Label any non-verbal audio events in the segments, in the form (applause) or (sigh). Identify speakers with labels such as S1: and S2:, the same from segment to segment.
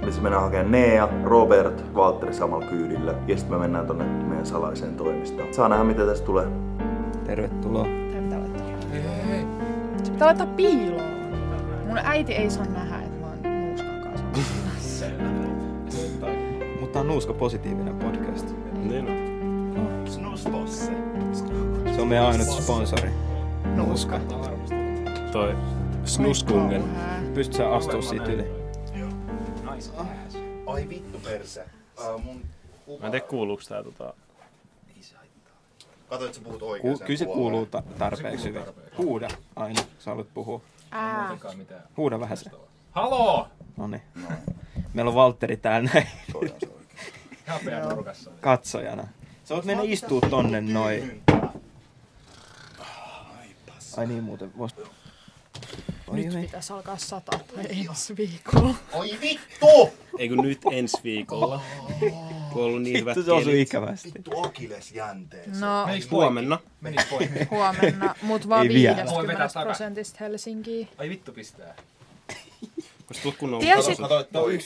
S1: Ja sitten mennään hakemaan Nea, Robert, Walter samalla kyydillä. Ja sitten me mennään tonne meidän salaiseen toimistoon. Saa nähdä mitä tästä tulee.
S2: Tervetuloa.
S3: Tää pitää laittaa. Se pitää laittaa piiloon. Mun äiti ei saa nähdä, että mä oon nuuskan kanssa.
S2: Mutta tää on Nuuska positiivinen podcast.
S4: Niin on.
S5: Snusbosse.
S2: No. Se on meidän ainut sponsori. Nuuska.
S4: Toi Snuskungen.
S2: Pystyt sä astua siitä yli?
S5: Ai vittu perse. Uh, mun kuva...
S4: Mä en tiedä kuuluuks tää tota...
S5: Kato, että sä puhut oikein.
S2: Ku- kyllä se kuuluu ta- tarpeeksi hyvin. Huuda aina, kun sä haluat puhua.
S3: Ää.
S2: Huuda vähän se.
S6: Haloo!
S2: Noniin. Meillä on Valtteri täällä näin
S6: Häpeä nurkassa.
S2: katsojana. Sä voit mennä istua tonne noin. Ai niin muuten, vois... Oi,
S3: Nyt
S2: oi.
S3: pitäisi alkaa sataa tai ensi viikolla.
S5: Ai vittu!
S4: Eikö nyt ensi viikolla?
S2: Oh.
S4: Kun on ollut niin hyvät
S2: Vittu, se osui
S4: kelit.
S2: ikävästi.
S5: Vittu Akiles jänteessä.
S3: No,
S6: Meniks poikki?
S4: Huomenna.
S6: Menis poikki.
S3: huomenna, mut vaan
S2: Ei vielä.
S3: 50
S6: Voi vetää
S3: prosentista Helsinkiin.
S6: Ai vittu pistää.
S4: Kun sä tulet kunnolla
S3: Tiesit,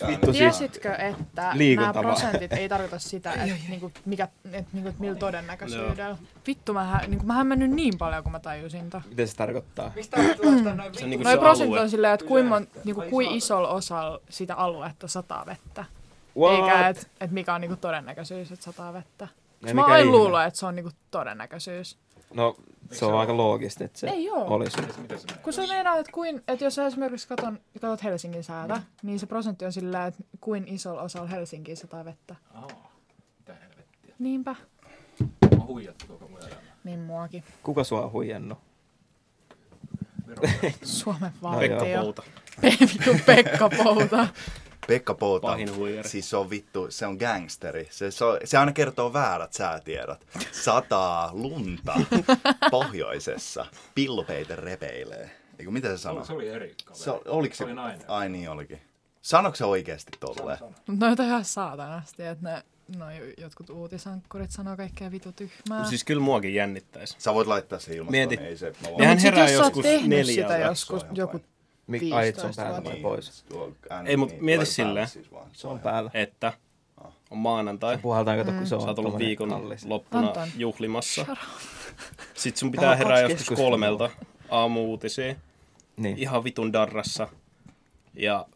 S2: Vittu siis,
S3: tiesitkö, että nämä
S2: liikuntavaa.
S3: prosentit ei tarkoita sitä, että niinku, mikä, et, niinku, et millä todennäköisyydellä. Vittu, mä, niinku, mä hämmennyin niin paljon, kun mä tajusin ton.
S2: mitä se tarkoittaa?
S4: se on niinku se
S3: Noi prosentit
S4: alue.
S3: on silleen, että kuin, mon, niinku, kuin isolla osalla sitä aluetta sataa vettä. Eikä,
S2: What?
S3: että et mikä on niinku todennäköisyys, että sataa vettä.
S2: Ja
S3: Koska mä
S2: mikä
S3: aina
S2: ihme?
S3: luulen, että se on niinku todennäköisyys.
S2: No, se on aika loogista, että se
S3: Ei oo.
S2: olisi.
S3: Kun sä meinaat, että, kuin, että jos sä esimerkiksi katon, katot Helsingin säätä, niin se prosentti on sillä, että kuin isolla osalla Helsinkiin sataa vettä.
S6: Mitä helvettiä.
S3: Niinpä.
S6: Mä oon huijattu koko mun elämä.
S3: Niin muakin.
S2: Kuka sua on huijannut?
S3: Suomen
S4: No
S2: Pekka
S4: Pekka
S3: valtio.
S4: Pouta.
S3: Pekka, Pekka Pouta.
S5: Pekka Pouta.
S4: Pahin huijari.
S5: Siis se on vittu, se on gangsteri. Se, se, on, se aina kertoo väärät säätiedot. Sataa lunta pohjoisessa. Pillupeite repeilee. Eikö mitä se sanoo?
S6: Se oli eri kaveri.
S5: Se, oli- oliko se?
S6: Se oli nainen.
S5: Ai niin olikin. Sanoiko se oikeasti tolleen?
S3: No jotain ihan saatanasti, että ne, noi jotkut uutisankkurit sanoo kaikkea vitu tyhmää.
S4: Siis kyllä muakin jännittäis.
S5: Sä voit laittaa se ilmoittaa.
S4: Mieti.
S5: Ei se, mä
S4: Nehän
S3: No Mut sit
S4: herää
S3: jos sä oot
S4: joskus
S3: tehnyt sitä
S4: neljältä.
S3: joskus
S5: Joo,
S3: joku
S2: Mik, ai, et se on
S3: 15
S2: päällä vai
S3: vuotta.
S2: pois?
S4: Ei, mut mieti silleen.
S5: Se on
S2: Päällä.
S4: Että on maanantai.
S2: Puhaltaan, kato, kun se on
S4: Mm. Sä oot ollut
S2: tommonen
S4: viikon
S2: kallis.
S4: loppuna
S3: Anton.
S4: juhlimassa. Sitten sun
S2: Täällä
S4: pitää
S2: on
S4: herää
S2: kaksi
S4: joskus
S2: keskustelua.
S4: kolmelta aamu-uutisiin.
S2: Niin.
S4: Ihan vitun darrassa. Ja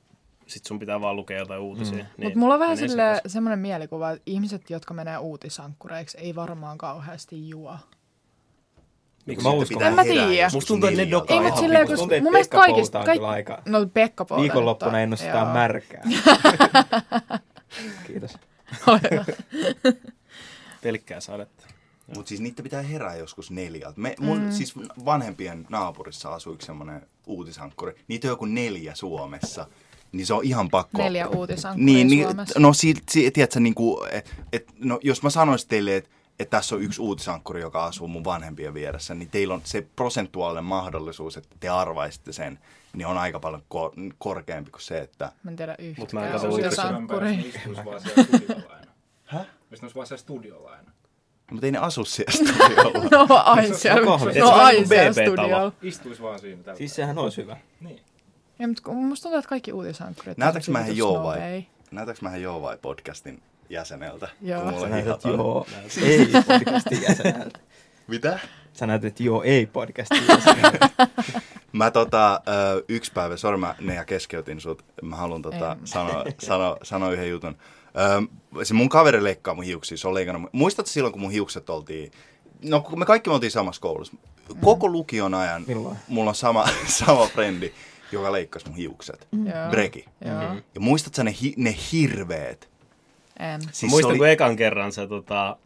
S4: sit sun pitää vaan lukea jotain uutisia. Mm.
S3: Mutta mulla on vähän sille semmoinen mielikuva, että ihmiset, jotka menee uutisankkureiksi, ei varmaan kauheasti juo.
S4: Miksi?
S2: Mä uskon.
S3: En mä tiedä.
S4: Musta tuntuu, että ne dokaa
S3: Ei,
S4: Ai,
S3: mutta
S4: ihan
S3: silleen,
S4: vittu.
S3: kun
S2: Tuntuu, että
S3: mun mielestä
S2: Pekka Pouta
S3: kaikista...
S2: on
S3: Kaik...
S2: kyllä aika-
S3: No Pekka Pouta.
S2: Viikonloppuna ennustaa
S3: joo.
S4: (laughs)
S2: märkää. Kiitos.
S4: Pelkkää sadetta.
S5: Mutta siis niitä pitää herää joskus neljältä. Me, mun mm. siis vanhempien naapurissa asui yksi semmoinen uutisankkuri. Niitä on joku neljä Suomessa. Niin se on ihan pakko.
S3: Neljä uutisankkuria
S5: Niin, niin
S3: Suomessa.
S5: no si, si, tiedätkö, niin kuin, et, et, no, jos mä sanoisin teille, että et tässä on yksi uutisankkuri, joka asuu mun vanhempien vieressä, niin teillä on se prosentuaalinen mahdollisuus, että te arvaisitte sen, niin on aika paljon ko- korkeampi kuin se, että no
S3: Mä en tiedä
S4: Mut mä en
S3: yhtäkään
S4: katso
S6: Jos ne
S3: uutisankkuri.
S6: istuis vaan siellä studiolla aina.
S5: Häh?
S6: Jos ne ois vaan siellä studiolla aina.
S5: mutta ei ne asu siellä (laughs)
S3: (laughs)
S5: studiolla.
S3: No aina siellä,
S2: kahvit.
S3: no
S4: Se on
S3: aina
S4: niinku
S3: siellä
S4: BB-talo.
S3: studiolla.
S6: Istuis vaan siinä tällä.
S2: Siis sehän olisi hyvä.
S6: Niin.
S3: Ei, mutta kun musta tuntuu, että kaikki uutisankkurit... on no
S5: Näytäks mä
S3: semmosia
S5: ihan
S3: vitu
S5: joo vai? Mm-hmm.
S3: snobeja.
S5: Näytäks mä ihan joo vai podcastin jäseneltä?
S3: Joo.
S5: Kun mulla
S2: Sä
S5: on
S2: näytät
S5: hihat-
S2: joo. Ei (laughs) podcastin jäseneltä.
S5: Mitä?
S2: Sä näytät joo, ei podcastin jäseneltä.
S5: Mä tota, ö, yksi päivä, sori mä ne ja keskeytin sut, mä haluan tota,
S3: En.
S5: sanoa sano, sano yhden jutun. Ö, se mun kaveri leikkaa mun hiuksia, se on leikannut. mun- Muistatko silloin, kun mun hiukset oltiin, no kun me kaikki me oltiin samassa koulussa.
S3: Mm.
S5: Koko lukion ajan
S2: Milloin?
S5: mulla on sama, (laughs) sama frendi, joka leikkasi mun hiukset.
S3: Mm. Joo.
S5: Breki.
S3: Joo,
S5: Ja muistatko ne, hi, ne hirveet?
S3: en.
S4: Mä
S5: Siis
S4: muistan,
S5: se
S4: kun
S5: oli,
S4: ekan kerran se tota...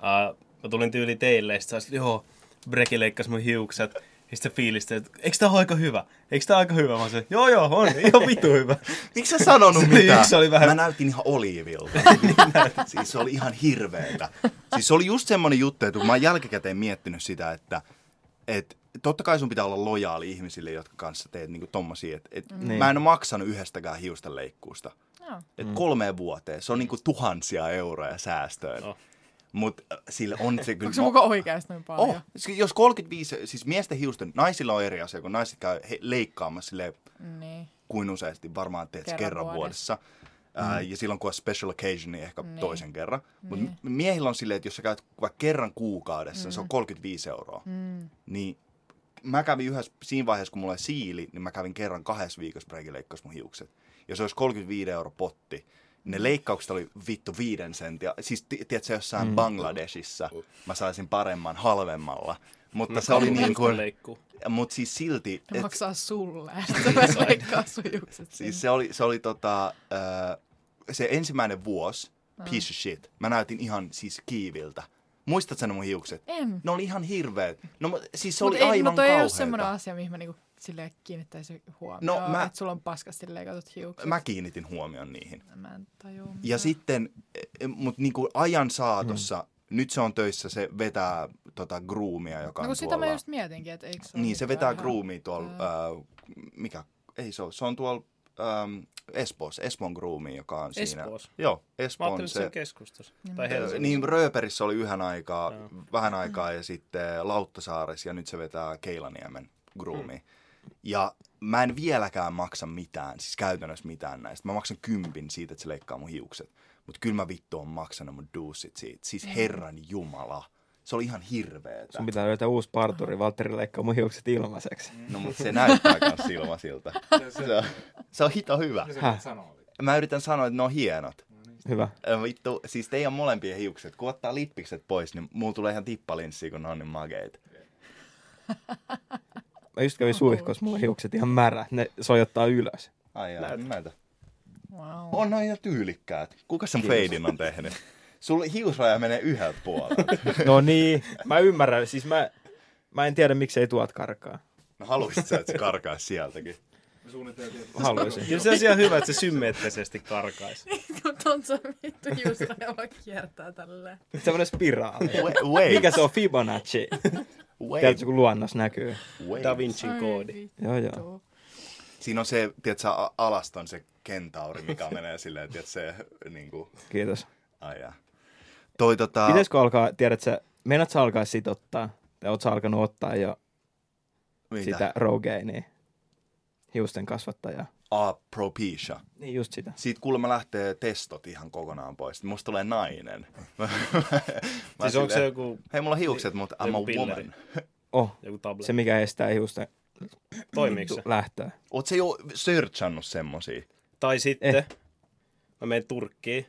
S4: Ää, mä tulin tyyli teille, ja sit sä olisit, joo, Breki leikkasi mun hiukset. Ja sitten fiilistä, että eikö tää ole aika hyvä? Eikö tää ole aika hyvä? Mä sanoin, joo joo, on, ihan vitu
S5: (laughs)
S4: hyvä.
S5: miksi sä sanonut
S4: Se oli
S5: mitään?
S4: yksi, oli vähän-
S5: Mä näytin ihan
S4: (laughs)
S5: oliivilta. siis se oli ihan hirveetä. Siis se oli just semmoinen juttu, että kun mä oon jälkikäteen miettinyt sitä, että et, totta kai sun pitää olla lojaali ihmisille, jotka kanssa teet niinku tommosia. Et, et
S4: Mm.
S2: Niin.
S5: Mä en ole maksanut yhdestäkään hiustenleikkuusta.
S3: Joo.
S5: Et
S4: Mm.
S5: kolmeen vuoteen. Se on niinku tuhansia euroja säästöön.
S4: Joo.
S5: Mutta sillä on se kyllä...
S3: Onko se muka oikeasti noin paljon?
S5: Oh, siis jos 35, siis miesten hiusten, naisilla on eri asia, kun naiset käy he, leikkaamassa silleen
S3: Niin.
S5: kuin useasti varmaan teet kerran,
S3: Kerran
S5: kerran vuodessa. Ää, ja silloin kun on special occasion, niin ehkä
S3: Niin.
S5: toisen kerran. Mutta
S3: Niin.
S5: miehillä on silleen, että jos sä käyt vaikka kerran kuukaudessa, mm. se on 35 euroa.
S3: Mm.
S5: Niin mä kävin yhdessä, siinä vaiheessa kun mulla oli siili, niin mä kävin kerran kahdessa viikossa breikileikkaus mun hiukset. Ja se olisi 35 euro potti. Ne
S3: Mm.
S5: leikkaukset oli vittu viiden sentia. Siis ti- tiedätkö, jossain mm. Bangladesissa mä saisin paremman halvemmalla. Mutta se oli niin kuin,
S4: Leikkuu.
S5: mutta siis silti,
S3: Ne
S5: et, (laughs)
S3: maksaa sulle. (laughs) Sä pääs leikkaa sun hiukset
S5: Siis
S3: sinne.
S5: se oli, se oli tota, äh, se ensimmäinen vuosi,
S3: Mm.
S5: piece of shit. Mä näytin ihan siis kiiviltä. Muistatko sä ne mun hiukset?
S3: En.
S5: Ne oli ihan hirveet. No mu- siis se
S3: Mut
S5: oli ei, aivan
S3: no toi ei ole semmoinen
S5: kauheeta.
S3: asia, mihin mä niinku silleen kiinnittäisin huomioon.
S5: No,
S3: No,
S5: mä-
S3: mä... Että sulla on paskasti leikatut hiukset.
S5: Mä kiinnitin huomion niihin.
S3: Mä en tajua
S5: Ja
S3: mitään.
S5: sitten, mutta niinku ajan saatossa, mm. nyt se on töissä, se vetää tota groomia, joka
S3: No
S5: on
S3: kun sitä mä
S5: tuolla-
S3: just mietinkin, että eikö se ole
S5: Niin, se
S3: niinku
S5: vetää
S3: ihan-
S5: groomia tuolla, äh, mikä, ei se ole, se on tuolla ähm, Espoossa, Espoon groomi, joka on
S4: Espoossa?
S5: siinä. Joo,
S4: Mä
S5: Espoon
S4: ajattelin, että se
S5: se,
S4: on keskustus.
S3: Niin,
S4: Tai
S3: mutta-
S4: Helsingissä.
S5: Niin, Rööperissä oli yhden aikaa, vähän aikaa ja sitten Lauttasaaressa ja nyt se vetää Keilaniemen groomiin. Ja mä en vieläkään maksa mitään, siis käytännössä mitään näistä. Mä maksan kympin siitä, että se leikkaa mun hiukset. Mutta kyllä mä vittu on maksanut mun duussit siitä. Siis herran jumala. Se oli ihan hirveetä.
S2: Sun pitää löytää uusi parturi. Valtteri leikkaa mun hiukset ilmaiseksi.
S5: No mutta se näyttää kans silmäsiltä. (laughs) Se on, se on hito hyvä.
S6: Se
S2: Häh?
S6: sanoo oli.
S5: Mä yritän sanoa, että ne on hienot.
S2: Hyvä.
S5: Ö, Vittu, siis teidän molempien hiukset, kun ottaa lippikset pois, niin mulla tulee ihan tippalinssiä, kun ne on niin mageita.
S2: Mä just kävin suihkossa, mulla on hiukset ihan märät. Ne sojottaa ylös.
S5: Ai jaa, näytä.
S3: Wow. (laughs)
S5: On noin ihan tyylikkäät. Kuka sen feidin on tehnyt? Sulla hiusraja menee yhdeltä puolelta.
S2: No niin, mä ymmärrän. Siis mä, mä en tiedä, miksi ei tuot karkaa.
S5: (laughs) No haluaisit sä, että se karkaa sieltäkin?
S6: Me suunniteltiin, että
S2: Haluaisin.
S4: Kyllä se on ihan hyvä, että se symmetrisesti karkaisi.
S3: Mutta on se vittu just aivan kiertää tälleen.
S2: Semmoinen spiraali.
S5: Wa- Wave,
S2: Mikä se on Fibonacci?
S5: wave,
S2: Tiedätkö, kun luonnos näkyy.
S4: Da
S5: wave.
S4: Vincin koodi.
S2: Joo, joo.
S5: Siinä on se, tiedätkö, a- alaston se kentauri, mikä menee silleen, tiedätkö, se niinku,
S2: Kiitos.
S5: ai jaa. Toi tota...
S2: Pitäisikö alkaa, tiedät sä, meinaat sä alkaa sitottaa? Tai oot sä alkanut ottaa jo
S5: mitä?
S2: sitä Rogainia, hiusten kasvattajaa?
S5: Apropecia.
S2: Niin just sitä.
S5: Siitä kuulemma lähtee testot ihan kokonaan pois. Musta tulee nainen. (laughs) Mä,
S4: Siis onko se joku,
S5: Hei, mulla on hiukset, mutta I'm a
S4: joku pilleri?
S5: woman.
S2: Oh,
S4: joku tablet?
S2: se mikä estää hiusten
S4: Toimiiko se?
S2: lähtöä.
S5: Oot sä jo searchannut semmosia?
S4: Tai sitten
S2: Eh.
S4: mä menen Turkkiin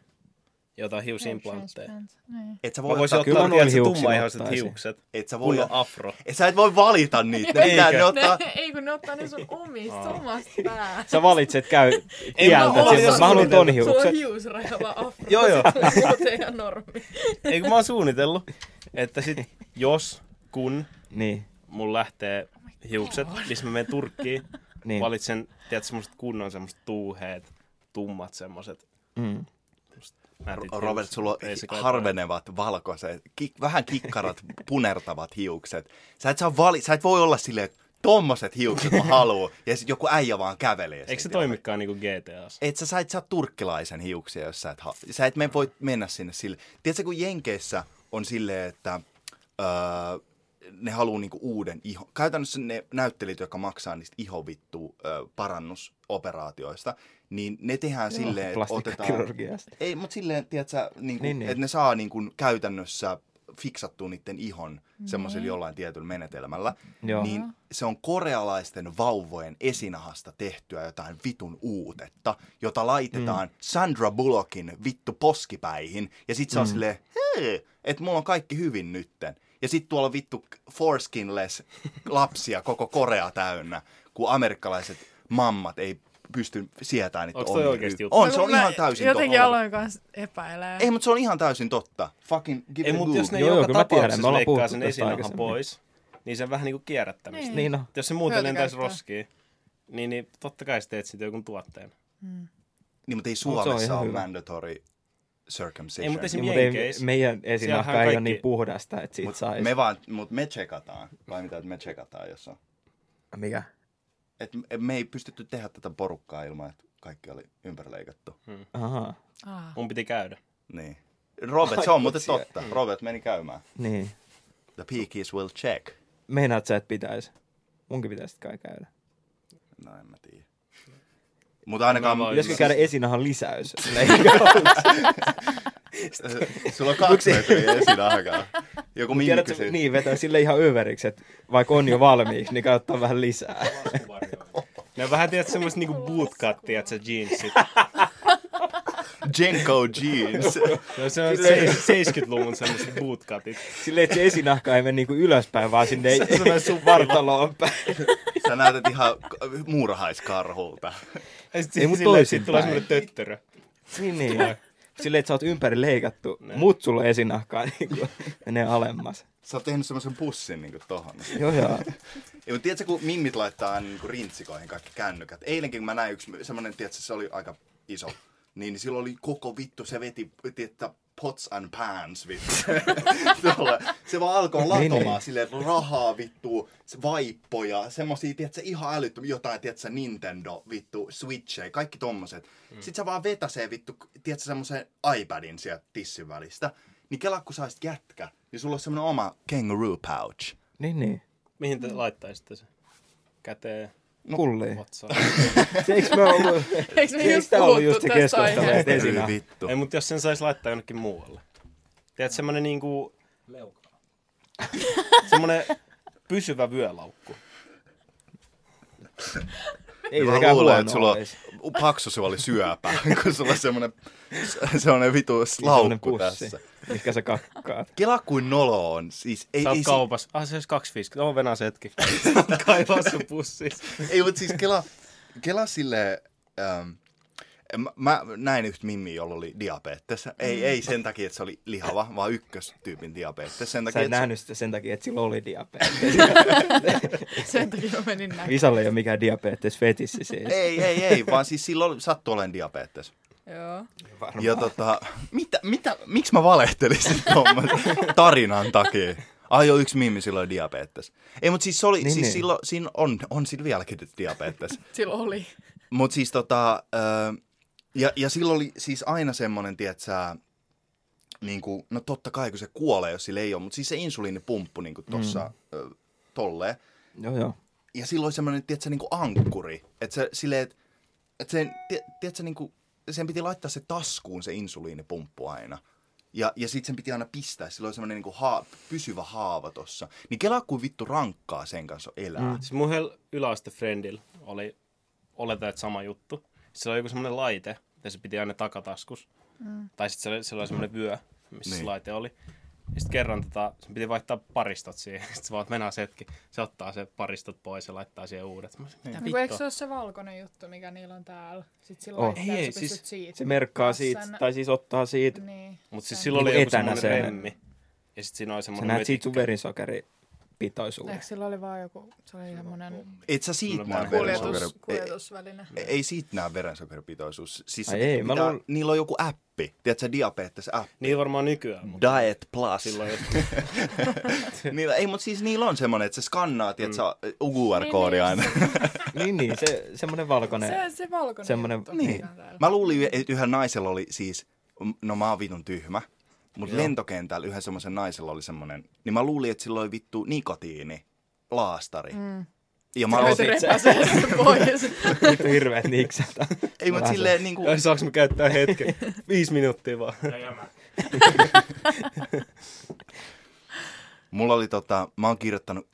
S4: ja otan hiusimplantteja. Mä
S3: Niin.
S5: Et sä voi,
S4: voisin
S5: ottaa,
S4: ottaa,
S2: Kyllä
S4: ottaa
S2: noilla
S4: tiedätkö,
S2: hiuksilla
S4: tummaihoiset
S2: ottaisin.
S4: hiukset.
S5: et sä voi,
S4: Kunnon afro.
S5: et sä et voi valita niitä. Ne pitää, ne
S4: Eikö?
S5: ottaa,
S3: Ei kun ne ottaa
S2: (laughs)
S3: ne sun omista, omasta päästä.
S2: Sä valitset käy
S4: (laughs) En mä
S5: No,
S2: tieltä,
S4: ole
S2: että
S4: edes
S2: siis mä haluan ton
S4: suunnitellut.
S3: Sulla on
S2: hiukset.
S3: hiusraja vaan afro.
S4: Joo, joo.
S3: Muuten ihan normi.
S4: Eikö mä oon suunnitellut, että sit jos, kun
S2: Niin,
S4: mun lähtee hiukset, niin mä menen Turkkiin,
S2: niin.
S4: valitsen, tiedät, semmoset kunnon semmoset tuuheet, tummat semmoset.
S2: Mm.
S4: nätit
S5: Robert,
S4: hiukset.
S5: sulla on
S4: Ei se kai-
S5: harvenevat valkoiset, kik, vähän kikkarat, punertavat hiukset. Sä et, saa vali, sä et voi olla silleen, että tommoset hiukset mä haluun, ja sit joku äijä vaan kävelee.
S4: Eikö se
S5: siitä.
S4: toimikaan niinku GTAssa?
S5: Et sä, sä et saa turkkilaisen hiuksia, jos sä et, ha- sä et me voi mennä sinne sille. Tiedätkö, kun Jenkeissä on silleen, että öö, ne haluaa niinku uuden iho. Käytännössä ne näyttelijät, jotka maksaa niistä ihovittu öö, parannusoperaatioista, niin ne tehdään silleen, että otetaan...
S2: Plastikkakirurgiasta.
S5: Ei, mutta silleen, tiedätkö, niinku, niin,
S2: Niin,
S5: niin.
S2: niin.
S5: että ne saa niinku, käytännössä fiksattua niiden ihon semmoisella jollain tietyllä menetelmällä,
S2: Joo.
S5: niin se on korealaisten vauvojen esinahasta tehtyä jotain vitun uutetta, jota laitetaan mm. Sandra Bullockin vittu poskipäihin, ja sit se on mm. silleen, hei, että mulla on kaikki hyvin nytten. Ja sit tuolla on vittu foreskinless lapsia koko Korea täynnä, kun amerikkalaiset mammat ei pysty sietämään niitä
S4: Onks toi
S5: omia
S4: oikeesti
S5: hy-
S4: juttu?
S5: On, se on ihan täysin
S3: Jotenkin
S5: totta.
S3: aloin kanssa epäilee.
S5: Ei, mutta se on ihan täysin totta. Fucking give
S4: Ei,
S5: it a
S4: mutta jos ne
S5: Google.
S2: Joo, joo,
S4: joka
S2: kyllä mä tiedän, me
S4: tapauksessa
S2: ollaan
S4: leikkaa
S2: puhuttu
S4: sen
S2: tästä
S4: esinahan
S2: aikaisemmin.
S4: pois, niin se on vähän niinku kierrättämistä.
S3: Niin.
S2: Niin no.
S4: Jos se muuten lentäisi
S3: Hyötykäyttöä.
S4: roskiin, niin, niin totta kai sä teet siitä jonkun tuotteen.
S5: Niin, mutta ei
S2: on
S5: Suomessa
S2: ihan
S5: ole
S2: hyvä.
S5: mandatory circumcision.
S4: Ei, mutta esim-
S2: Niin, mutta ei,
S4: Jenkeissä.
S2: meidän esinahka ei
S4: Siellähän
S2: ole niin
S4: kaikki-
S2: puhdasta, että siitä
S5: Mut
S2: saisi.
S5: me vaan, mut me tsekataan. Vai mitä, että me tsekataan, jos on.
S2: Mikä?
S5: Et me ei pystytty tehdä tätä porukkaa ilman, että kaikki oli ympärileikattu.
S2: Aha,
S3: Ah.
S4: Mun piti käydä.
S5: Niin. Robert, se on muuten totta. Robert meni käymään.
S2: niin.
S5: The peakies will check.
S2: Meinaat sä, että pitäisi? Munkin pitäisi kai käydä.
S5: No en mä tiedä. Mutta ainakaan...
S4: Mä voin-
S2: Pitäisikö
S4: Siis-
S2: käydä esinahan lisäys?
S5: (laughs) Sulla on kaksi metriä esinahkaa. Joku minkä
S2: Tiedätkö,
S5: kysyy.
S2: niin vetää sille ihan överiksi, että vaikka on jo valmiiksi, niin kannattaa vähän lisää. (laughs)
S4: Ne on vähän tiedät semmoiset niinku bootcut, tiedät sä jeansit.
S5: Jenko jeans.
S4: (laughs) No se on se- 70-luvun semmoiset bootcutit.
S2: Silleen, että se esinahka ei mene niinku ylöspäin, vaan sinne sun vartaloon päin.
S5: Sä näytät ihan k- muurahaiskarhulta.
S4: Ja sit,
S2: Ei, mut
S4: silleen, sit tulee
S2: toisinpäin.
S4: semmoinen töttörö.
S2: Niin, niin. Silleen, että sä oot ympäri leikattu, mut sulla esinahkaa (laughs) niinku, menee alemmas.
S5: Sä oot tehnyt semmoisen pussin niinku tohon.
S2: Joo, joo.
S5: Ja, mutta tiedätkö, kun mimmit laittaa aina niinku rintsikoihin kaikki kännykät. Eilenkin kun mä näin yksi semmoinen, tiedätkö, se oli aika iso. Niin sillä oli koko vittu, se veti, tiettä, pots and pans vittu. (laughs) Tuolla. se vaan alkoi
S2: Niin,
S5: latomaan
S2: niin.
S5: silleen rahaa vittu, se vaippoja, semmosia, tiedätkö, ihan älyttömiä, jotain, tiedätkö, Nintendo vittu, Switchei, kaikki tommoset. Mm. Sitten se vaan vetäsee vittu, tiedätkö, semmoisen iPadin sieltä tissin välistä. Niin kela, kun saisit jätkä, niin sulla on semmoinen oma kangaroo pouch.
S2: Niin, niin.
S4: Mihin te laittaisitte sen? Käteen,
S5: No.
S2: Kulli.
S4: vatsaan.
S2: Se eikö me ollut...
S3: Eiks me
S2: se
S3: just
S2: tää ollut
S3: puhuttu
S2: just se
S3: tästä
S2: keskustelu,
S3: aiheesta?
S2: että esinahka.
S5: Ei vittu.
S4: Ei, mutta jos sen saisi laittaa jonnekin muualle. Tiedät semmonen niinku... Leuka. (laughs) semmonen pysyvä vyölaukku.
S2: Ei
S5: Mä luulen,
S2: sekään huono
S5: että sulla on
S2: olisi.
S5: paksu se oli syöpä, (laughs) kun sulla on semmoinen, semmoinen vitu
S2: Semmonen
S5: laukku
S2: pussi,
S5: tässä.
S2: Mikä sä kakkaat.
S5: Kela kuin nolo on. Siis, ei,
S4: Sä oot
S5: ei, si-
S4: kaupassa. Ah, se olisi 250. On venäs hetki. (laughs) Kaivaa sun pussis.
S5: ei mutta siis Kela, Kela sille... Ähm, mä, mä, näin yhtä mimmiä, jolla oli diabetes.
S2: Mm.
S5: Ei, ei sen takia, että se oli lihava, vaan ykköstyypin diabetes. Sen
S2: Sä
S5: takia,
S2: et
S5: että se-
S2: nähnyt sitä sen takia, että sillä oli diabetes.
S3: Sen takia mä menin näin.
S2: Isalle ei ole mikään diabetes fetissi siis.
S5: Ei, ei, ei, vaan siis silloin sattui olemaan diabetes.
S3: Joo.
S2: Varmaan.
S5: Ja tota, mitä, mitä, miksi mä valehtelisin (laughs) tuommoisen tarinan takia? Ai joo, yksi mimmi silloin diabetes. Ei, mutta siis, se oli, niin,
S2: Niin,
S5: siis niin.
S2: niin.
S5: silloin, siinä on, on sillä vieläkin diabetes. (laughs)
S3: Silloin oli.
S5: mutta siis tota, ö, ja, ja silloin oli siis aina semmoinen, tietsä, niin kuin, no totta kai kun se kuolee, jos sillä ei ole, mutta siis se insuliinipumppu niin kuin tossa mm. ö, tolleen.
S2: Joo, joo.
S5: Ja silloin oli semmoinen, tietsä, niin kuin ankkuri. Että se silleen, että et sen, tie- tietsä, niin kuin, sen piti laittaa se taskuun se insuliinipumppu aina. Ja, ja sitten sen piti aina pistää. Sillä oli semmoinen niin kuin haa, pysyvä haava tossa. Niin kelaa kuin vittu rankkaa sen kanssa on elää. Mm.
S4: Siis mun yhdellä yläastefriendillä oli, oletan, että sama juttu. Sillä oli joku semmoinen laite, ja se piti aina takataskus. Mm. Tai sitten sillä, sillä oli semmoinen vyö, missä niin. se
S5: Niin.
S4: laite oli. Ja sitten kerran tota, sen piti vaihtaa paristot siihen. (laughs) Sitten se vaan, että mennään se hetki. Se ottaa se paristot pois ja laittaa siihen uudet. Mä sanoin, mitä
S3: No, kun eikö se
S4: vittua?
S3: ole se valkoinen juttu, mikä niillä on täällä? Sitten sillä
S2: On.
S3: on. Ei,
S4: Ei,
S3: ei,
S4: ei,
S3: sä
S4: siis
S3: pystyt siitä.
S2: Oh. Se merkkaa
S3: taas
S2: siitä,
S3: sen-
S2: tai siis ottaa siitä.
S3: Niin.
S4: Mutta siis
S3: sen-
S4: sillä oli
S2: Niinku
S4: joku
S2: etänä
S4: semmoinen
S2: se-
S4: se... remmi. Ja sitten siinä oli
S2: Sä
S4: semmoinen
S2: näet siitä sun
S4: mötikkä.
S2: verisokeripitoisuuden. (laughs)
S3: Eikö sillä oli vaan joku, se oli semmoinen
S5: Et sä siitä
S4: Kyllä
S5: näe
S4: vaan kuljetus-
S5: verensokeri...
S3: kuljetus,
S5: Ei,
S3: kuljetusväline.
S5: e- ei siitä näe verensokeripitoisuus. Siis
S2: Ai
S5: se
S2: ei, mä
S5: pitää-
S2: luul-
S5: Niillä on joku appi. Tiedätkö, diabetes appi.
S4: Niin varmaan nykyään, mutta
S5: Diet Plus.
S4: silloin jos...
S5: Niillä, ei, mutta siis niillä on semmoinen, että se skannaa, tiedätkö, QR-koodi aina.
S2: Niin, niin. Se, semmonen valkoinen.
S3: Se, se valkoinen
S2: Semmonen-
S3: juttu,
S5: Niin.
S3: mikä on täällä.
S5: Mä luulin, että yhden naisella oli siis, no mä oon vitun tyhmä, mutta lentokentällä yhden semmoisen naisella oli semmoinen, niin mä luulin, että sillä oli vittu nikotiini, laastari. Mm. Ja mä
S3: Mä se
S5: aloitin,
S3: repäsee sen
S2: (laughs)
S3: pois.
S2: Vittu hirveet niksät.
S5: ei mutta
S2: Vähän
S5: silleen niinku,
S4: (laughs) Ai, saanko mä käyttää (laughs) hetken? Viisi minuuttia vaan.
S5: mulla oli tota, mä oon kirjoittanut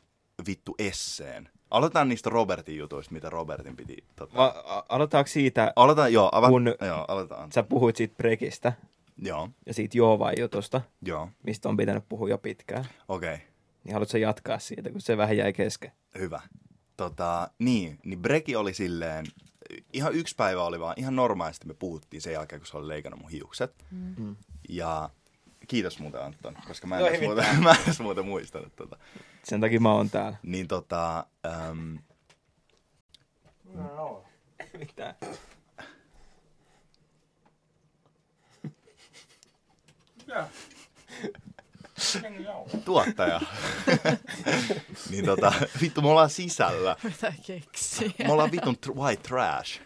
S5: vittu esseen. Aloitetaan niistä Robertin jutuista, mitä Robertin piti. Tota.
S2: Va- a- aloitetaanko siitä,
S5: Aloitetaan, joo, ava,
S2: Kun-
S5: joo, aloitetaan.
S2: sä puhuit siitä prekistä
S5: Joo,
S2: ja siitä joo vai jutusta,
S5: joo,
S2: mistä on pitänyt puhua jo pitkään.
S5: okei. Okay.
S2: Niin haluatko sä jatkaa siitä, kun se vähän jäi kesken?
S5: Hyvä. Tota, niin, niin Breki oli silleen, ihan yksi päivä oli vaan, ihan normaalisti me puhuttiin sen jälkeen, kun se oli leikannut mun hiukset. Mm. Ja kiitos muuten Anton, koska mä en,
S2: Joo,
S5: edes
S2: ei
S5: muuten, (laughs) mä en edes muuten muistanut tota.
S2: Sen takia mä oon täällä.
S5: Niin tota, äm,
S2: Mitä? (laughs)
S5: tuottaja. niin tota, vittu me ollaan sisällä.
S3: Mitä keksiä.
S5: Me ollaan vitun tr- white niin trash.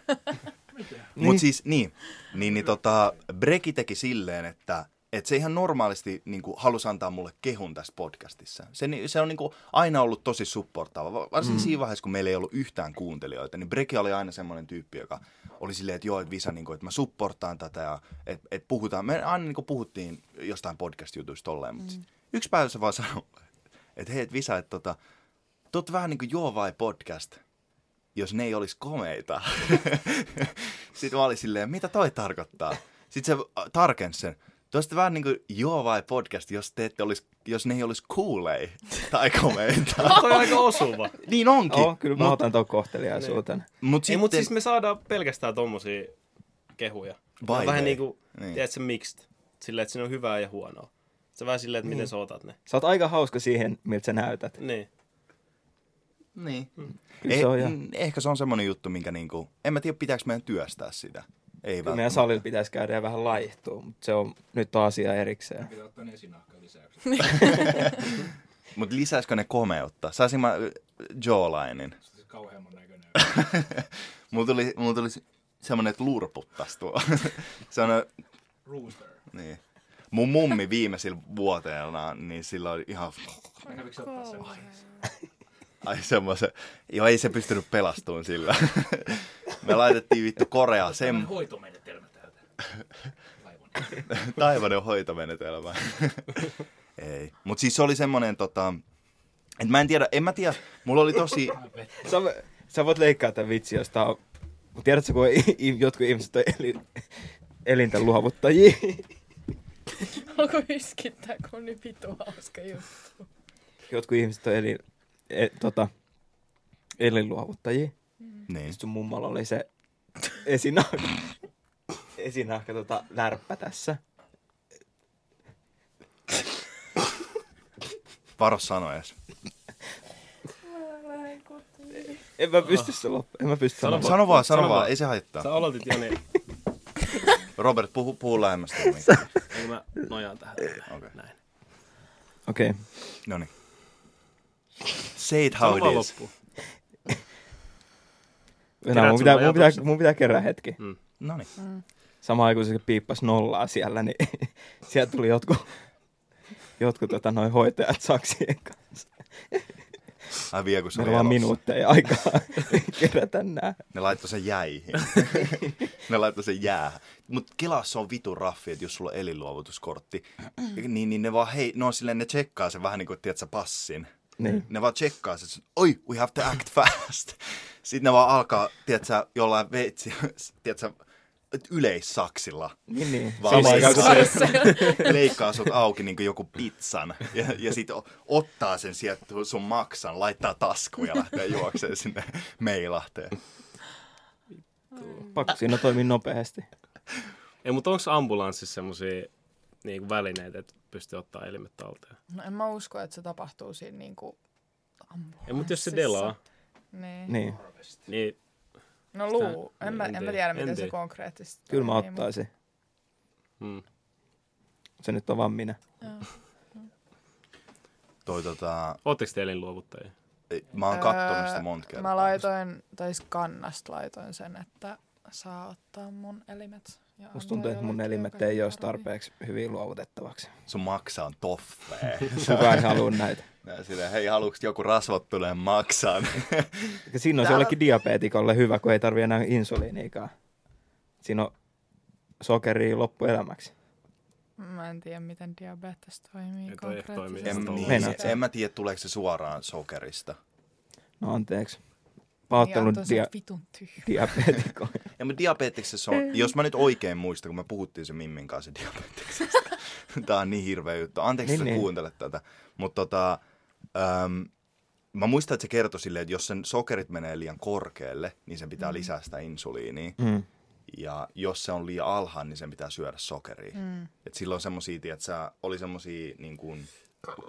S5: Mut siis, niin. Niin, niin tota, Breki teki silleen, että että se ihan normaalisti niin kuin, halusi antaa mulle kehun tässä podcastissa. Se, ni- se on niin kuin, aina ollut tosi supportaava, va- varsinkin mm. siinä vaiheessa, kun meillä ei ollut yhtään kuuntelijoita, niin Breki oli aina semmoinen tyyppi, joka oli silleen, että joo, että Visa, niin kuin, että mä supportaan tätä ja että et puhutaan. Me aina niin kuin, puhuttiin jostain podcast-jutuista tolleen, mutta mm. yksi päivä se vaan sanoi, että hei, et Visa, että tota, te oot vähän niin kuin joo vai podcast, jos ne ei olisi komeita. (laughs) Sitten mä olin silleen, mitä toi tarkoittaa? Sitten se äh, tarkensi sen. Te olisitte vähän niin kuin joo vai podcast, jos, te ette olisi, jos ne ei olisi kuulei tai
S7: (laughs)
S5: komeita.
S7: Toi on aika osuva.
S5: niin onkin.
S2: Oh, kyllä mä Niin. otan tuon kohteliaisuuteen.
S5: Mutta
S7: Ei,
S5: sitten,
S7: mut siis me saadaan pelkästään tommosia kehuja. Vai
S5: Vai
S7: vähän
S5: ei.
S7: niin kuin,
S5: Niin.
S7: niin. tiedätkö, mixed. Silleen, että siinä on hyvää ja huonoa. Se vähän silleen, että miten sä otat ne.
S2: Sä oot aika hauska siihen, miltä sä näytät.
S7: Niin.
S5: niin.
S2: Kyllä se on, ja-
S5: mm, ehkä se on semmoinen juttu, minkä niinku, en mä tiedä pitääkö meidän työstää sitä. Ei
S2: Kyllä meidän
S5: välttämättä.
S2: salilla pitäisi käydä ja vähän laihtua, mutta se on nyt on asia erikseen.
S4: Pitää ottaa ne esinahka lisäykset.
S5: Mutta lisäisikö ne komeutta? Saisin mä äh, jawlinein. (laughs)
S6: Siis
S4: Se on kauhean mun näköinen.
S5: Mulla tuli, mulla tuli se- semmonen, että lurputtas tuo. (laughs) se on, äh,
S4: Rooster.
S5: niin. Mun mummi viimeisillä vuoteella, niin sillä oli ihan,
S4: Mä kävikö se ottaa sen?
S5: ai semmoisen, joo ei se pystynyt pelastumaan sillä. Me laitettiin vittu Korea sen
S4: Hoitomenetelmä täältä. Laivon.
S5: taivainen hoitomenetelmä. ei. Mut siis se oli semmonen tota, et mä en tiedä, en mä tiedä, mulla oli tosi,
S2: Sä, sä voit leikkaa tämän vitsi, jos tää on... Mut tiedätkö, kun i- i- jotkut ihmiset on elin, elintä luovuttajia?
S8: Alkoi iskittää, kun on niin vittu hauska juttu.
S2: Jotkut ihmiset on elin, e, tota, elinluovuttajia.
S5: niin.
S2: Sitten sun mummalla oli se esinahka, esinahka tota, lärppä tässä.
S5: Varo sanoa edes.
S2: En mä pysty se loppu, en mä pysty sanomaan.
S5: Sano vaan, sano
S7: Sano
S5: vaan,
S7: vaan.
S5: ei se haittaa.
S7: Sä aloitit jo niin.
S5: Robert, puhu, puhu lähemmäs. tuomiin.
S7: Eikö mä nojaan tähän?
S5: Okei.
S7: Näin.
S2: Okei. Okay.
S5: Noniin. Say it how
S7: Sano vaan
S5: it is.
S7: loppuun.
S2: Enää,
S7: Kerät sun
S2: mun, pitää, mun, pitää,
S7: ajatukset.
S2: mun pitää kerran hetki.
S5: Noniin.
S2: Samaan aikaan kun se piippasi nollaa siellä, niin (laughs) sieltä tuli jotkut, jotkut tota, noin hoitajat saksien kanssa.
S5: Ai vie, kun se
S2: Meillä
S5: oli
S2: on vaan
S5: elossa.
S2: minuutteja aikaa (laughs) kerätä nää.
S5: Ne laittoi sen
S2: (laughs)
S5: jäihin. ne laittoi sen jäähän. Mutta Kelassa on vitu raffi, että jos sulla on
S2: (clears throat)
S5: elinluovutuskortti, niin, niin ne vaan hei, no silleen ne tsekkaa sen vähän niin kuin, tiedät sä, passin.
S2: Niin.
S5: Ne vaan tsekkaa sen, oi, we have to act fast. (laughs) Sitten ne vaan alkaa, tiedät sä, jollain veitsi, (laughs) tiedät sä, yleissaksilla
S2: Niin, niin.
S5: Vaan
S2: Samaan aikaan, kun
S5: (laughs)
S2: se-
S5: leikkaa sut auki niin kuin joku pizzan ja, ja sit o- ottaa sen sieltä sun maksan, laittaa taskuun ja lähtee juokseen sinne meilahteen.
S2: pakko siinä toimii nopeasti.
S7: Ei, mutta onko ambulanssissa semmosia niinku välineitä, että pystyy ottaa elimet talteen?
S3: No en mä usko, että se tapahtuu siinä niinku ambulanssissa.
S7: Ei, mutta jos se delaa,
S3: Niin.
S2: Niin,
S7: niin
S3: No luu. En, mä,
S7: en
S3: en, mä
S7: tiedä.
S3: tiedä,
S7: En
S3: miten se
S7: tiedä.
S3: konkreettisesti
S2: kyllä mä
S3: toimii, mut-
S2: ottaisin.
S7: mm.
S2: Se nyt on vaan minä.
S5: Toi tota,
S7: Ootteko te elinluovuttajia?
S5: mä oon kattonut sitä monta
S3: Öö,
S5: kertaa.
S3: Mä laitoin, tai siis kannasta laitoin sen, että saa ottaa mun elimet. Ja
S2: Musta
S3: antaa
S2: tuntuu, että mun
S3: jollekin,
S2: elimet
S3: joka
S2: ei
S3: niitä
S2: olisi
S3: tarvii.
S2: tarpeeksi hyvin luovutettavaksi.
S5: Sun maksa on toffee. (laughs)
S2: Kukaan ei halua näitä.
S5: Nää Silleen, hei, haluuks joku rasvattuneen maksan?
S2: Ja Siinä on se jollekin diabeetikolle hyvä, kun ei tarvi enää insuliiniikaan. Siinä on sokeria loppuelämäksi.
S3: Mä en tiedä, miten diabetes toimii
S7: Ei toi ehkä toimi.
S3: konkreettisesti.
S5: en, niin,
S2: Meinaat sä?
S5: en mä tiedä, tuleeko se suoraan sokerista.
S2: No anteeksi.
S3: Niin,
S2: Pahoittelut
S3: antoi sen
S2: dia-
S3: vitun tyhjä.
S2: diabeetikolle.
S5: Ja mä diabeteksessa on, jos mä nyt oikein muistan, kun me puhuttiin se Mimmin kanssa diabeteksesta. (laughs) Tää on niin hirveä juttu. Anteeksi,
S2: Niin,
S5: niin, että
S2: niin.
S5: niin. kuuntelet tätä. Mutta tota, äm, mä muistan, että se kertoi silleen, että jos sen sokerit menee liian korkealle, niin sen pitää mm. lisää sitä insuliiniä.
S2: Mm.
S5: Ja jos se on liian alhaalla, niin sen pitää syödä sokeria. Mm. Et silloin semmosia, tiedät sä, oli semmosia niin kuin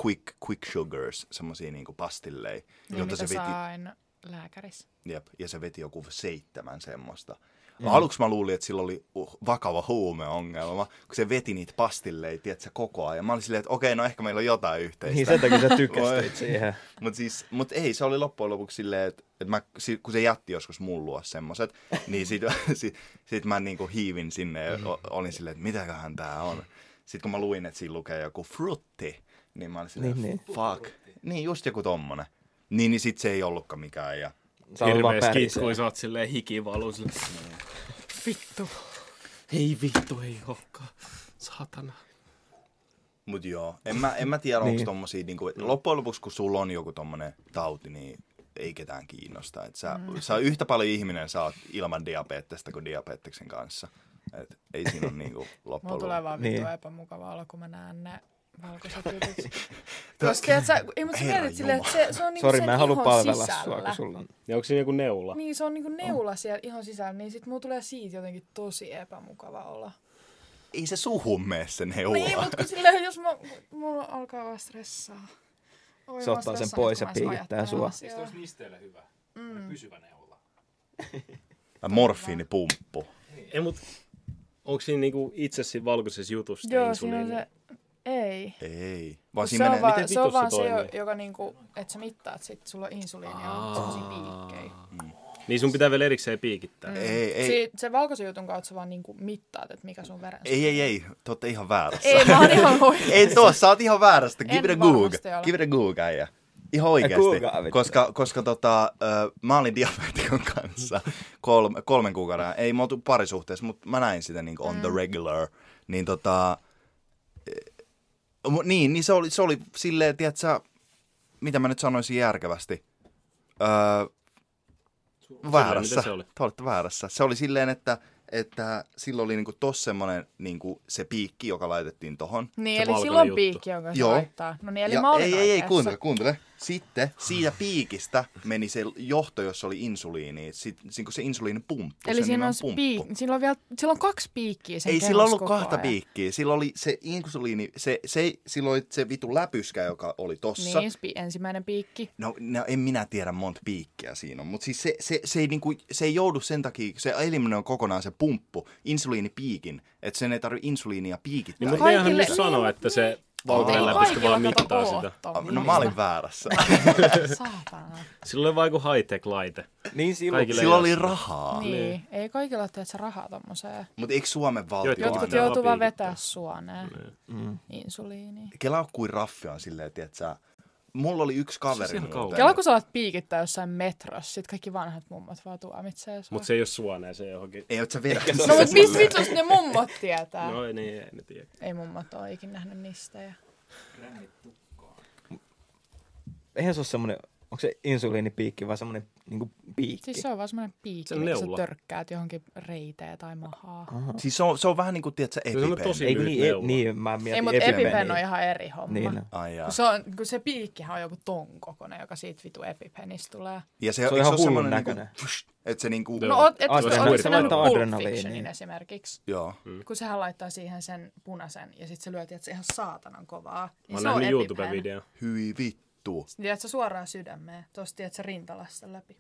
S5: quick, quick sugars, semmosia niin kuin pastillei,
S3: Niin, mitä saa aina lääkärissä.
S5: Jep, ja se veti joku seitsemän semmoista. Mm. Aluksi mä luulin, että sillä oli uh, vakava huumeongelma, kun se veti niitä pastilleja, tiedätkö, koko ajan. Mä olin silleen, että okei, no ehkä meillä on jotain
S2: Niin
S5: yhteistä.
S2: sen takia sä
S5: Voi.
S2: tykästyit siihen.
S5: Mutta siis, mut ei, se oli loppujen lopuksi silleen, että et mä, si- kun se jätti joskus mun luo
S2: (laughs)
S5: semmoset,
S2: Mm-hmm.
S5: niin sit, sit, sit mä niinku hiivin sinne ja o- olin silleen, että mitäköhän tää on. Sitten kun mä luin, että siinä lukee joku frutti, niin mä olin silleen,
S2: Niin, niin.
S5: fuck. Niin, just joku tommonen. Niin, niin sit se ei ollutkaan mikään. Ja...
S2: Sä olet vaan pärisee.
S7: kitkuis, oot silleen hikivaluu. Silleen. Vittu. Ei vittu, ei olekaan. Saatana.
S5: Mut joo, en mä, en mä tiedä, onko
S2: Niin.
S5: tommosia, niinku, et loppujen lopuksi kun sulla on joku tommonen tauti, niin ei ketään kiinnosta. Et sä, mm. sä ihminen, yhtä paljon ihminen sä oot ilman diabeettista kuin diabeteksen kanssa. Et ei siinä ole niinku loppujen
S3: (laughs) Mulla
S5: lopuksi.
S3: tulee vaan vittu
S2: Niin.
S3: epämukava olo, kun mä näen ne
S7: (laughs)
S3: valkoiset jutut. Koska, et sä, ei, mutta sä
S5: Herra
S3: mietit silleen, että se, se on niinku
S2: Sori,
S3: sen
S2: mä en halua
S3: ihon
S2: palvella
S3: sisällä.
S2: sua, kun sulla on...
S7: Ja onko siinä joku neula?
S3: Niin, se on niinku neula siellä ihon sisällä, niin sit mulla tulee siitä jotenkin tosi epämukava olla.
S5: Ei se suhun mene se neula.
S3: Niin, mutta kun silleen, jos mä, mulla alkaa vaan stressaa. Oi,
S2: Se
S3: mä
S2: ottaa sen
S3: stressaan,
S2: pois ja
S3: kun mä edes
S2: piikittää
S3: ajattelen
S2: sua.
S4: Eikö se
S3: asiaa.
S4: olisi nisteillä hyvä? Mm. Pysyvä neula.
S5: Tai Morfiinipumppu.
S7: Ei, mut onko siinä niinku itse siinä valkoisessa jutussa niin
S3: Joo, siinä on se... Ei.
S5: Ei. Vaan
S3: Se
S5: siinä
S3: on,
S5: menee,
S3: vaan,
S7: miten
S3: se on
S7: vitussa
S3: vaan se,
S7: toimii?
S3: jo- joka niinku, että sä mittaat sit, sulla on insuliinia, on semmosia piikkejä.
S7: Niin sun pitää vielä erikseen piikittää. Mm.
S5: Ei, ei,
S3: Siit, sen valkoisen jutun kautta sä vaan niinku mittaat, että mikä sun veren
S5: ei, ei, ei. Te ootte ihan väärässä.
S3: Ei, mä oon ihan oikein.
S5: Ei tuo, sä oot ihan väärästä. Give
S3: En
S5: it a Google.
S3: varmasti ole.
S5: Give it a Google, äijä. Ihan oikeasti.
S2: googlaa vittu.
S5: Koska, koska tota, ö, mä olin diabetikon kanssa kolme, kolmen kuukauden. ajan. Ei mä oltu parisuhteessa, mutta mä näin sitä niin on
S3: Mm.
S5: the regular. Niin tota, ö, mu- niin, niin se oli, se oli silleen, tiedätkö, mitä mä nyt sanoisin järkevästi. Öö, väärässä.
S7: mitä se oli?
S5: Te olette väärässä. Se oli silleen, että, että silloin oli niinku tossa semmonen niinku se piikki, joka laitettiin tohon.
S3: Niin,
S7: Se
S3: eli
S7: valkoinen
S3: silloin
S7: juttu.
S3: piikki, jonka se
S5: Joo.
S3: laittaa. No niin, eli
S5: Ja
S3: mä olin
S5: ei, ei, ei,
S3: oikeassa.
S5: kuuntele, kuuntele. Sitten siitä piikistä meni se johto, jossa oli insuliini. Sitten kun se insuliini pumppu,
S3: Eli
S5: sen
S3: siinä
S5: nimi
S3: on,
S5: on
S3: se
S5: pumppu.
S3: piik- sillä on, vielä, sillä on kaksi piikkiä sen
S5: Ei
S3: kehossa
S5: sillä ollut
S3: koko
S5: kahta
S3: ajan.
S5: piikkiä. Sillä oli se insuliini, se, se, sillä oli se vitu läpyskä, joka oli tossa.
S3: Niin, se pi- ensimmäinen piikki.
S5: No, no en minä tiedä monta piikkiä siinä on, mutta siis se, se, se, ei niinku, se ei joudu sen takia, se eliminoi kokonaan se pumppu, insuliinipiikin, että sen ei tarvitse insuliinia piikittää.
S7: Niin, mutta
S3: Kaikille-
S7: eihän nyt
S3: niin,
S7: sano, että se valkoinen
S3: Ei
S7: läpyskä vaan
S3: kaikilla kato
S7: mitataan
S3: oo
S7: sitä.
S3: tommoista.
S5: no mä olin väärässä.
S3: Saatana.
S7: Silloin vaan joku high-tech-laite.
S2: Niin silloin.
S7: Kaikille
S5: Sillä
S7: ei
S5: oli
S7: ole sitä.
S5: rahaa, niin.
S3: Niin, ei kaikilla ole teet rahaa tommoseen.
S5: mutta eikö Suomen valtio
S7: Jotkut
S5: aina-
S3: Jotkut
S7: Joo,
S3: joutuu vaan
S7: piikittää.
S3: vetää Niin, suoneen.
S7: Niin. Mm.
S3: Insuliini.
S5: Kela on kuin raffi on silleen, tiiätsä, mulla oli yksi
S7: Se on
S5: kaveri
S7: ihan
S5: muuten.
S7: kaukaa.
S3: Kela, kun sä alat piikittää jossain metrossa, sit kaikki vanhat mummot vaan tuomitsee sua.
S7: Mut se ei oo suoneen, se johonkin.
S5: Ei, oot sä Siis vedä.
S3: No mut mistä vitusta ne mummot tietää?
S7: No ei niin, ei ne tiedä.
S3: Ei mummot oo ikinä nähnyt niistä. Ja...
S2: Eihän se ole semmoinen, onko se insuliinipiikki vai semmoinen niinku piikki?
S3: Siis se on vaan semmonen piikki,
S7: Se on
S3: missä sä
S7: neula.
S3: törkkäät johonkin reiteä tai mahaa.
S5: Siis se on, se on vähän niin kuin, tiedätkö,
S7: on
S5: epipen.
S7: tosi-
S2: Ei kun
S7: lyhyt
S2: niin, ei,
S7: neula.
S2: niin, mä mietin
S3: Ei, mut
S2: Epipenia.
S3: epipen on ihan eri homma.
S2: Niin,
S5: Ai jaa.
S3: Kun se, on, kun se piikkihän on joku ton kokoinen, joka siitä vitu epipenistä tulee.
S5: Ja se,
S2: Se on
S5: eikö
S2: ihan
S5: ole semmoinen
S2: hullun
S5: niinku-
S2: näköinen.
S5: psh, että se niinku,
S7: Joo.
S3: No, oot, et,
S2: Ai,
S3: oot,
S2: se
S3: oot,
S2: laittaa
S3: nähnyt Pulp
S2: adrenaliiniin.
S3: Fictionin esimerkiksi?
S5: joo.
S7: Mm.
S3: Kun sehän laittaa siihen sen punaisen ja sitten se lyö, että se ihan saatanan kovaa. Ja
S7: Mä oon
S3: se on
S7: nähnyt
S3: epipen.
S7: YouTube-videon.
S5: Hyi vittu.
S3: Tiedät sä suoraan sydämeen, tuosta tiedät sä rintalasta läpi.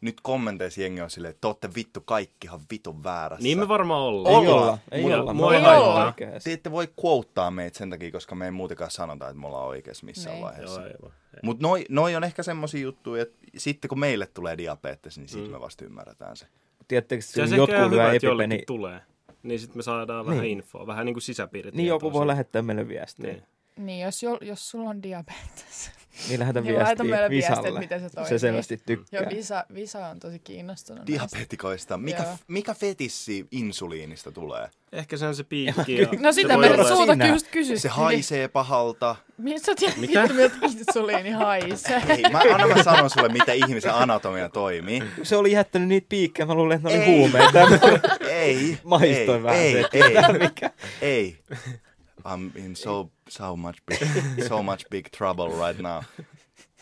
S5: Nyt kommenteissa jengi on silleen, että te ootte vittu kaikki ihan vitun väärässä.
S7: Niin me varmaan
S2: Ei
S7: ollaan.
S2: olla, ei
S7: Mua-
S2: olla.
S7: mua
S2: Mä
S7: ei
S2: oon
S7: haittaa.
S2: ihan oikeassa.
S5: Te ette voi quoteaa meitä sen takia, koska me ei muutenkaan sanota, että me ollaan oikeassa missään
S3: Niin.
S5: vaiheessa.
S7: Joo, ei vaan.
S5: Mutta noi, noi on ehkä semmosia juttuja, että sitten kun meille tulee diabetes, niin
S7: Mm.
S5: sitten me vasta ymmärretään se.
S2: Tiedättekö,
S7: Se on
S2: kun
S7: se jotkut
S2: jotkut lyö
S7: hyvä, että
S2: epipeni,
S7: jollekin tulee. Niin sit me saadaan vähän infoa, vähän niinku sisäpiiritietoa.
S2: niin joku voi
S7: siitä.
S2: lähettää meille viestiä.
S7: Niin.
S3: Niin, jos, jo, jos sulla on diabetes.
S2: Niin lähetä
S3: Niin, laita meille
S2: viestiä
S3: viestiä, että
S2: Visalle.
S3: miten se
S2: Se
S3: toimii.
S2: selvästi tykkää.
S3: (laughs) Joo, Visa, Visa on tosi kiinnostunut näistä.
S5: Diabetikoista. Mikä,
S3: Joo.
S5: mikä fetissi insuliinista tulee?
S7: Ehkä se on se piikki. ja
S3: No
S7: se
S3: sitä
S7: voi
S3: me
S7: olla-
S3: sulta
S2: Sinä.
S3: just kysyttiin.
S5: Se haisee pahalta.
S3: Mistä sä tiedät, vittu, miltä insuliini haisee?
S5: Ei, mä, anna mä sanon sulle, mitä ihmisen anatomia toimii.
S2: Se oli jättänyt niitä piikkejä, mä luulen, että ne oli
S5: Ei.
S2: huumeita.
S3: (laughs)
S5: Ei.
S2: Maistoin
S5: ei,
S2: vähän
S5: ei,
S2: se,
S5: ei,
S2: Mikä?
S5: ei. I'm in so, so, much big, so much big trouble right now.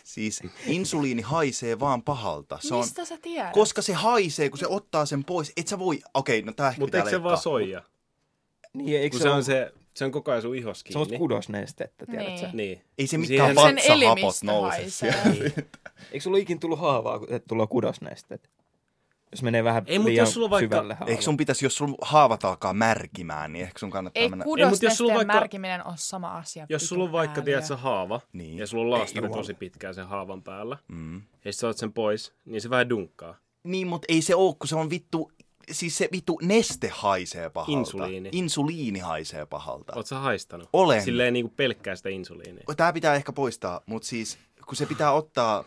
S5: Siis insuliini haisee vaan pahalta. Se on,
S3: Mistä sä tiedät?
S5: koska se haisee, kun se ottaa sen pois, et sä voi... Okei, no tää ehkä
S7: Mut
S5: pitää
S7: eikö se
S5: leikkaa.
S7: vaan soija?
S2: Niin, eikö
S7: Kun se on se, se on koko ajan sun ihos
S2: Semmoista
S7: kiinni.
S2: kudosnestettä, tiedätkö?
S3: Niin.
S7: Niin.
S5: Ei se
S2: Siis
S7: Siihen-
S5: mitään
S7: Sen
S5: vatsahapot
S3: elimistä
S5: nouse.
S3: haisee.
S5: siellä.
S7: Niin.
S2: Eikö sulla ikin tullut haavaa, kun tulee kudosnestet? Jos menee vähän
S7: Ei, mut
S2: liian
S7: jos sulla vaikka-
S2: syvälle haavaan.
S5: Eikö sun pitäisi, jos sun haavat alkaa märkimään, niin ehkä sun kannattaa
S3: Ei
S5: mennä...
S7: mut jos sulla
S3: kudosnesteen
S7: on vaikka-
S3: märkiminen ole sama asia.
S7: Jos sulla on
S3: vitun
S7: vaikka,
S3: ääliö.
S7: tiedätkö, haava,
S5: Niin.
S7: ja sulla on laastari tosi pitkään sen haavan päällä, mm. ja sit sä oot sen pois, niin se vähän dunkkaa.
S5: Niin, mutta ei se oo, kun se on vittu siis se vittu neste haisee pahalta.
S4: Insuliini.
S5: Insuliini haisee pahalta.
S4: Oot sä haistanut?
S5: Olen.
S4: Silleen niinku pelkkää sitä
S7: (laughs)
S4: insuliinia.
S5: Tämä pitää ehkä poistaa, mutta siis kun se pitää ottaa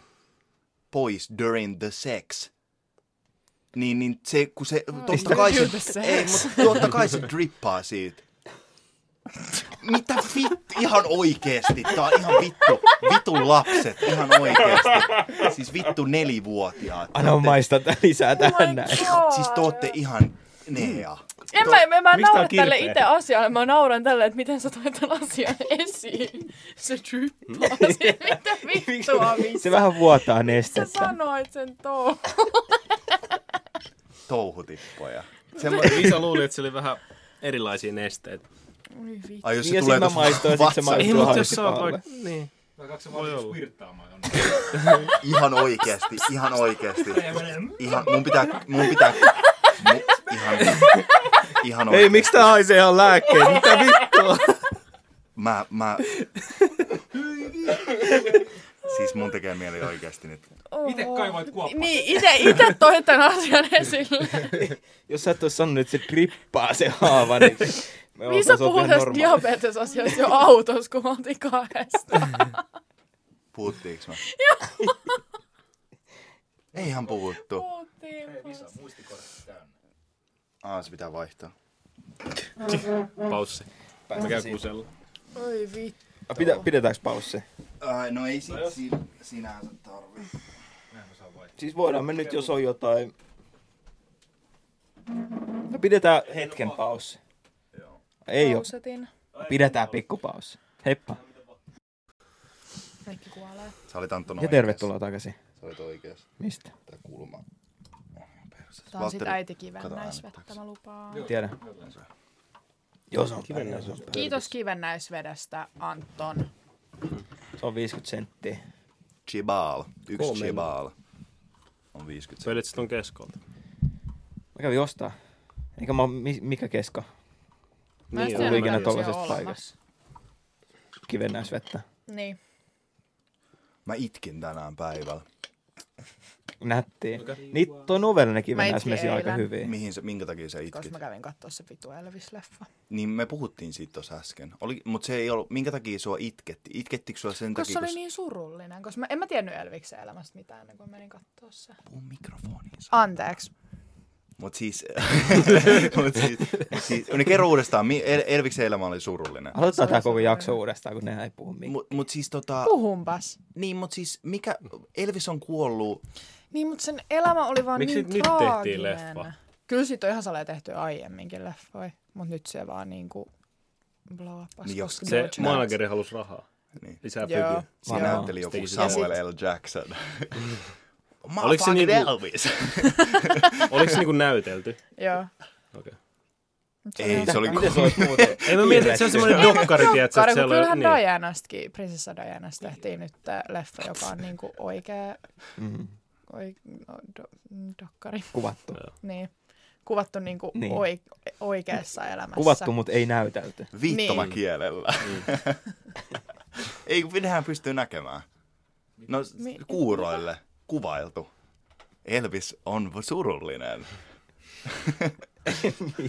S5: pois during the sex, niin, niin se, kun se,
S2: Mm.
S5: totta kai
S3: during the
S5: se,
S3: sex.
S5: ei, mutta totta kai se drippaa siitä. Mitä vittu? Ihan oikeesti. Tää on ihan vittu. Vitun lapset. Ihan oikeesti. Siis vittu nelivuotiaat.
S2: Anna maista tä- lisää tähän näin.
S8: God.
S5: Siis te ootte ihan nea.
S3: Oh En mä, mä, mä
S7: Miksi tää on
S3: naura tälle
S7: kirpeä?
S3: itse asialle, mä nauran tälle, että miten sä toit tämän asian (laughs) esiin. Se drippaa. Se- Mitä vittua, missä
S2: Se vähän vuotaa
S3: sä
S2: nestettä.
S3: sanoit sen tuon?
S5: Touhutippoja.
S2: Niin
S5: Semmoinen.
S4: Lisa luuli, että se oli vähän erilaisia nesteitä.
S5: Ai jos se
S2: Niin, ja
S5: tulee
S2: sit mä
S5: tossa
S2: maistoin, sit se
S5: vatsan-
S2: maistuu.
S4: Ei, mutta jos se on
S2: haisipalle.
S4: vaikka... Niin. Vaikka se voi olla.
S7: Virtaamaan jonnekin.
S5: Ihan oikeesti, ihan oikeesti. Ihan, mun pitää, mun pitää, mu, ihan, ihan oikeesti.
S2: Ei, miksi tää haisee ihan lääkkeet? Mitä vittua?
S5: Mä, mä... Siis mun tekee mieli oikeesti nyt.
S4: Itse kaivoit kuoppaa.
S3: Niin, ite, ite toit tämän asian esille.
S2: Jos sä et ois sanonut, että se drippaa se haava, niin... me oltais
S3: Missä
S2: oltu ihan
S3: puhuu tästä
S2: normaali-
S3: diabetesasiasta jo autossa, kun me oltiin kahdesta?
S5: Puhuttiinko mä? Eihän puhuttu.
S3: Puhuttiin.
S5: Aa, se pitää vaihtaa.
S4: Paussi. Mikä kusella?
S3: Oi vittu.
S2: Ah, Pidä, pidetäänkö paussi?
S5: Ai, no ei sit sin, sinänsä tarvi.
S2: Siis voidaan me nyt, jos on jotain... No pidetään hetken paussi. Ei oo.
S3: Pausetin.
S2: Pidetään pikku paussi. Heippa.
S3: Kaikki kuolee.
S5: Sä olit Antton
S2: Ja tervetuloa takaisin.
S5: Sä olit oikees.
S2: Mistä?
S5: Tää kulma.
S3: Tää on sit
S5: Valtteri,
S3: äitikiven
S5: kato
S3: näisvettä, mä lupaan.
S2: Tiedän. Joo, se on päin, se on päin.
S3: Kiitos kivennäisvedestä,
S4: Niin,
S3: Anton.
S2: Se on 50 senttiä.
S5: Chibal. Yksi
S4: Kolme.
S5: chibal. On 50
S4: Pöydät sit on keskolta.
S2: Mä kävin ostaa. Eikä mä oo mi- mikä keska.
S3: Mä en
S4: Niin,
S3: tiedä,
S2: Ollut ikinä
S3: onko siellä
S2: tollasesta
S3: olemassa.
S2: paikassa. Kivennäisvettä.
S3: Niin.
S5: Mä itkin tänään päivällä.
S2: Nättiä. Niitä toi novella ne kivennäismesi
S3: itkin
S2: aika
S3: eilen.
S2: hyvin.
S5: Mihin sä, minkä takia sä
S3: Koska
S5: itkit?
S3: mä kävin katsoa se vitu Elvis-leffa.
S5: Niin me puhuttiin siitä tuossa äsken. Oli, mutta se ei ollut, minkä takia sua itketti? Itkettikö sua sen takia,
S3: Koska se oli
S5: kun
S3: niin surullinen, koska mä, en mä tiennyt Elviksen elämästä mitään ennen kuin menin katsoa se.
S5: sä puhun mikrofoniinsa?
S3: Anteeksi.
S5: Mut siis, (laughs) mut siis, mut siis, no kerro uudestaan, Mi- El- Elviksen elämä oli surullinen.
S2: Aloitetaan tää koko jakso uudestaan, kun nehän ei puhu mitään.
S5: Mut, mut siis tota,
S3: Puhunpas.
S5: niin mut siis mikä, Elvis on kuollut,
S3: Niin, mutta sen elämä oli vaan
S4: Miksi
S3: niin
S4: nyt tehtiin
S3: traaginen.
S4: leffa?
S3: Kyllä siitä on ihan salee tehty aiemminkin leffoi, mutta nyt se vaan niinku blow upas.
S5: Niin jos
S3: koska
S4: Se
S3: George
S4: manageri halusi rahaa.
S5: Niin.
S4: Lisää
S3: Joo.
S4: pykyä.
S5: se
S2: Joo.
S5: näytteli joku
S4: Ja sit-
S5: Samuel L. Jackson.
S4: Siis- Oliko se
S5: Motherfucking
S4: niinku-
S5: Elvis?
S4: Oliko se niinku
S7: (laughs)
S4: näytelty?
S3: Joo.
S4: Okei.
S5: ei, se oli
S2: Miten se olisi muuten?
S4: Ei mä mietin, että se on semmoinen dokkari, tiedätkö,
S3: Kari, kun
S4: että siellä oli...
S3: kyllähän niin.
S4: Niin.
S3: Dianastakin, prinsessa Dianasta tehtiin nyt tää leffa, joka on niinku oikea,
S2: Mm,
S3: oi, no, do, mm, dokkari.
S2: Kuvattu.
S3: Niin. Kuvattu niinku
S2: Niin.
S3: niin. Oi, oikeassa elämässä.
S2: Kuvattu, mutta ei näytelty.
S5: Niin. viittomakielellä. (laughs) Ei, kun nehän pystyy näkemään. No, s-
S3: Mi-
S5: kuuroille kuvailtu. Elvis on v-
S4: (laughs)
S5: surullinen.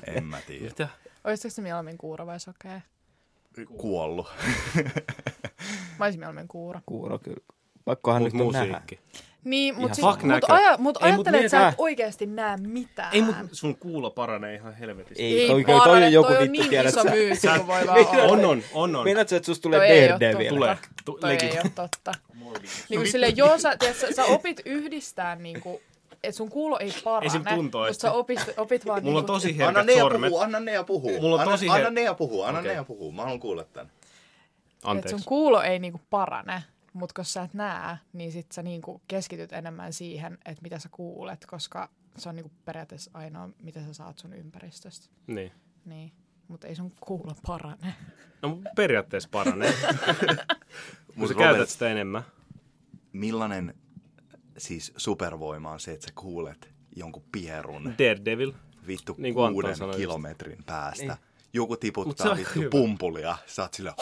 S5: en mä tiedä.
S4: Mitä?
S3: Olisitko se mieluummin kuuro vai sokea?
S5: Kuollut.
S3: Mä olisin mieluummin kuuro.
S2: Kuuro kyllä. Pakkohan nyt
S4: Mut
S2: on nähdä.
S4: musiikki.
S3: Niin,
S2: Ihan
S3: mutta siis,
S4: fuck
S3: mut
S4: näkö.
S3: aja, mut
S4: Ei, mut
S3: ajattele, että sä
S4: mietitään.
S3: et oikeasti näe mitään.
S4: Ei, mut sun kuulo paranee ihan helvetisti.
S2: Ei, toi, toi, toi on joku vittu,
S3: niin
S2: tiedät
S3: iso
S2: sä. Niin,
S3: myytti, kun
S2: (laughs)
S3: voi vaan olla.
S4: On, on, on, on.
S2: Meinaatko, että susta tulee
S3: Toi ei oo
S2: Daredevil?
S3: totta.
S4: No niin. Tulee. Tu-
S3: Toi
S4: legit. No
S3: ei ole totta. niin kuin silleen, joo, sä, tiedät, sä, sä opit yhdistää niinku, että sun kuulo ei
S4: Ei se
S3: parane,
S4: tuntoa
S3: mutta
S4: esti.
S3: sä opit, opit vaan
S4: Mulla on
S3: niinku,
S4: tosi
S5: Anna
S4: herkät
S5: Nea
S4: sormet.
S5: puhuu, anna Nea puhuu.
S4: Mulla on
S5: anna,
S4: tosi
S5: anna
S4: her-
S5: Nea puhuu, anna
S4: Okei.
S5: Nea puhuu. Mä haluan kuulla tän.
S3: että sun
S4: Anteeksi.
S3: kuulo ei niinku parane, mutta kun sä et näe, niin sit sä niinku keskityt enemmän siihen, että mitä sä kuulet, koska se on niinku periaatteessa ainoa, mitä sä saat sun ympäristöstä.
S4: Niin.
S3: Niin. Mutta ei sun kuulo
S4: (laughs)
S3: parane.
S4: No mut periaatteessa paranee. Kun sä
S5: Robert-
S4: käytät sitä enemmän.
S5: Millainen siis supervoima on se, että sä kuulet jonkun pierun
S4: Daredevil.
S5: vittu
S4: Niin kuin Anton
S5: kuuden
S4: sanoi just. Niin.
S5: kilometrin päästä. Joku
S4: Mut se on
S5: tiputtaa
S4: aika
S5: vittu
S4: hyvä.
S5: pumpulia. Sä oot silleen,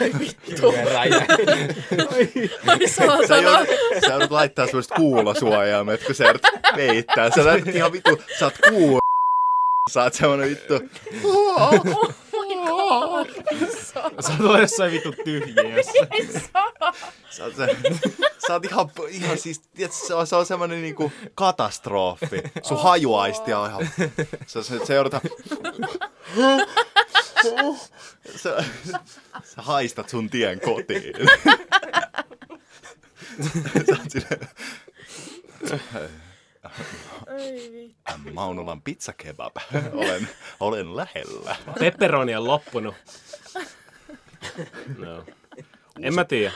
S3: Ai vittu. Ai saa
S5: Sä
S3: sanoa.
S5: joudut, sä joudut laittaa semmoista kuulosuojaimet, kun sä joudut peittää. Sä näytät ihan vittu, sä oot kuul... Sä oot semmonen vittu...
S4: (laughs)
S3: Oh my god. Ei saa.
S4: Sä oot jossain vittu tyhjiössä.
S3: Ei saa.
S5: Sä oot, se, sä oot ihan, ihan siis... Tiedät, sä, se on, se on semmonen niinku katastrofi.
S3: Oh.
S5: Sun hajuaisti on ihan... Sä, sä, sä joudut... Sä, sä haistat sun tien kotiin. Sä oot silleen...
S3: Ei vittu.
S5: Maunulan pizzakebab. Olen, olen lähellä.
S4: (laughs) Pepperoni on loppunut. No. En mä tiedä.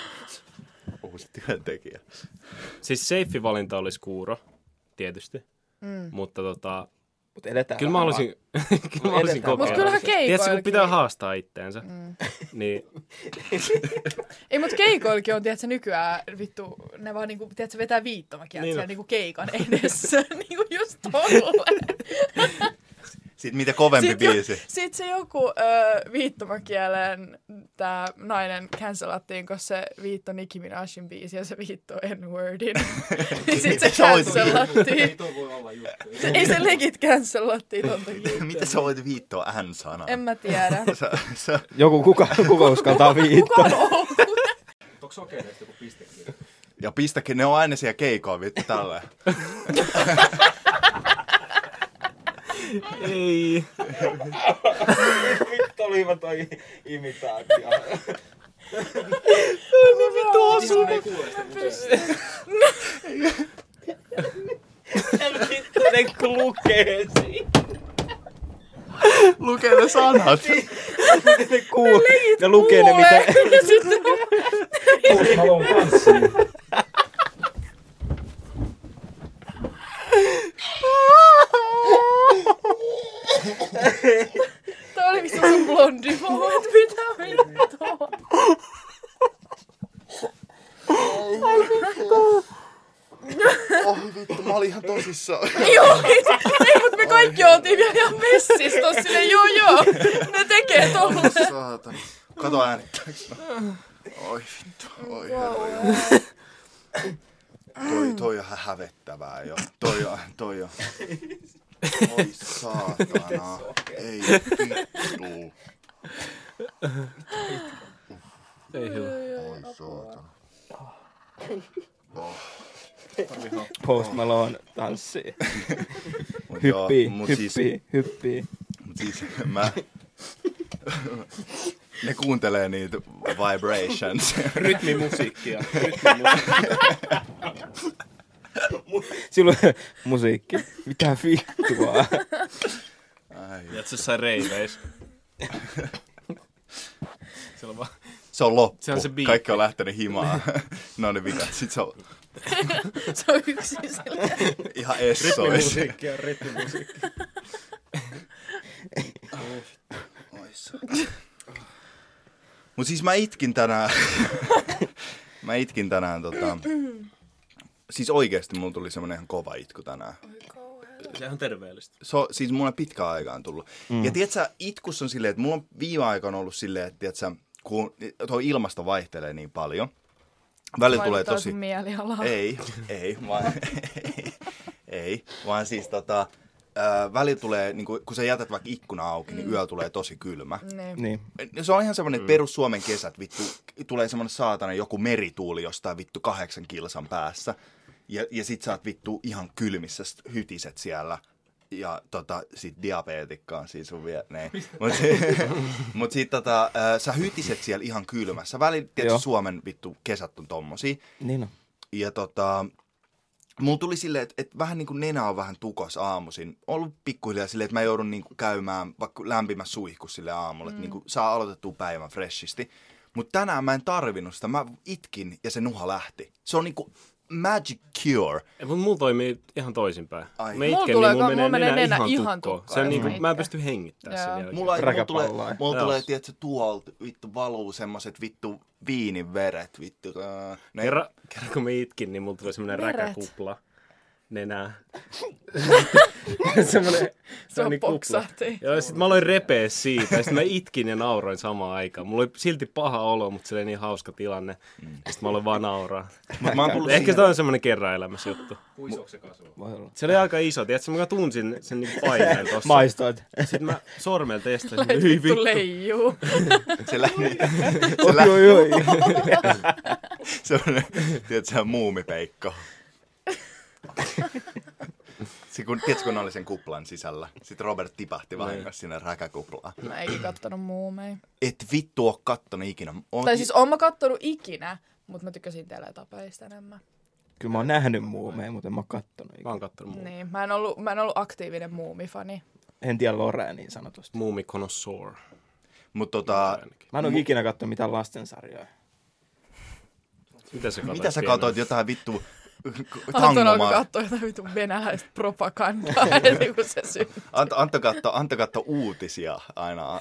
S5: Uusi työntekijä.
S4: Siis safe valinta olisi kuuro, tietysti. Mm. Mutta tota,
S2: Mutta eletään.
S4: kyllä mä
S2: vähän
S4: haluaisin, (laughs) kyllä mä haluaisin
S2: Edetään vaan.
S4: kokeilla.
S2: Mut
S3: kyllähän
S4: sitä.
S3: keikoillakin-
S4: Tiedätkö, kun pitää haastaa itteensä. Mm. Niin,
S3: Ei, mut keikoillakin on, tiedätkö, nykyään vittu, ne vaan niinku, tiedätkö, vetää viittomakin,
S4: Niin
S3: niin
S4: on.
S3: siellä niinku keikan edessä, (laughs) niinku just tolleen.
S5: Sitten mitä kovempi Sitten
S3: jo-
S5: biisi.
S3: sit se joku ö, viittomakielen tämä nainen cancelattiin, koska se viitto Nicki Minajin biisi ja se viitto N-wordin. Sitten se
S5: Sä voit-
S6: (laughs)
S3: cancelattiin. Se- Ei se legit cancelattiin ton takia.
S5: Mitä sä voit viittoa N-sanaan?
S3: En mä tiedä.
S5: Sä, sä,
S2: Joku, kuka, kuka uskaltaa viittoa?
S3: Kuka on ollut?
S5: ja pistäkin, ne on aina siellä keikoa vittu tällä.
S4: ei.
S2: Vittu olivat toi imitaatio.
S3: Vittu osuu.
S2: Vittu ne kulkee siinä.
S5: Lukee ne sanat.
S2: Ne, kuul... ne lukee ne mitä...
S3: (laughs) Tää oli missä sun blondi moment. Mitä vittua?
S5: Oh vittu, mä olin ihan tosissaan.
S3: Joo, ei, ei, mut me kaikki oltiin vielä ihan messissä tossa silleen, joo joo, ne tekee tolleen.
S5: Saatana. Kato äänittääks mä. Oi vittu, oi herra. Toi, toi on ihan hävettävää jo. Toi on, toi on. Oi saatana. Ei vittu.
S4: Ei hyvä.
S5: Oi saatana.
S2: Post Malone tanssii.
S5: Mut joo,
S2: Hyppii,
S5: mut siis-
S2: hyppii,
S4: siis-
S2: hyppii.
S5: Mut siis mä... (laughs) ne kuuntelee niitä vibrations.
S4: Rytmimusiikkia. Rytmimusiikkia.
S2: Silloin (laughs) musiikki. Mitä vittua?
S4: (laughs)
S5: Ai,
S4: Tiedätkö, jossain reiveis. Siellä on vaan
S5: se on loppu.
S4: Se on se biitti.
S5: Kaikki on lähtenyt himaan. (laughs) no ne vikat. Sit se on
S3: Se on yksin silleen.
S5: ihan essois.
S4: rytmimusiikkia, rytmimusiikkia.
S5: Mut siis mä itkin tänään. (laughs) mä itkin tänään tota... Siis oikeesti mulla tuli semmonen ihan kova itku tänään.
S4: Sehän on terveellistä.
S5: Se on, siis mulle pitkään aikaan tullut. Mm. Ja tiedätkö, itkus on silleen, että mulla on viime aikoina ollut silleen, että tiedätkö, kun tuo ilmasto vaihtelee niin paljon. Välillä tulee
S3: Vaikuttaa
S5: tosi...
S3: sun mielialaa.
S5: Ei, ei, vaan, ei, ei, vaan siis tota, ää, välillä tulee, niin kun, kun sä jätät vaikka ikkuna auki, niin yö tulee tosi kylmä.
S3: Niin.
S2: Niin.
S5: Se on ihan semmoinen, että perus Suomen kesät, vittu, tulee semmoinen saatana joku merituuli jostain vittu kahdeksan kilsan päässä. Ja, ja sit sä oot vittu ihan kylmissä sit hytiset siellä. Ja tota, sit diabeetikka on siinä sun vielä. Mut, (laughs) mut sit tota, ää, sä hytiset siellä ihan kylmässä. Välillä
S2: Joo.
S5: tietysti Suomen vittu kesät on tommosia.
S2: Niin on.
S5: Ja tota, mulla tuli silleen, että, että vähän niin kuin nenä on vähän tukos aamuisin. Ollut pikkuhiljaa silleen, että mä joudun niin kuin käymään vaikka lämpimässä suihkussa sille aamulla. Mm. Että niin kuin saa aloitettua päivän freshisti. Mutta tänään mä en tarvinnut sitä. Mä itkin ja se nuha lähti. Se on niin kuin magic cure.
S4: Mutta mulla toimii ihan toisinpäin.
S5: Ai.
S4: Mä
S3: Mulla
S4: itken,
S3: tulee
S4: niin
S3: ka-
S4: mulla menee,
S3: mulla menee
S4: nenä
S3: nenä
S4: ihan
S3: ihan
S4: tukkoon.
S3: tukkoon,
S4: Se on
S3: jos
S4: niinku,
S3: mä
S4: mä en
S3: itken.
S4: pysty hengittämään sen
S3: Joo.
S4: jälkeen.
S5: Mulla, mulla tulee,
S2: Räkäpalloin.
S5: mulla
S4: Joo.
S5: tulee tiedätkö, tuolta vittu valuu semmoset vittu viinin veret. Vittu. ää, Ne,
S4: Kerran, kerran kun mä itkin, niin mulla tuli semmoinen
S3: Veret.
S4: räkäkupla. nenää. Semmoinen,
S3: Se on
S4: niin kupla.
S3: poksahti.
S4: Joo, sitten mä aloin repeä siitä, ja sitten mä itkin ja nauroin samaan aikaan. Mulla oli silti paha olo, mutta se oli niin hauska tilanne. Mm. Sitten mä aloin vaan nauraa.
S5: Mut mä oon tullut
S4: Ehkä
S5: siihen,
S4: se on semmoinen kerran elämässä juttu.
S2: Voi olla.
S4: Se oli aika iso, tiedätkö, mä tunsin sen niinku
S5: (laughs)
S4: paineen tossa. (laughs)
S2: Maistoit.
S4: Sitten mä sormella testasin,
S3: Laitettu
S4: hyi vittu.
S3: leijuu.
S5: se lähti
S2: Oi, oi, oi.
S5: semmoinen, tiedätkö, muumipeikko. Se kun, tiedätkö, kun ne oli sen kuplan sisällä. Sitten Robert
S2: Niin.
S5: tipahti vahingossa sinne räkäkuplaan.
S3: Mä eikin kattonut muumeja.
S5: Et vittu oo kattonut ikinä. Oot,
S3: Tai siis oon mä kattonut ikinä, mutta mä tykkäsin teletapeista enemmän.
S2: Kyllä mä oon nähnyt muumeja, mutta en mä oon kattonut.
S4: Mä oon kattonut mu-
S3: Niin, mä en ollut, mä en ollut aktiivinen muumifani.
S2: En tiedä Lorea niin sanotusti.
S4: Muumikonosaur.
S5: Mut tota,
S2: Mä en oo ikinä kattonut mitään lastensarjoja.
S4: Mitä sä katsoit?
S5: mitä sä
S4: pienenä?
S5: katsoit jotain vittu
S3: Anton alkoi
S5: tangomaa?
S3: katsoa jotain vitun venäläistä propagandaa heti kun se syntyi.
S5: Anto, Anto, katto, Anto katto uutisia
S2: (laughs)
S5: aina.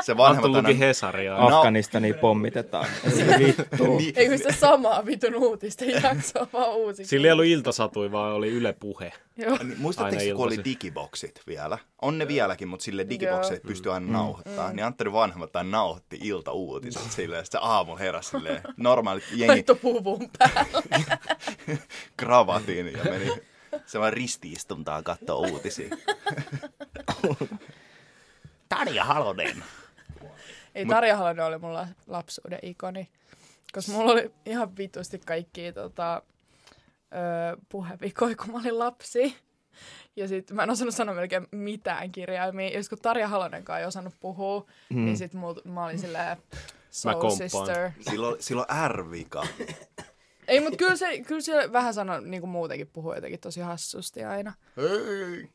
S5: se vanhemmat
S4: Anton luki
S5: aina-
S4: Hesaria.
S5: No.
S2: Afganistania pommitetaan.
S4: (laughs)
S2: Ei vittu.
S5: Niin,
S3: Ei kun sitä samaa vitun uutisten jaksoa vaan uusiksi.
S4: Sillä ei ollut iltasatui, vaan oli Yle Puhe.
S3: Joo.
S5: niin, muistatteko,
S4: Aina
S5: kun oli
S4: iltaisin.
S5: digiboksit vielä? On ne vieläkin, mutta sille digibokseille pystyy
S3: Mm,
S5: aina
S2: mm.
S5: nauhoittamaan. Niin Antteri vanhemmat aina nauhoitti iltauutiset silleen, että aamu heräsi silleen.
S3: (laughs)
S5: Normaali jengi
S3: Laitto puvun päälle.
S5: kravatiin ja meni semmoinen ristiistuntaan katsoa
S3: (laughs)
S5: uutisia. Tanja Halonen.
S3: Ei Tarja Halonen oli mulla lapsuuden ikoni. Koska mulla oli ihan vitusti kaikki tota, öö, puhevikoja, kun mä olin lapsi. Ja sitten mä en osannut sanoa melkein mitään kirjaimia. Ja sit kun Tarja Halonenkaan ei osannut puhua, mm. niin sit mul, mä olin silleen soul
S4: komppaan.
S3: sister.
S5: Silloin, silloin R-vika.
S3: Ei, mutta kyllä se, kyllä se vähän sanoi, niin kuin muutenkin puhuu jotenkin tosi hassusti aina.
S5: Ei.
S3: Mm.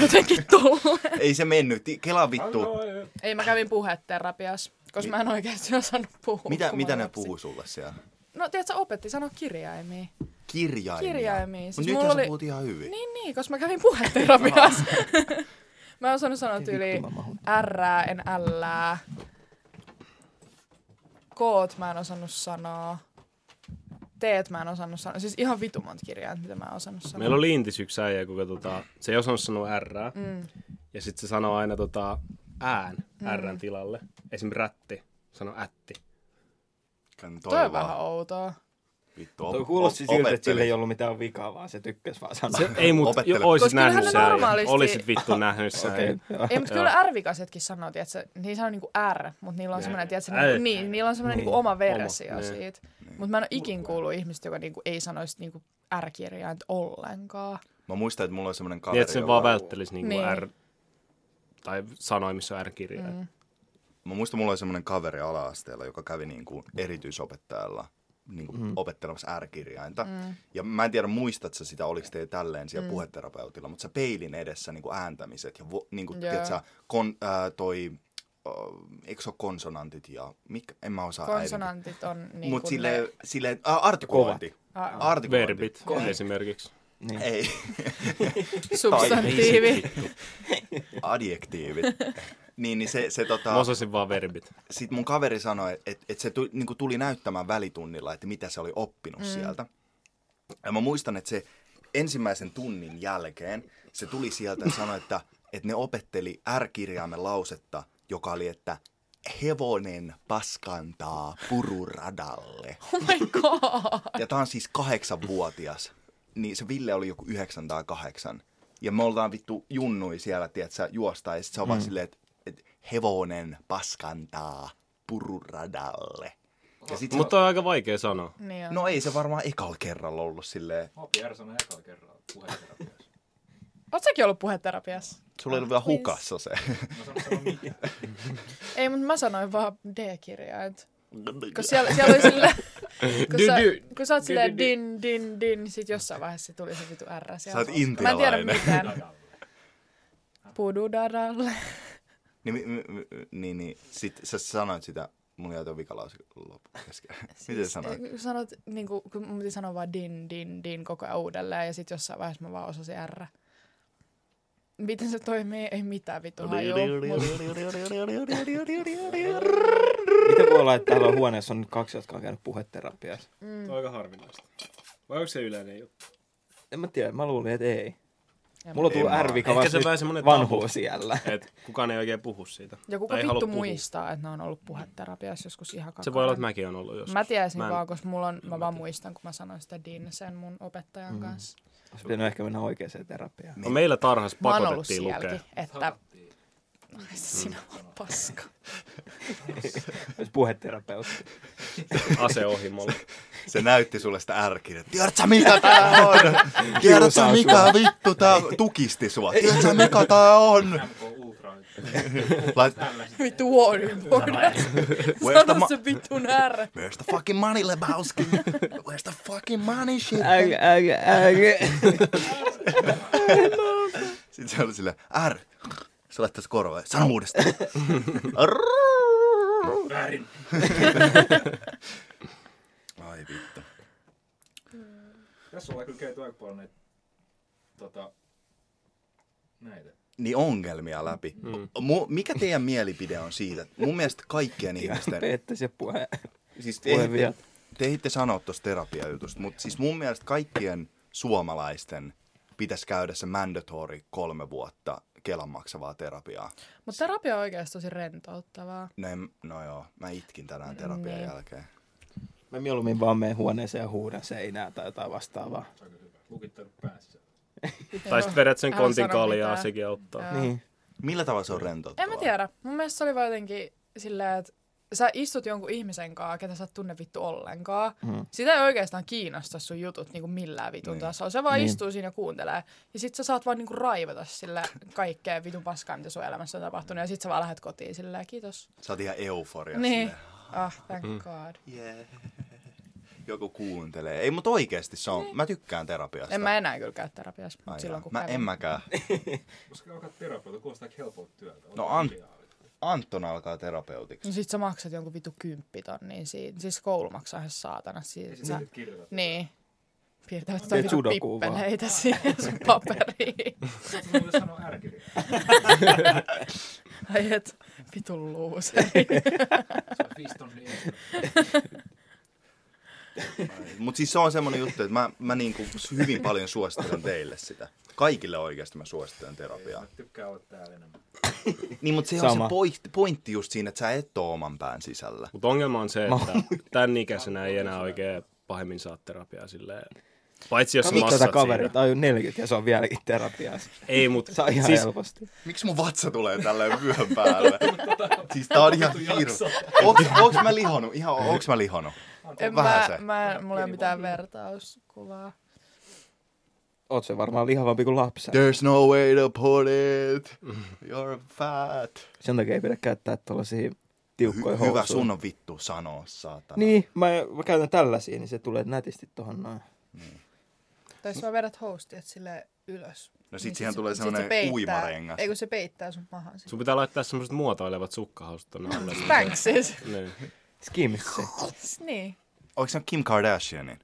S3: (laughs) Jotenkin tullut.
S5: Ei se mennyt. Kela vittu.
S3: Ei, mä kävin puheterapias, koska mä en oikeasti osannut puhua.
S5: Mitä,
S3: kun mä
S5: mitä
S3: olin
S5: ne
S3: lapsi.
S5: puhuu sulle siellä?
S3: No, tiedätkö, opetti sanoa kirjaimia.
S5: Kirjaimia.
S3: Kirjaimia. Siis
S5: Siis
S3: mulla
S5: nythän oli...
S3: oli-
S5: sä puhut ihan hyvin.
S3: Niin, niin, koska mä kävin
S5: (laughs)
S3: puheterapias. mä en osannut sanoa tyyli
S2: vittu mä mahun.
S3: R, en L. Koot mä en osannut sanoa. Teet mä en osannut sanoa. Siis ihan vitu monta kirjaa, mitä mä en osannut sanoa.
S4: Meillä oli intis yksi äijä, kuka tota, se ei osannut sanoa R. Mm. Ja sitten se sanoi aina tota, ään mm. R tilalle. Esimerkiksi rätti, sano
S5: (laughs)
S4: ätti.
S5: Niin.
S3: Toi on vähän outoa.
S5: Vittu, op-
S2: Toi kuulosti siltä,
S5: opetteli.
S2: että sillä ei ollut mitään vikaa, vaan se tykkäsi vaan sanoa.
S4: Se, ei mut,
S5: Opettele.
S4: jo, oisit
S3: Koska kyllähän
S4: nähnyt
S3: ne
S4: se äijä.
S3: normaalisti-
S4: Olisit vittu nähnyt se äijä.
S2: Okei, joo.
S3: Ei, mutta kyllä R-vikasetkin sanoo, tiedätkö, niillä on niinku R, mutta niillä on semmoinen, tiedätkö,
S4: Ä-
S3: niinku, niin, niillä on semmoinen niinku oma versio
S4: Oma, niin.
S3: siitä. Mutta mä en ole ikin kuullut ihmistä, joka niinku ei sanoisi niinku R-kirjainta ollenkaan.
S5: Mä muistan, että mulla oli semmoinen kaveri,
S4: Niin, että sen vaan välttelisi niinku
S3: Niin.
S4: R, tai sanoi, missä on R-kirja. Mm.
S5: Mä muistan, mulla oli semmoinen kaveri ala-asteella, joka kävi niin kuin erityisopettajalla niin kuin mm. opettelemassa R-kirjainta. Mm. Ja mä en tiedä, muistatko sä sitä, oliko te tälleen siellä mm. puheterapeutilla, mutta sä peilin edessä niin kuin ääntämiset ja vo, niin kuin,
S3: Joo.
S5: tiedät sä, kon, ää, toi, äh, eikö se ole konsonantit ja, mikä, en mä osaa äidinkieltä.
S3: Konsonantit on niin
S5: Mut
S3: kuin
S5: sille, sille ä, artikulointi. Artikulointi.
S4: Verbit esimerkiksi.
S2: Niin.
S5: Ei, (laughs)
S3: ne substantiivi.
S5: adjektiivit. niin, niin se, se tota...
S4: Mä osasin vaan verbit.
S5: sitten mun kaveri sanoi, että et se tuli, niinku tuli näyttämään välitunnilla, että mitä se oli oppinut mm. sieltä. Ja mä muistan, että se ensimmäisen tunnin jälkeen se tuli sieltä ja sanoi, että, että ne opetteli R-kirjaimen lausetta, joka oli, että hevonen paskantaa pururadalle.
S3: Oh my god.
S5: Ja tää on siis kahdeksanvuotias. Niin se Ville oli joku yhdeksän tai kahdeksan. Ja me ollaan vittu junnui siellä, tiedätkö, juosta. Ja sit se on mm. vaan silleen, että et, hevonen paskantaa pururadalle. Ja sit
S4: Mutta on aika vaikea sanoa.
S3: Niin
S5: se,
S3: on.
S5: no ei se varmaan ekalla kerralla ollut silleen.
S3: Oot säkin ollut puheterapiassa?
S5: Sulla ei ollut vielä hukassa se. (laughs)
S3: Ei, mutta mä sanoin vaan D-kirjainta.
S5: (laughs)
S3: Kun siellä, siellä oli sille, kun, sä, kun sä oot silleen din, din, din, niin sit jossain vaiheessa se tuli se vitu R
S5: Sä
S3: siellä.
S5: oot
S3: Mä en tiedä
S5: intialainen.
S3: mitään.
S5: (laughs)
S3: Pududaralle.
S5: Niin, mi- mi- mi- niin, niin, sit sä sanoit sitä, mulla jäi tuo vikalausi loppu kesken. (laughs)
S3: Siis
S5: Miten sä sanoit?
S3: Kun sanot, niin kuin, kun mun piti sanoa vaan din, din, din koko ajan uudelleen, ja sitten jossain vaiheessa mä vaan osasin R. Miten se toimii? Ei mitään vittu
S4: (laughs)
S3: hajuu.
S2: Miten voi olla, että täällä on huoneessa
S3: Mm.
S2: on kaksi, jotka on käynyt puheterapiassa?
S4: Aika harvinaista. Vai onko se yleinen juttu?
S2: en mä tiedä, mä luulin, että ei. Mulla
S5: En
S2: tuli
S5: mä-
S2: R-vika
S4: Ehkä se
S2: vasta
S4: on vähän
S2: nyt
S4: semmonen
S2: vanhuu
S4: tabu.
S2: siellä.
S4: Et kukaan ei oikein puhu siitä.
S3: Ja kuka
S4: Tai ei halua
S3: vittu
S4: puhua.
S3: muistaa, että ne on ollut puheterapiassa joskus ihan kakana.
S4: Se voi olla, että mäkin olen ollut joskus.
S3: Mä tiesin
S4: Mä en-
S3: vaan, koska mulla on, mä
S4: mä
S3: vaan
S4: tiedän.
S3: muistan, kun mä sanoin sitä Din sen mun opettajan kanssa.
S2: Olisi pitänyt ehkä mennä oikeaan terapiaan.
S4: No meillä tarhassa
S3: Mä oon ollut
S4: pakotettiin lukea. Mm.
S3: sielläkin, että... Ai se sinä vaan paska. (laughs)
S4: Niin.
S2: (laughs) Olisi puheterapeutti.
S3: (laughs)
S4: Ase ohimolla.
S5: Se näytti sulle sitä ärkiä. Tiedätkö sä, mikä tää on? (laughs) Tiedätkö sä, mikä vittu tää tukisti sua? Tiedätkö sä, mikä tää on? (laughs) Lait,
S3: Vittu waterboard.
S5: where's, the
S3: Sano
S5: ma-
S3: se vitun R.
S5: where's the fucking money, Lebowski? Where's the fucking money, shit?
S2: Äg, äg, äg.
S5: Sitten se oli silleen, R. Se laittaisi korvaa. Sano (laughs) uudestaan. Väärin. Ai vittu.
S6: Tässä ollaan kyllä käyty aika paljon näitä, tota, näitä.
S5: niin ongelmia läpi. Mm. Mu- mikä (laughs) teidän mielipide on siitä? Mun mielestä (laughs) kaikkien ihmisten...
S2: Peettäs ja puhe.
S5: Siis te,
S2: puhe vielä.
S5: ehditte, te ehditte sanoa tuosta terapiajutusta, mutta siis mun mielestä kaikkien suomalaisten pitäisi käydä se mandatory kolme vuotta Kelan maksavaa terapiaa.
S3: Mutta terapia on oikeasti tosi rentouttavaa.
S5: No, en, no joo, mä itkin tänään terapian
S3: Niin.
S5: jälkeen.
S2: Mä mieluummin vaan menen huoneeseen ja huudan seinää tai jotain vastaavaa.
S4: Tai sitten vedät sen
S3: Älä
S4: kontin
S3: sano
S4: kaljaa,
S3: mitään.
S4: sekin auttaa.
S3: Joo.
S2: Niin.
S5: Millä tavalla se on rentouttavaa?
S3: En mä tiedä. Mun mielestä se oli vaan jotenkin silleen, että sä istut jonkun ihmisen kanssa, ketä sä et tunne vittu ollenkaan. Mm. Sitä ei oikeastaan kiinnosta sun jutut niinku millään vitun
S5: Niin.
S3: niin. tasolla. Se vaan
S2: Niin.
S3: niin. istuu siinä ja kuuntelee. Ja sit sä saat vaan niinku raivata sillä kaikkea vitun paskaa, mitä sun elämässä on tapahtunut. Ja sit sä vaan lähet kotiin silleen, kiitos.
S5: Sä oot ihan euforia
S3: Niin.
S5: silleen. Mm.
S3: Ah, thank god.
S5: Yeah. Joku kuuntelee. Ei, mutta oikeasti se on. Mä tykkään terapiasta.
S3: Niin. En mä enää kyllä käy terapiassa,
S5: Ai
S3: mutta silloin
S5: jaa.
S3: kun
S5: mä
S3: kävin.
S5: en mäkään.
S6: Koska alkaa terapeuta, kuulostaa ehkä helpolta työltä.
S5: No Ant, Anton alkaa terapeutiksi.
S3: No sit sä maksat jonkun vitu kymppitonnin siitä. Siis koulu maksaa ihan saatana. Siis sä...
S6: kirjoitat.
S3: Niin. Piirtävät
S5: Niin,
S3: sitä
S2: Teet
S3: vitu
S2: sudokuu vaan.
S3: pippeleitä siihen
S5: (laughs)
S3: sun paperiin.
S6: Sä voit sanoa ärkirjaa.
S3: Ai et, vitun luuseri.
S6: Se on viisi tonnia.
S5: Mutta siis se on semmoinen juttu, että mä, mä niinku hyvin paljon suosittelen teille sitä. Kaikille oikeasti mä suosittelen terapiaa.
S6: Mä tykkään olla täällä enemmän.
S5: Niin, mutta se on
S2: Sama.
S5: se pointti, pointti just siinä, että sä et oo oman pään sisällä.
S4: Mutta ongelma on se, että tämän ikäisenä ei enää oikein pahemmin saa terapiaa silleen. Paitsi jos sä
S2: Miksi tätä
S4: massat
S2: kaveria?
S4: siitä.
S2: Tai on 40 ja se on vieläkin terapiassa.
S4: Ei, mutta
S2: Se on ihan
S4: siis
S2: helposti.
S5: Miksi mun vatsa tulee tälleen vyön päälle? (laughs) siis tää on ihan hirveä. Onks, onks mä lihonut? Ihan, onks mä lihonut?
S3: en
S5: Vähän
S3: mä,
S5: se.
S3: mä, mulla ei ole mitään vertauskuvaa.
S2: Oot se varmaan lihavampi kuin lapsi.
S5: There's no way to put it. You're fat.
S2: Sen takia ei pidä käyttää tuollaisia tiukkoja
S5: Hy- hyvä
S2: housuja.
S5: sun on vittu sanoa, saatana.
S2: Niin, mä, mä käytän tällaisia, niin se tulee nätisti tohon noin.
S3: Tai jos sä vedät hostiet sille ylös.
S5: No sit
S3: niin
S5: siihen
S3: se-
S5: tulee
S3: sit se
S5: semmonen
S3: peittää-
S5: uimarengas.
S3: Ei kun se peittää sun mahan.
S4: sun pitää laittaa semmoiset muotoilevat
S3: (laughs)
S4: sukkahousut tonne alle.
S3: Thanks siis.
S4: Niin.
S2: Skimssi.
S3: niin.
S5: Oliko se Kim Kardashianin?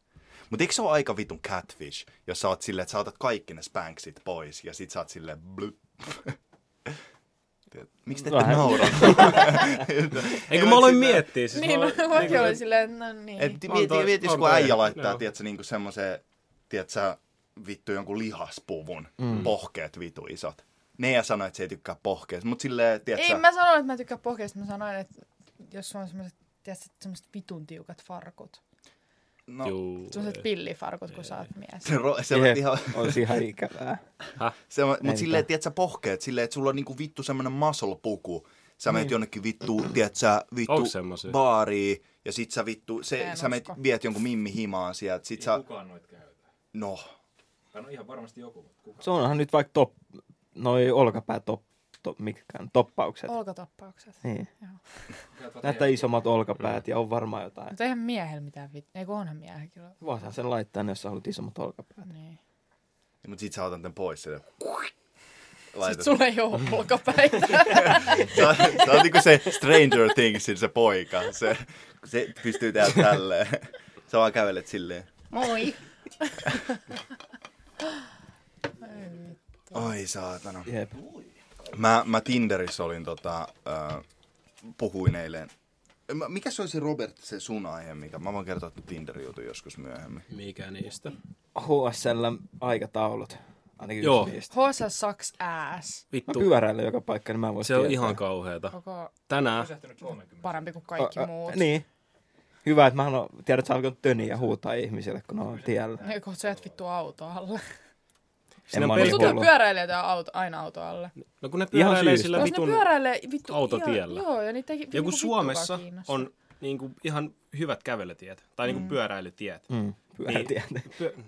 S5: Mutta eikö se ole aika vitun catfish, jos sä oot silleen, että sä otat kaikki ne spanksit pois ja sit sä oot silleen blup. (laughs) Tiedät, Miksi te ette
S2: Vähän.
S4: (laughs)
S5: naura?
S4: Ei kun mä aloin miettiä. Siis
S3: Niin,
S4: mä
S3: (laughs)
S4: aloin,
S3: mä mäkin olin silleen, no niin.
S5: Et
S4: On
S5: mieti,
S4: toi-
S5: mieti, jos
S4: on
S5: kun
S4: toi-
S5: äijä laittaa,
S4: joo.
S5: tiedätkö, niinku semmoisen, tiedätkö, vittu jonkun lihaspuvun, mm. pohkeet vitu isot. Ne ja sanoi, että se ei tykkää pohkeista, mutta silleen, tiedätkö,
S3: Ei, mä sanoin, että mä tykkään pohkeista. Mä sanoin, että jos sulla on semmoiset, tiedätkö, semmoiset vitun tiukat farkut.
S5: no,
S4: Juu.
S3: Semmoiset pillifarkut, kun sä oot mies.
S5: se, ro, se on
S2: Jep,
S5: ihan,
S2: olisi ihan ikävää.
S5: Se,
S2: Ei
S5: mutta silleen,
S2: mitään.
S5: tiedätkö, pohkeet, silleen, että sulla on niinku vittu semmoinen muscle-puku. Sä
S3: Niin.
S5: meet jonnekin vittu, tiedätkö, vittu
S4: Onks semmosia?
S5: baariin, ja sit sä vittu, se,
S3: En
S5: sä meet,
S3: usko.
S5: viet jonkun mimmi himaan sieltä, sit sä,
S6: Kukaan noita käytä.
S5: no,
S6: Tai no ihan varmasti joku, mutta kukaan.
S2: Se onhan nyt vaikka top, noi olkapää top, top mitkään, toppaukset.
S3: Olkatappaukset.
S2: niin.
S6: Käytävät
S2: Näyttää isommat olkapäät ja on varmaan jotain.
S3: Mutta eihän miehellä mitään vittu. Ei kun onhan miehelläkin. ollut.
S2: Voihan sen laittaa, jos sä haluat isommat olkapäät.
S3: Niin.
S5: mut sit sä otan tän pois sieltä.
S3: Sitten
S5: Laitat.
S3: sulla ei ole olkapäitä.
S5: Sä, sä oot niinku se Stranger Thingsin se poika. Se, se pystyy tehdä tälleen. Sä vaan kävelet silleen.
S3: Moi.
S5: Ai saatana.
S2: Jep.
S5: Mä, mä Tinderissä olin tota, äh, puhuin eilen Mä- Mikä se oli se Robert, se sun aihe, mikä? Mä voin kertoa Tinderin jutun joskus myöhemmin.
S4: Mikä
S2: No
S4: niistä?
S2: HSL-aikataulut. Ainakin
S4: Joo.
S2: yksi niistä.
S3: HSS sucks ass.
S2: Mä
S4: Vittu,
S2: pyöräilen joka paikka, niin mä voin
S4: se on ihan kauheata.
S3: Koko
S4: Tänään
S6: Pysähtynyt 30.
S3: parempi kuin kaikki
S2: Ä- ä,
S3: muut.
S2: Niin. Hyvä, että mä haluan, tiedät, sä alkoin töniä ja huutaa ihmisille, kun ne on tiellä.
S3: Niin, Kohta sä jäät vittu auto alle.
S2: En
S4: on
S2: mä
S4: peli-
S2: niin
S3: Mutta
S2: hullu.
S3: pyöräilijät on auto, aina auto alle.
S2: niinku-
S4: No kun ne pyöräilee
S2: syystä.
S4: sillä
S3: Jos ne
S4: vitun...
S3: pyöräilee vittu
S4: autotiellä.
S3: Ihan, joo, ja niitä ei
S4: Ja
S3: niinku
S4: kun
S3: vittukaan
S4: Suomessa
S3: kiinnosta.
S4: on niin kuin ihan hyvät kävelytiet, tai niin kuin pyöräilytiet,
S2: Mm,
S4: Niin.
S2: pyörätiellä.
S4: pyö-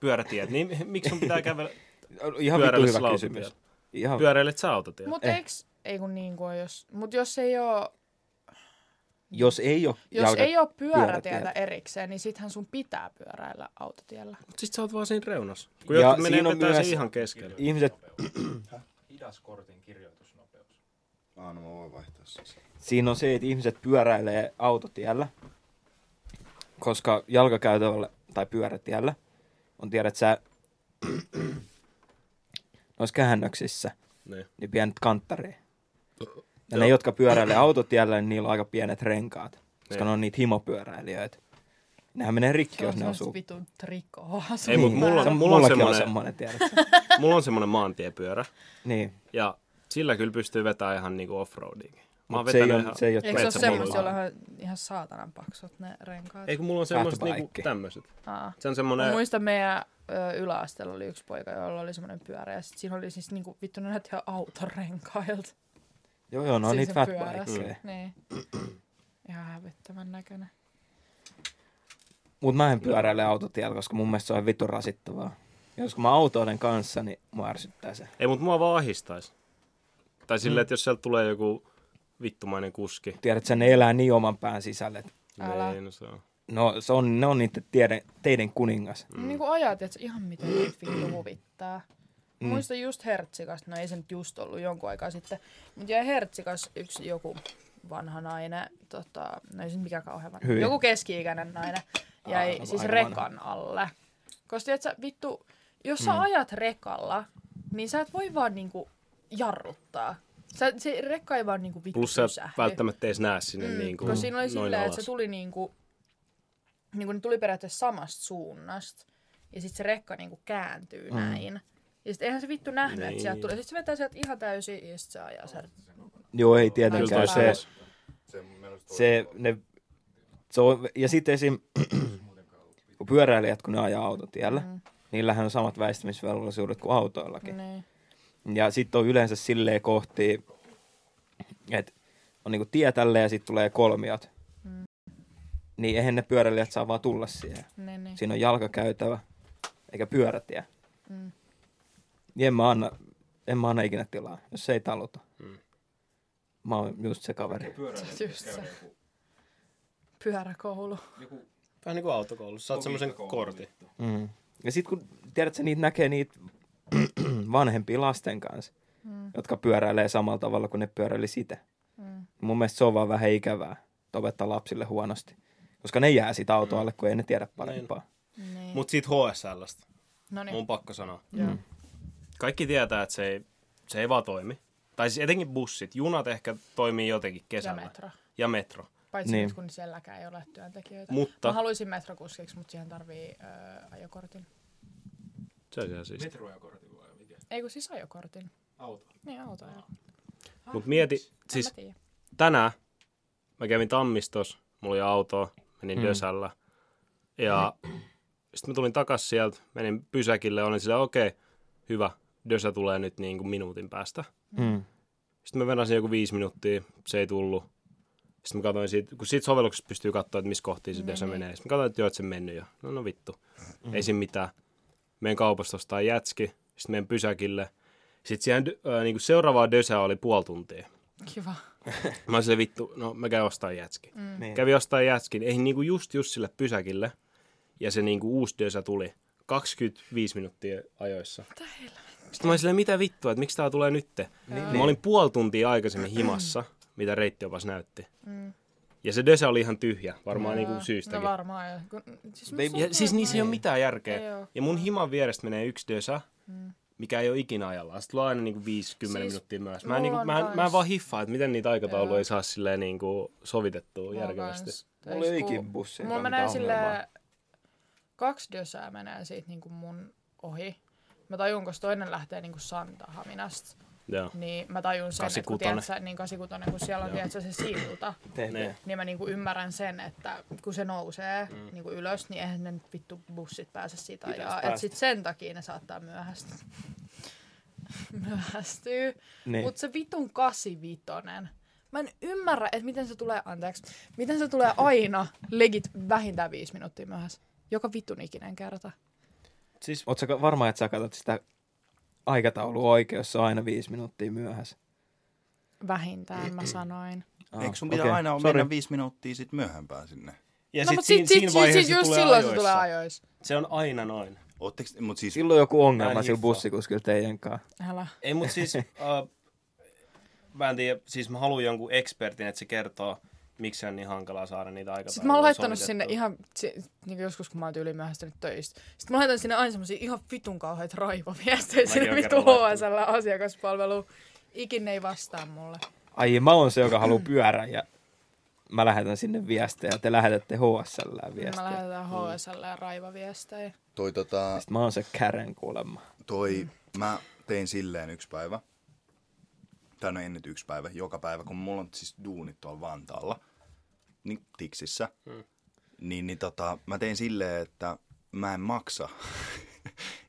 S4: pyörätiet, niin (laughs) miksi sun pitää
S2: (laughs)
S4: kävellä...
S2: Ihan vittu
S4: Pyöräilyssä
S2: hyvä
S4: lautatiellä.
S2: kysymys. Ihan,
S4: Pyöräilet sä autotiellä?
S3: Mutta
S2: Eh.
S3: eiks, ei kun niin kuin jos, mut jos ei oo,
S2: jos ei ole
S3: jos
S2: jalka...
S3: ei oo pyörätietä
S2: pyörätietä.
S3: erikseen, niin sithän sun pitää pyöräillä autotiellä.
S4: Mut sit sä oot vaan siinä reunassa. Kun
S2: Ja
S4: jotkut menee
S2: siinä on
S4: vetää myös...
S2: myös-
S4: sen ihan keskellä.
S2: Ihmiset,
S6: Hidas kortin kirjoitusnopeus.
S5: Ah, no mä voin vaihtaa sen.
S2: siinä on se, että ihmiset pyöräilee autotiellä, koska jalkakäytävällä tai pyörätiellä on tiedät sä (clears throat) noissa käännöksissä
S4: Niin.
S2: niin pienet kanttareet. Ja ne, jotka pyöräilee autotiellä, niin niillä on aika pienet renkaat, koska
S4: Niin.
S2: ne on niitä himopyöräilijöitä. Nehän menee rikki,
S3: Se on
S2: jos ne
S3: semmoista
S2: osuu.
S3: vitun trikoa.
S4: Ei, mut mulla
S2: Se-
S4: on, mulla on
S2: Mullakin on
S4: semmonen,
S2: semmoinen, tiedät sä.
S4: mulla on semmonen maantiepyörä.
S2: Niin.
S4: Ja sillä kyllä pystyy vetämään ihan niinku offroading. Mä oon
S2: Mut se ei
S4: vetänyt
S2: ole-
S4: ihan...
S2: se ei ole
S3: Eikö se ole
S4: metsäpolulla.
S3: semmoista, jolla on ihan saatanan paksut ne renkaat?
S4: Ei kun mulla on semmoset
S2: Sähköpaikki.
S4: niinku tämmöset.
S3: Aa.
S4: Se on
S3: Mä
S4: semmonen...
S3: muistan meidän ö, yläasteella oli yksi poika, jolla oli semmoinen pyörä. Ja sit siinä oli siis niinku, vittu ne näytti ihan autorenkailta.
S2: Joo, joo, no on
S3: Siinä
S2: niitä
S3: Siis se
S2: fatbikeja.
S3: pyörässä. Niin. Ihan hävittävän näköinen.
S2: Mut mä en pyöräile autotiellä, koska mun mielestä se on vittu rasittavaa. Jos kun mä autoilen kanssa, niin mua ärsyttää se.
S4: Ei, mut mua vaan ahistais. Tai
S3: Mm.
S4: silleen, että jos sieltä tulee joku vittumainen kuski.
S2: Tiedät, sä ne elää niin oman pään sisälle. että
S3: Älä.
S4: Niin, no se on.
S2: No, se on, ne on niiden tiede, teiden kuningas.
S3: Mm. Niin kuin ajat, että ihan mitä nyt vittu huvittaa. Mm. Muista just Hertsikasta, no ei se nyt just ollut jonkun aikaa sitten, mutta jäi Hertsikas yksi joku vanha nainen, tota, no ei se nyt mikään kauhean vanha,
S2: Hyvin.
S3: joku keski-ikäinen nainen, jäi
S2: Aa,
S3: siis
S2: aika
S3: rekan alle. Koska tiedätkö, vittu, jos sä ajat rekalla, niin sä et voi vaan niinku jarruttaa. Sä, se rekka ei vaan niinku vittu
S4: Plus sä
S3: pysähdy.
S4: välttämättä ees näe sinne
S3: Mm,
S4: niinku
S3: kun siinä oli
S4: noin
S3: silleen, että
S4: alas.
S3: se tuli niinku, niinku ne tuli periaatteessa samasta suunnasta. Ja sitten se rekka niinku kääntyy mm. näin. Ja sitten eihän se vittu nähnyt, niin. että
S4: Niin.
S3: sieltä tulee. Sitten se vetää sieltä ihan täysin ja sitten se ajaa sen.
S2: Joo, ei
S4: Kyllä
S2: tietenkään.
S4: toi
S2: Se,
S4: se,
S2: se, ne, se on, ja sitten esim. kun pyöräilijät, kun ne ajaa autotiellä, mm. niillähän on samat väistämisvelvollisuudet kuin autoillakin.
S3: Niin.
S2: Ja sitten on yleensä silleen kohti, että on niinku tie tälle ja sitten tulee kolmiot. Mm. Niin eihän ne pyöräilijät saa vaan tulla siihen.
S3: Niin, niin.
S2: Siinä on jalkakäytävä, eikä pyörätie. Mm. Niin en mä, anna, en mä anna ikinä tilaa, jos se ei taluta. Mm. Mä oon just se kaveri.
S6: Pyöräilijät
S3: Just
S6: käy niinku-
S3: se.
S6: joku,
S3: Pyöräkoulu.
S6: joku
S4: Vähän niinku autokoulussa, saat semmosen
S6: logiikkakoulu
S4: kortin.
S6: vittu.
S2: Mm. Ja sit kun, tiedät sä, niitä näkee niitä (clears throat) vanhempia lasten kanssa, mm. jotka pyöräilee samalla tavalla kuin ne pyöräili sitä. Mm. Mun mielestä se on vaan vähän ikävää, että opettaa lapsille huonosti. Koska ne jää sitä autoalle, kun ei ne tiedä parempaa.
S3: Niin.
S4: Mut siitä HSLstä,
S3: No niin.
S4: mun Mm. on pakko sanoa.
S3: Joo.
S4: Kaikki tietää, että se ei, se ei vaan toimi. Tai siis etenkin bussit. Junat ehkä toimii jotenkin
S3: Ja
S4: kesällä.
S3: metro.
S4: Ja metro.
S3: Paitsi
S2: Niin.
S3: niin. nyt, kun sielläkään ei ole työntekijöitä.
S4: Mutta-
S3: Mä haluaisin metrokuskiksi, mutta siihen tarvii ö, ajokortin.
S4: Se on ihan siis.
S6: Metroajokortin vai mikä?
S3: Ei kun siis ajokortin.
S6: Auto.
S3: Niin, autoajo.
S4: Mut mieti,
S3: Siis...
S4: siis
S3: En mä tiedä.
S4: tänään mä kävin Tammistos, mulla oli auto, menin mm. Dösällä. Ja sitten mä tulin takas sieltä, menin pysäkille, olin silleen, okei, okay, hyvä, Dösä tulee nyt niin kuin minuutin päästä.
S2: Mm.
S4: Sitten mä venasin joku viisi minuuttia, se ei tullut. Sitten mä katsoin siitä, kun siitä sovelluksesta pystyy katsoa, että missä kohtiin se Dösä menee. Sitten mä katsoin, että joo, että se on mennyt jo. No no vittu, mm. ei siinä mitään. Meidän kaupasta ostaa jätski, sitten meidän pysäkille. Sitten siihen äh, niin kuin seuraavaa Dösää oli puoli tuntia.
S3: Kiva.
S4: Mä olin silleen, vittu, no mä käyn ostaa jätski. Mm.
S2: Niin.
S4: Kävin ostaa jätskin, ei niinku just just sille pysäkille. Ja se niinku uusi dösä tuli 25 minuuttia ajoissa. Mitä Sitten mä olin silleen, mitä vittua, että miksi tää tulee nytte? Niin. Mä olin puoli tuntia aikaisemmin himassa, mitä reittiopas näytti. Mm. Ja se dösä oli ihan tyhjä, varmaan niinku
S3: No
S4: syystäkin.
S3: varmaan. Ja, kun, siis
S2: Ei-
S3: musta
S7: Niin.
S4: ja siis niissä ei ole mitään järkeä.
S3: Ei oo.
S4: Ja mun himan vierestä menee yksi dösä. Mm. mikä ei ole ikinä ajallaan. Sitten tulee aina niinku 50
S3: Siis
S4: siis, minuuttia myöhässä. Mä, en
S3: mulla
S4: niinku,
S3: on
S4: mä, en, mä en
S3: kans-
S4: vaan hiffaa, että miten niitä aikatauluja
S3: Joo.
S4: ei saa silleen niinku sovitettua järkevästi.
S2: Mulla ei ikin bussi.
S3: Mulla menee sille kaksi dösää menee siitä niinku mun ohi. Mä tajun, kun toinen lähtee niinku Santahaminasta,
S4: Joo.
S3: niin mä tajun sen, että kun,
S4: Kasikutonen.
S3: tiedätkö, niin kasikutonen, kun siellä on tiedätkö, se silta,
S2: Tehdään.
S3: niin mä niinku ymmärrän sen, että kun se nousee mm. niinku ylös, niin eihän ne nyt vittu bussit pääse siitä
S2: Pitäis
S3: ajaa. Et
S2: päästä.
S3: sit sen takia ne saattaa myöhästyä. (laughs) myöhästyy.
S2: Niin.
S3: Mutta se vitun 85. Mä en ymmärrä, että miten se tulee, anteeksi, miten se tulee aina legit vähintään viisi minuuttia myöhässä. Joka vitun ikinen kerta.
S2: Siis,
S3: No,
S2: Oot sä ka- varma, että sä katsot sitä aikataulua oikein, jos se on aina viisi minuuttia myöhässä?
S3: Vähintään mä sanoin.
S2: Ah,
S5: Eikö sun pitää okay. aina mennä viisi minuuttia sit myöhempään sinne?
S4: Ja
S3: no,
S4: sit
S3: mutta
S4: siinä-
S3: sit, sit,
S4: siinä
S3: sit, sit,
S4: vaiheessa
S3: just
S4: tulee
S3: silloin se
S4: ajoissa.
S3: tulee ajoissa.
S4: Se on aina noin.
S5: Ootteks, mut siis,
S2: Silloin joku
S4: Mä
S2: ongelma
S4: en
S2: sillä
S4: hiffaa.
S2: bussikuskilla teidän kanssa.
S3: Älä.
S4: Ei, mutta (laughs) siis...
S7: Uh, mä en tiedä, siis mä haluan jonkun ekspertin, että se kertoo, miksi se on niin hankalaa saada niitä aikatauluja.
S3: Sitten mä oon laittanut
S7: sovitettua.
S3: sinne ihan, si- niin kuin joskus kun mä oon tyyli myöhästynyt töistä, sitten mä laitan sinne aina semmosia ihan vitun kauheita raivoviestejä sinne niinku
S7: oon
S3: vittu
S7: kerran laittanut.
S3: HSL asiakaspalveluun. Ikin ne ei vastaa mulle.
S2: Ai mä oon se, joka haluaa pyörän ja mä lähetän sinne viestejä. Te lähetätte HSL
S3: Viestiä. Mä
S2: viestejä.
S3: lähetän HSL ja raivoviestejä.
S5: toi tota,
S2: Sitten mä oon se kärän kuulemma.
S5: toi, mä tein silleen yksi päivä, tai no ei nyt yksi päivä, joka päivä, kun mulla on siis duunit tuolla Vantaalla, niin tiksissä, hmm. niin, niin tota, mä tein silleen, että mä en maksa (laughs)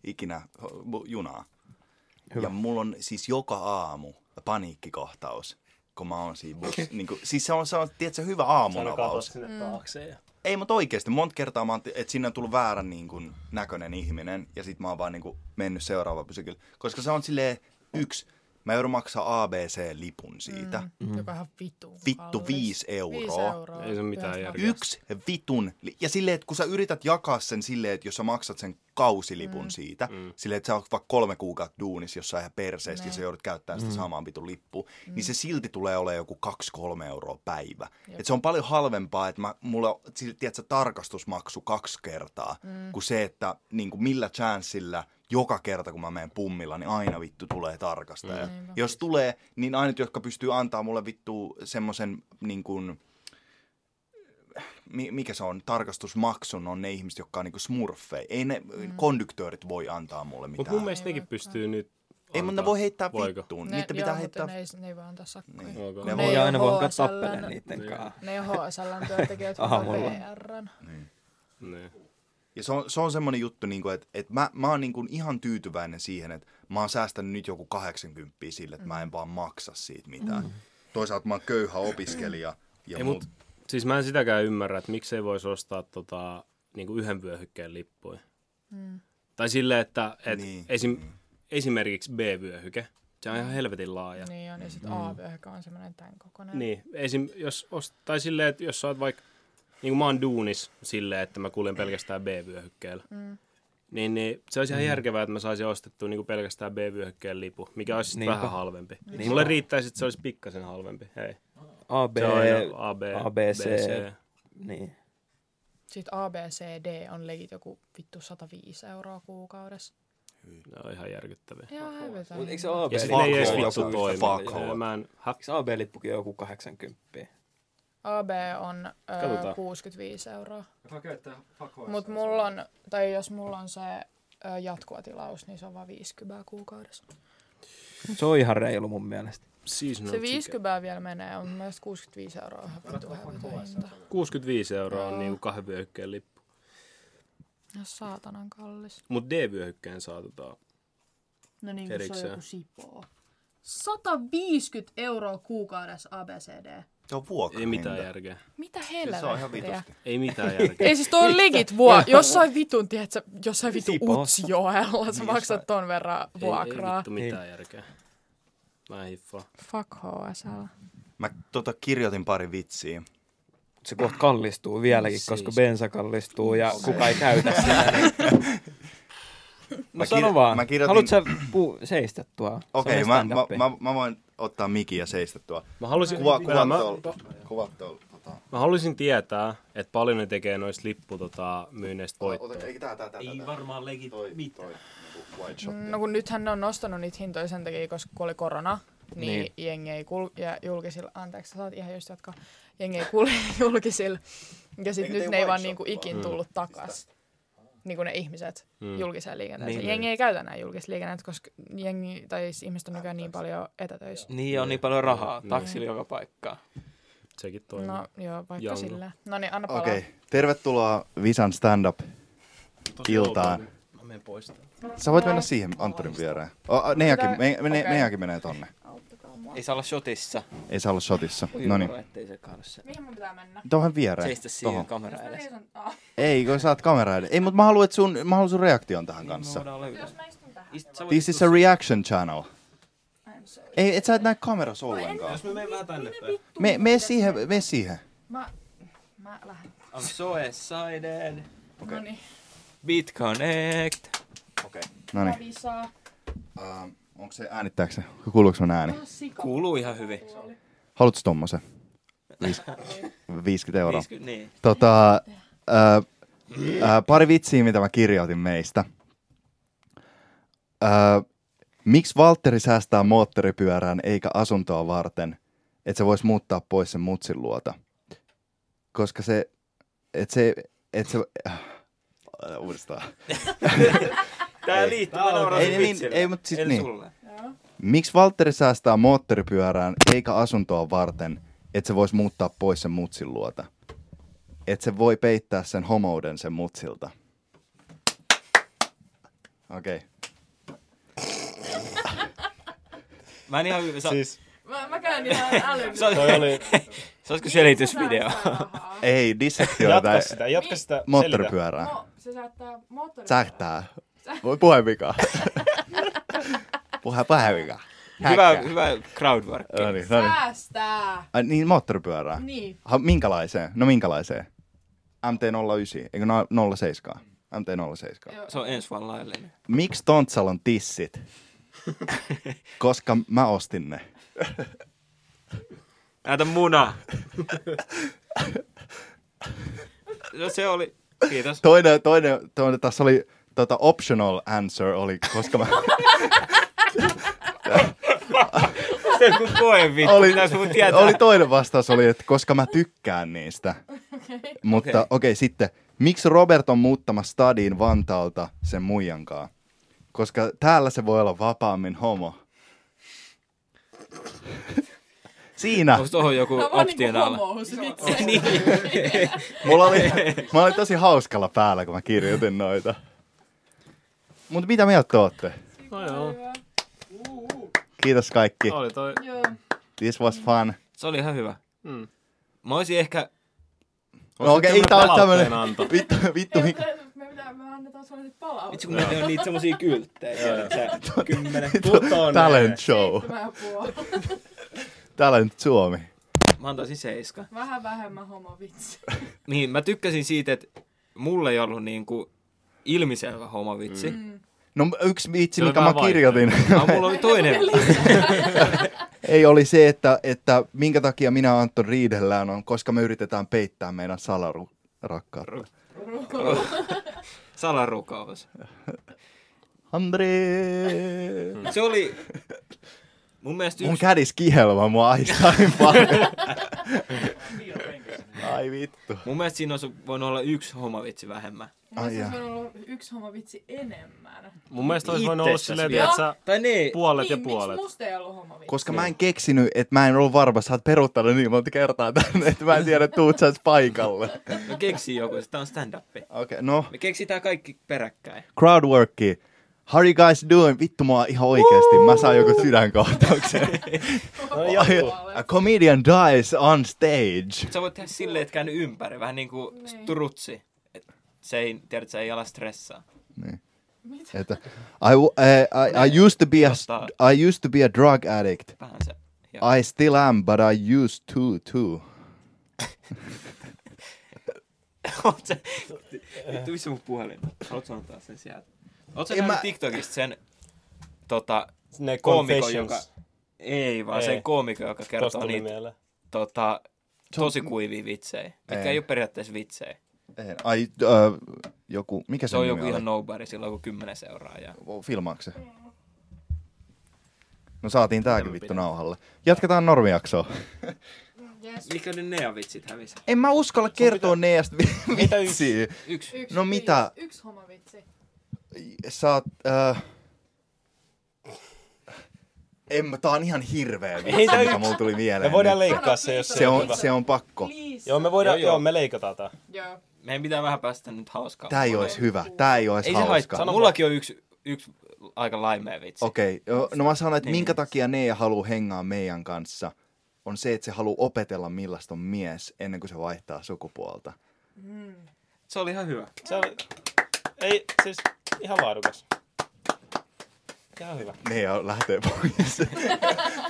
S5: ikinä ho- junaa. Hyvä. Ja mulla on siis joka aamu paniikkikohtaus, kun mä oon siinä bus, niin kuin, siis se on, se on tiedätkö, hyvä aamunavaus.
S3: Mm.
S4: sinne taakse. Ja...
S5: Ei, mutta oikeasti. Monta kertaa mä oon, että sinne on tullut väärän niin kuin, näköinen ihminen ja sit mä oon vaan niin kuin, mennyt seuraava pysäkille. Koska se on silleen yksi, mä joudun maksaa ABC-lipun siitä. Mm.
S3: Mm. Joka on ihan vitun
S5: Vittu
S3: kallis.
S5: 5
S3: Viisi
S5: euroa.
S3: euroa.
S4: Ei se mitään
S3: Yhdessä
S4: järkeä.
S5: Yksi vitun. li- Ja silleen, että kun sä yrität jakaa sen silleen, että jos sä maksat sen kausilipun mm. siitä, mm. silleen, että sä oot vaikka kolme kuukautta duunissa jossain ihan perseestä ja sä joudut käyttämään sitä mm. samaan vitun lippua, mm. niin se silti tulee olemaan joku 2-3 euroa päivä. Et se on paljon halvempaa, että mä, mulla on sille, tiedätkö, tarkastusmaksu kaksi kertaa, mm. kuin se, että niin kuin millä chanssillä joka kerta, kun mä menen pummilla, niin aina vittu tulee tarkastaja. Mm. Jos tulee, niin ainut, jotka pystyy antaa mulle vittu semmoisen niin kuin, mi- mikä se on, tarkastusmaksun on ne ihmiset, jotka on niinku smurfeja. Ei ne mm. konduktöörit voi antaa mulle
S4: Mutta
S5: mitään.
S4: mun mielestä nekin pystyy nyt...
S5: Ei, mutta
S4: antaa.
S5: ne voi heittää
S4: Voiko?
S5: vittuun.
S3: Ne,
S5: Niitä pitää
S3: joo, mutta
S5: heittää...
S3: Ne ei, ne ei voi antaa sakkoja.
S5: Niin.
S4: Voiko?
S5: Ne
S3: Ne
S5: voi-
S3: ei
S2: Ja aina
S3: oo
S2: voi alkaa
S3: HSL n.
S2: tappeleen niitten kanssa.
S3: Ne on HSLn työntekijät,
S2: niin. Aha,
S3: vaan
S2: mulla.
S3: VRn.
S4: Niin.
S5: Ja se on, se on semmoinen juttu, niinku, että et mä, mä oon niinku ihan tyytyväinen siihen, että mä oon säästänyt nyt joku 80 sille, että mä en vaan maksa siitä mitään. Mm. Toisaalta mä oon köyhä opiskelija. Ja
S4: Ei,
S5: mul-
S4: mut, siis mä en sitäkään ymmärrä, että miksei voisi ostaa tota, niinku yhden vyöhykkeen lippuja. Mm. Tai silleen, että et
S5: Niin.
S4: niin. esim, esimerkiksi B-vyöhyke, se on ihan helvetin laaja. Niin.
S3: Niin on, ja sit AV, joka on semmonen tän kokoinen.
S4: Niin, esim, jos, ost, tai silleen, että jos sä oot vaikka, niin kuin mä oon duunis silleen, että mä kuljen pelkästään B-vyöhykkeellä, mm. niin, niin se
S2: Mm.
S4: olisi ihan järkevää, että mä saisin ostettua niin kuin pelkästään B-vyöhykkeen lipu, mikä olisi sit
S2: Niinpä.
S4: vähän halvempi. Mulle riittäisi, että se olisi pikkasen halvempi. Hei.
S2: A, B,
S4: Se on aina A, B,
S2: A, B, C.
S4: BC.
S2: Niin.
S3: Sit ABCD on legit joku vittu 105 euroa kuukaudessa.
S4: Ne on ihan järkyttäviä.
S3: Ihan hävetä.
S2: Mut eikö se AB?
S4: Ja sitten
S5: Fuck
S4: ne ei edes
S5: off.
S4: vittu
S5: Fuck
S4: toimi.
S5: off.
S4: Joo, Mä en, hä?
S2: Eikö AB-lippukin ole joku 80?
S3: AB on ö,
S4: Katsotaan.
S3: 65 euroa.
S6: Joka käyttää fakoa.
S3: Mut mulla on, tai jos mulla on se ö, jatkuva tilaus, niin se on vaan 50 kuukaudessa.
S4: No,
S2: Se on ihan reilu mun mielestä.
S4: Seasonal
S3: Se
S4: ticket.
S3: 50 vielä menee, on mun mielestä 65 euroa ihan vittu hävetä hinta.
S4: 65 euroa on niinku kahden vyöhykkeen lippu.
S3: No saatanan kallis.
S4: Mut D-vyöhykkeen saa tota...
S3: No niin,
S4: se on Erikseen. joku
S3: sipoo. 150 euroa kuukaudessa ABCD.
S5: Se on vuokra.
S4: Ei mitään järkeä.
S3: Mitä helvettiä?
S5: Se on ihan vitusti.
S4: Ei mitään
S3: (laughs)
S4: järkeä.
S3: Ei siis toi on legit vuo. Jossain vitun, tiedätkö, jossain vitun
S2: Sipoossa.
S3: Utsjoella sä maksat ton verran
S4: Ei- Ei
S3: vuokraa.
S4: vittu mitään järkeä. Mä en hiffaa.
S3: Fuck HSL.
S5: Mä tota, kirjoitin pari vitsiä.
S2: Mut Se kohta kallistuu vieläkin,
S4: Siis.
S2: koska bensa kallistuu ja kuka ei käytä sitä. niin- (laughs) No
S5: Mä
S2: sano
S5: kir-
S2: vaan.
S5: mä kirjoitin-
S2: Haluatko sä puu- seistä tuolla?
S5: Okei,
S2: Sano
S5: okay, mä,
S2: stand-upia.
S5: mä, mä, mä, voin ottaa mikin ja seistä tuo.
S4: Mä haluaisin,
S5: Kuva,
S4: Mä-
S5: kuvat
S4: mä,
S5: tuolla. Kuvat tuolla. Tota.
S4: mä haluaisin tietää, että paljon ne tekee noista lippu tota, myynneistä voittoa.
S5: Ota, eikä tää, tää, tää, tää.
S4: varmaan legit
S5: Toi, toi. niinku.
S6: wide shot.
S3: No kun nythän ne on nostanut niitä hintoja sen takia, koska kun oli korona, niin,
S2: Niin.
S3: niin. jengi ei kul- ja julkisilla, anteeksi, sä saat ihan just jatkaa, jengi ei kulje (laughs) julkisilla. Ja sit
S1: Eikö
S3: nyt
S1: tei
S3: ne ei
S1: wide
S3: vaan
S1: shot
S3: niinku
S1: vaan?
S3: ikin tullut takas. Niin kuin ne ihmiset
S4: Mm.
S3: mm. julkiseen liikenteeseen.
S2: Niin.
S3: Niin, jengi ei käytä enää julkista liikennettä, koska jengi, tai siis ihmiset on nykyään niin paljon etätöissä.
S2: Niin on niin paljon rahaa,
S4: Mm.
S2: taksilla joka paikkaa.
S4: Sekin toimii.
S3: No joo, vaikka
S4: Jango.
S3: sillä. No niin, anna palaa.
S5: Okei, okay. tervetuloa Visan stand-up-iltaan.
S7: Tosi outoa. Mä menen pois täältä.
S5: Sä voit mennä siihen Anturin viereen. O, o, Neijakin,
S3: Tää-
S5: me, me, ne,
S3: okei.
S5: Neijakin menee tonne.
S2: Ei saa olla shotissa.
S5: Ei saa olla shotissa.
S2: Oi
S5: No niin.
S2: varo, ettei se kaadu se.
S3: Mihin mun pitää mennä?
S5: Tuohon viereen.
S2: Seistä siihen
S5: Tohon.
S2: kamera edessä.
S5: Ei, kun saat kameraa. edellä. Ei, mutta mä haluan, että sun, mä haluan sun reaktion tähän kanssa.
S2: Jos mä istun tähän. Ist, No, sä voit
S5: This is a reaction channel. Ei, et sä et näe kamerassa ollenkaan.
S4: Jos me menen vähän tänne päin.
S5: Me, me siihen, me siihen.
S3: Mä lähden.
S2: I'm so excited.
S3: Okay. No niin,
S2: BitConnect.
S5: Okei. No niin.
S3: visaa.
S5: Onko se äänittääkö se? Kuuluuko mun ääni?
S2: Kuuluu ihan hyvin.
S5: Haluatko tommosen? Viis- 50 euroa.
S2: 50, niin.
S5: Tota, ää, ää, pari vitsiä, mitä mä kirjoitin meistä. Ää, miksi Valtteri säästää moottoripyörään eikä asuntoa varten, että se voisi muuttaa pois sen mutsin luota? Koska se, et se, et se, äh, uudestaan.
S2: Tää liittyy, mä naurasin
S5: Ei, niin,
S2: vitsille.
S5: ei, mut siis
S2: Eli
S5: niin.
S2: sulle.
S5: Miksi Valtteri säästää moottoripyörään eikä asuntoa varten, että se voisi muuttaa pois sen mutsin luota? Että se voi peittää sen homouden sen mutsilta. Okei. Okay.
S2: Mä en ihan hyvin. Sa-
S7: Siis,
S4: (laughs)
S3: Mä, mä käyn
S5: (laughs)
S3: ihan älyn.
S2: sa-
S7: toi oli...
S2: Saisiko selitysvideo?
S5: Ei, dissektioida
S7: Jatka
S5: tai
S7: sitä, jatka sitä. selitä.
S5: moottoripyörää.
S3: No, se saattaa moottori.
S5: Sähtää. Voi puhe vika. puhe puhe vika.
S2: (laughs) hyvä, hyvä crowdwork.
S5: No niin, no niin.
S3: Säästää.
S5: Ai, niin, moottoripyörää.
S3: Niin.
S5: Ha, minkälaiseen? No minkälaiseen? MT-09, eikö no- 07? MT-07.
S2: Se on ensi vuonna laillinen.
S5: Miksi Tontsalla on tissit? Koska mä ostin ne.
S2: Näytä
S5: (laughs)
S2: muna. no se oli. Kiitos.
S5: Toinen, toinen, toinen tässä oli tota, optional answer oli, koska mä
S2: Se on kuin koe vittu.
S5: oli,
S2: Pitäis mun tietää.
S5: oli toinen vastaus oli, että koska mä tykkään niistä. Mutta okei,
S2: Okei.
S5: okay. okay, sitten. Miksi Robert on muuttamassa stadiin Vantaalta sen muijankaan? Koska täällä se voi olla vapaammin homo. Siinä.
S2: Onko tohon joku
S3: niinku
S2: option alla? Niin.
S5: Mulla oli, (laughs) mä olin tosi hauskalla päällä, kun mä kirjoitin noita. Mutta mitä mieltä te ootte?
S4: No joo,
S5: Kiitos kaikki.
S4: oli toi.
S5: This was fun.
S2: Se oli ihan hyvä.
S4: Mm.
S2: Mä olisin ehkä...
S5: No okei, ei tää ole
S4: palautteen
S5: tämmönen...
S4: anto?
S5: Vittu, vittu, mi-
S3: Me, pitää, me annetaan sulle nyt palaa.
S2: Vitsi kun meillä on niitä semmosia kylttejä. tiedätkö? Kymmenen.
S7: Putoon.
S5: talent show.
S3: Mä en puol.
S5: Talent Suomi.
S2: Mä antaisin seiska.
S3: Vähän vähemmän homovitsi.
S2: Niin, mä tykkäsin siitä, että mulla ei ollut niinku ilmiselvä homavitsi. Mm.
S5: No yksi vitsi,
S4: oli
S5: mikä mä
S4: vähän
S5: kirjoitin, (laughs)
S2: Vaan mulla oli toinen.
S5: ei oli se, että, että minkä takia minä ja Anton riidellään on, koska me yritetään peittää meidän salaru rakkautta.
S2: Salarukaus.
S5: Andre!
S2: Se oli mun mielestä
S5: Mun
S2: yksi...
S5: kädis kihelmä mua aistaa niin paljon. Ai vittu.
S2: Mun mielestä siinä olisi voinut olla yksi homavitsi vähemmän.
S5: Ai
S3: Ai
S5: jaa.
S3: se on ollut yksi homovitsi enemmän.
S4: Mun mielestä olisi
S2: Itse
S4: voinut olla
S2: sä
S4: silleen,
S2: syöt.
S4: että sä
S2: Tai niin,
S4: puolet ja
S3: niin,
S4: puolet.
S3: Miksi musta ei ollut homovitsi?
S5: Koska mä en keksinyt, että mä en ollut varma, sä oot peruuttanut niin monta kertaa tänne, että mä en tiedä, tuut sä edes paikalle. Okei,
S2: no keksii joku, tää on stand-up.
S5: okay, no.
S2: Me keksitään kaikki peräkkäin.
S5: Crowdworkki. How are you guys doing? Vittu mua ihan oikeesti. Mä saan joku sydänkohtauksen. A comedian dies on stage.
S2: Sä voit tehdä silleen, että käänny ympäri, vähän niinku strutsi. Et se ei, tiedät, se ei ala stressaa.
S5: Että, I, w- eh, I, I, used to be a, I used to be a drug addict.
S2: Vähän se. Joo.
S5: I still am, but I used to too.
S2: Oot sä... (laughs) Vittu, missä mun puhelin? Haluat sä antaa sen sieltä? Oot sä
S5: En
S2: nähnyt
S5: mä-
S2: TikTokista sen tota,
S4: Ne
S2: koomikon,
S4: confessions.
S2: joka... Ei, vaan
S4: Ei.
S2: sen koomikon, joka kertoo
S4: Tosta
S2: niitä
S4: nimellä.
S2: tota, tosi kuivia vitsejä, mitkä ei ole periaatteessa vitsejä.
S5: En. Eh, Ai, äh, joku, mikä se,
S2: Se on
S5: nimi
S2: joku
S5: oli?
S2: ihan nobody silloin, kun kymmenen seuraajaa.
S5: Filmaako se? No saatiin tääkin vittu nauhalle. Jatketaan normijaksoa.
S2: Mikä nyt Nea vitsit hävisi?
S5: En mä uskalla kertoa Neasta (laughs) vi-
S2: Mitä yksi?
S5: vitsiä.
S2: Yksi.
S9: Yksi,
S5: No mitä?
S9: Yksi homavitsi.
S5: Sä oot... Äh... En mä, tää on ihan hirveä
S4: Ei
S5: vitsi,
S4: tää
S5: mikä
S4: yksi.
S5: mulla tuli mieleen.
S4: Me voidaan
S5: nyt.
S4: leikkaa se, jos
S5: se, on, se on pakko.
S9: Please.
S4: Joo, me voidaan,
S2: Joo, joo.
S4: joo, me leikataan tää.
S9: Joo.
S2: Meidän pitää vähän päästä nyt hauskaa.
S5: Tää ei ois hyvä. Tää ei ois
S2: Ei se
S5: hauska.
S2: haittaa. Mullakin on yksi, yksi aika laimea vitsi.
S5: Okei, okay. no mä sanon, että
S2: Niin.
S5: minkä takia Nea haluaa hengaa meidän kanssa, on se, että se haluaa opetella millaista on mies ennen kuin se vaihtaa sukupuolta.
S2: Se oli ihan hyvä.
S4: Se oli, ei, siis ihan laadukas. Ihan hyvä.
S5: Nea lähtee pois.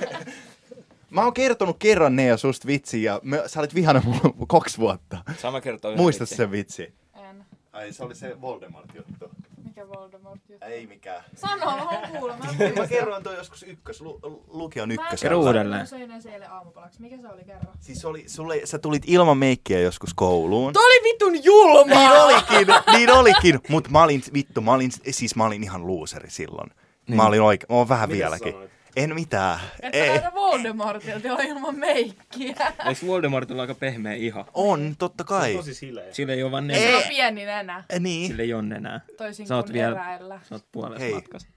S5: (laughs) mä oon kertonut kerran Nea susta vitsi ja mä, sä olit vihana mulla kaksi vuotta.
S2: Sama kertoo yhden
S5: Muistat
S2: vitsin.
S5: sen vitsi?
S9: En.
S5: Ai se oli se Voldemart-juttu.
S9: Mikä Voldemort juttu?
S5: Ei mikään.
S9: Sano, mä haluan kuulla. Mä
S5: Mä kerroin toi joskus ykkös, lu, lu- lukion
S2: Kerro
S5: ykkösellä.
S2: uudelleen.
S9: Mä söin eilen aamupalaksi. Mikä se oli kerran?
S5: Siis se oli, sulle, sä tulit ilman meikkiä joskus kouluun.
S3: Toi oli vitun julmaa!
S5: Niin olikin, niin olikin. Mutta mä olin, vittu, mä olin, siis mä olin ihan looseri silloin. Niin. Mä olin oikein, mä oon vähän
S4: Mitä sä
S5: vieläkin.
S4: sanoit?
S5: En mitään.
S3: Että
S5: Ei.
S3: aina Voldemortilta on ilman meikkiä.
S2: Eiks Voldemortilla aika pehmeä iho?
S5: On, totta kai.
S4: Tosi sileä.
S2: Sillä ei oo vaan
S3: Se
S2: nenä.
S3: on pieni nenä,
S5: Niin.
S2: Sillä ei oo nenää.
S3: toisin
S2: Niin. Sä oot
S3: kuin
S2: vielä-
S3: eräillä.
S2: Sä oot puolessa
S5: Hei.
S2: matkassa.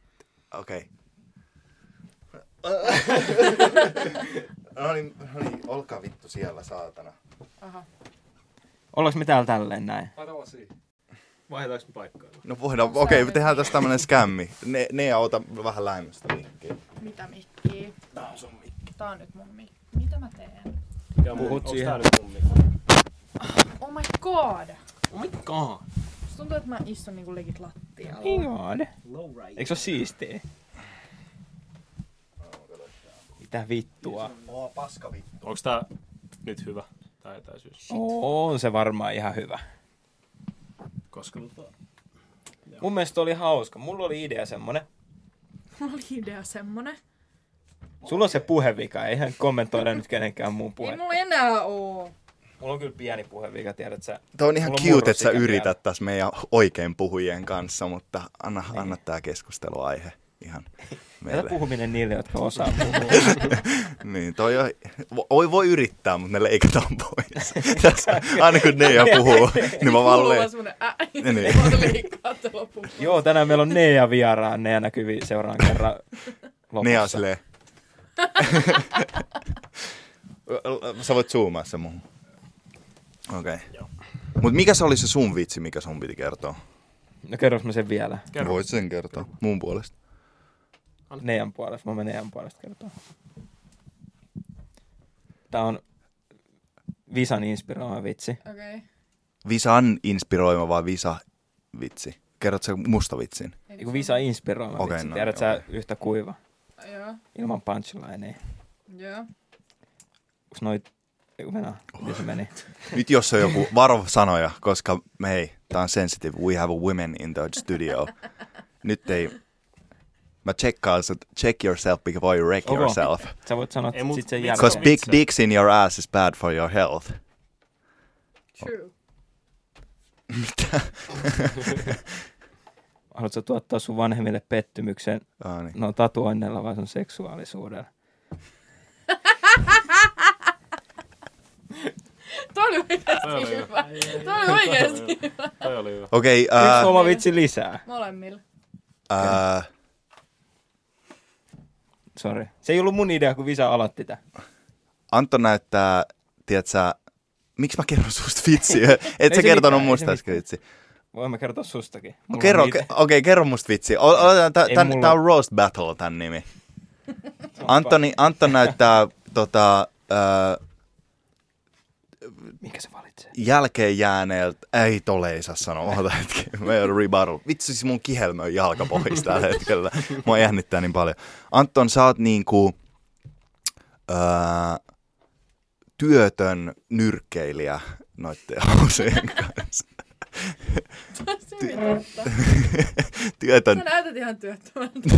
S5: Okei. no niin, no niin, olkaa vittu siellä, saatana.
S2: Ollaanko me täällä tälleen näin?
S4: Vaihdetaanko me paikkaa?
S5: No voidaan, okei, okay, tehdään tästä tämmönen skämmi. Ne, ne ota vähän lämmöstä liikkeelle.
S3: Mitä mikkiä?
S5: Tää on sun mikki.
S3: Tää on nyt mun mikki. Mitä mä teen?
S2: Puhut
S4: Onks
S2: siihen.
S4: tää nyt mun mikki?
S3: Oh my god!
S2: Oh my god.
S3: Musta tuntuu, että mä istun niinku legit lattialla.
S2: God. Eikö se oo siistiä? Mitä vittua?
S5: Oo, paska vittu.
S4: Onks tää nyt hyvä? Tää etäisyys.
S2: On se varmaan ihan hyvä.
S4: Koska tota...
S2: Mun mielestä oli hauska. Mulla oli idea semmonen.
S3: Mulla oli idea semmonen.
S2: Sulla on se puhevika, eihän kommentoida nyt kenenkään muun
S3: Ei
S2: puhe.
S3: mulla enää oo.
S2: Mulla on kyllä pieni puhevika, tiedät sä.
S5: Toi on ihan
S2: Mulla on
S5: cute, että sä
S2: murrosikä
S5: yrität tässä meidän oikein puhujien kanssa, mutta anna, anna tää keskusteluaihe ihan
S2: Jätä
S5: meille.
S2: puhuminen niille, jotka osaa puhua. (laughs)
S5: Niin, toi on, voi, voi yrittää, mutta ne leikataan (laughs) pois. Tässä, aina kun ne jo puhuu, niin mä vaan
S3: Mulla on
S5: le-
S3: vaan semmonen ää.
S5: Niin.
S3: Niin. (laughs) Mä liikaa se lopun.
S2: Joo, tänään meillä on Nea vieraan. Nea näkyy seuraan kerran lopussa.
S5: ne on silleen. (laughs) Sä voit zoomaa se muuhun. Okei. Okay. Mut mikä se oli se sun vitsi, mikä sun piti kertoa?
S2: No kerros mä sen vielä.
S4: Kerro.
S5: Voit sen kertoa, mun puolesta.
S2: Nean puolesta. Mä menen Nean puolesta kertoa. Tää on Visan inspiroima vitsi.
S3: Okei.
S5: Visan inspiroima vai visa vitsi? Kerrot sä musta vitsin?
S2: Eiku Visa inspiroima
S5: Okei,
S2: okay, vitsi.
S5: no,
S2: No, Tiedät sä yhtä kuiva.
S3: Joo.
S2: Ilman punchlinea.
S3: Joo.
S2: Onks noit... Eiku mennään. Miten se meni?
S5: Nyt jos on joku varo sanoja, koska me ei, tää on sensitive, we have women in the studio. Nyt ei, mä tsekkaan, sut, check yourself before you wreck
S2: Oho.
S5: yourself.
S2: Sä voit sanoa
S4: Ei mut-
S2: sit sen
S4: mut-
S2: jälkeen.
S5: Because big dicks in your ass is bad for your health.
S3: True.
S2: Haluatko tuottaa sun vanhemmille pettymyksen
S5: Ah, niin.
S2: no tatuoinnella vai sun seksuaalisuudella?
S3: Toi oli oikeesti hyvä. Toi oli oikeesti hyvä.
S4: Toi oli hyvä.
S5: Okei, äh,
S2: Yksi
S5: okay,
S2: oma vitsi lisää.
S3: Molemmilla.
S5: uh,
S2: Sorry. Se ei ollut mun idea, kun Visa aloitti tää.
S5: Anto näyttää, tiedät sä, miksi mä kerron susta
S2: (laughs)
S5: vitsiä? Et
S2: se
S5: sä kertonut
S2: mitään, ei se
S5: musta äsken vitsi.
S2: Voin mä kertoa sustakin. Mulla on
S5: Kerro,
S2: niitä.
S5: ke- okei, okay, kerro musta vitsi. O- o- tää,
S2: Ei
S5: tän,
S2: mulla-
S5: tää on Roast Battle, tän nimi. Antoni, Anton näyttää tota, ö,
S2: Minkä se valitsee?
S5: jälkeen jääneeltä, ei tole ei saa sanoa, oota hetki, mä joudun rebuttal. Vitsi, siis mun kihelmöi jalka pois
S2: (laughs)
S5: tällä hetkellä, mua jännittää niin paljon. Anton, sä oot niinku öö, työtön nyrkkeilijä noitten hausujen
S2: (laughs)
S5: kanssa.
S3: Se on totta.
S5: Työtön,
S3: (laughs) Sä näytät ihan työttömältä.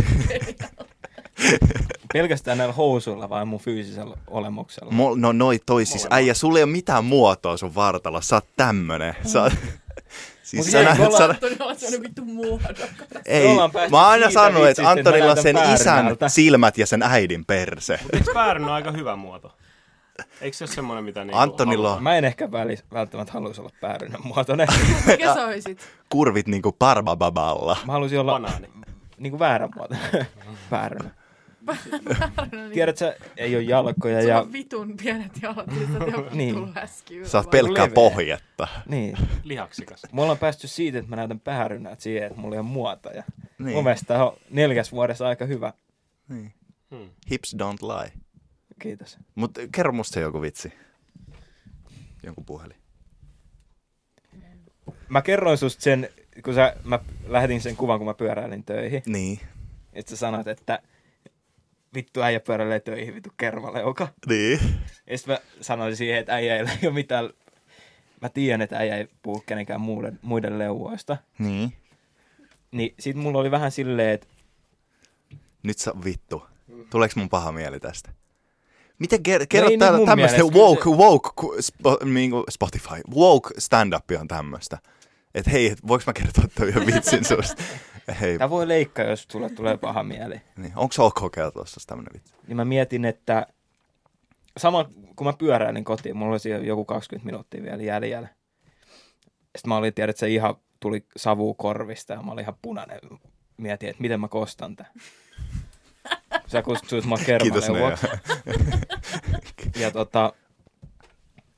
S2: Pelkästään näillä housuilla vai mun fyysisellä olemuksella?
S1: Mol, no noi toi siis, äijä, sulla ei ole mitään muotoa sun vartalla, sä oot tämmönen. Sä oot...
S2: (laughs)
S1: Siis
S2: Mm. Mut
S1: sä
S2: hei,
S1: näet,
S2: me ollaan-
S1: sä,
S3: Todella se on vittu muodo.
S1: ei,
S2: ollaan päästy
S1: mä oon aina
S2: siitä
S1: sanonut, että
S2: vitsistä, että mä
S1: Antonilla on
S2: näytän
S1: sen isän
S2: päärynältä.
S1: silmät ja sen äidin perse.
S4: Eikö päärynä ole aika hyvä muoto? Eikö se ole semmoinen, mitä niinku
S1: Antonilla on
S2: Mä en ehkä välis, välttämättä haluaisi olla päärynän muotoinen.
S3: Mikä sä oisit?
S1: kurvit niinku parbababalla.
S2: Mä haluaisin olla
S4: Banaani.
S2: niin kuin väärän muotoinen päärynä. Tiedätkö, ei ole jalkoja
S3: No niin, Sulla
S2: ja...
S3: on vitun pienet jalat, niin sä oot
S2: Niin.
S3: niin. tullut häski.
S1: Sä oot
S3: vaan.
S1: pelkkää
S2: leveä.
S1: pohjetta.
S2: Niin.
S4: Lihaksikas.
S2: Me ollaan päästy siitä, että mä näytän päärynät siihen, että mulla ei ole muota. Ja niin.
S1: Niin.
S2: Mun mielestä tää on neljäs vuodessa aika hyvä. Niin.
S1: Hips don't lie.
S2: Kiitos.
S1: Mut kerro musta se joku vitsi. Jonkun puhelin.
S2: Mä kerroin susta sen, kun sä, mä lähetin sen kuvan, kun mä pyöräilin töihin.
S1: Niin.
S2: Että sä sanot, että vittu äijä pyöräilee töihin, vittu kervaleuka.
S1: Niin.
S2: Ja sit mä sanoin siihen, että äijä ei (laughs) ole mitään... Mä tiedän, että äijä ei puhu kenenkään muiden, muiden leuoista.
S1: Niin.
S2: Niin sit mulla oli vähän silleen, että
S1: Nyt sä vittu. Tuleeko mun paha mieli tästä? Miten ker- kerro
S2: No nyt
S1: täällä
S2: mun
S1: tämmöistä
S2: mielestä,
S1: woke,
S2: kyllä
S1: woke, ku- spo, niin Spotify, woke stand-up on tämmöistä. Et hei, et voiko mä kertoa tämän yhden vitsin
S2: (laughs)
S1: susta? Hei,
S2: tää voi leikkaa, jos sulle tulee paha mieli.
S1: niin. onks ok kertoa susta tämmönen vitsi?
S2: niin mä mietin, että sama kun mä pyöräilin kotiin, mulla oli siellä joku 20 minuuttia vielä jäljellä. Sitten mä olin, tiedät, että se ihan tuli savu korvista ja mä olin ihan punainen. Mietin, että miten mä kostan tämän. Sä kutsuit mua
S1: Kiitos Nea.
S2: kermaneuvoksi. Ja tota,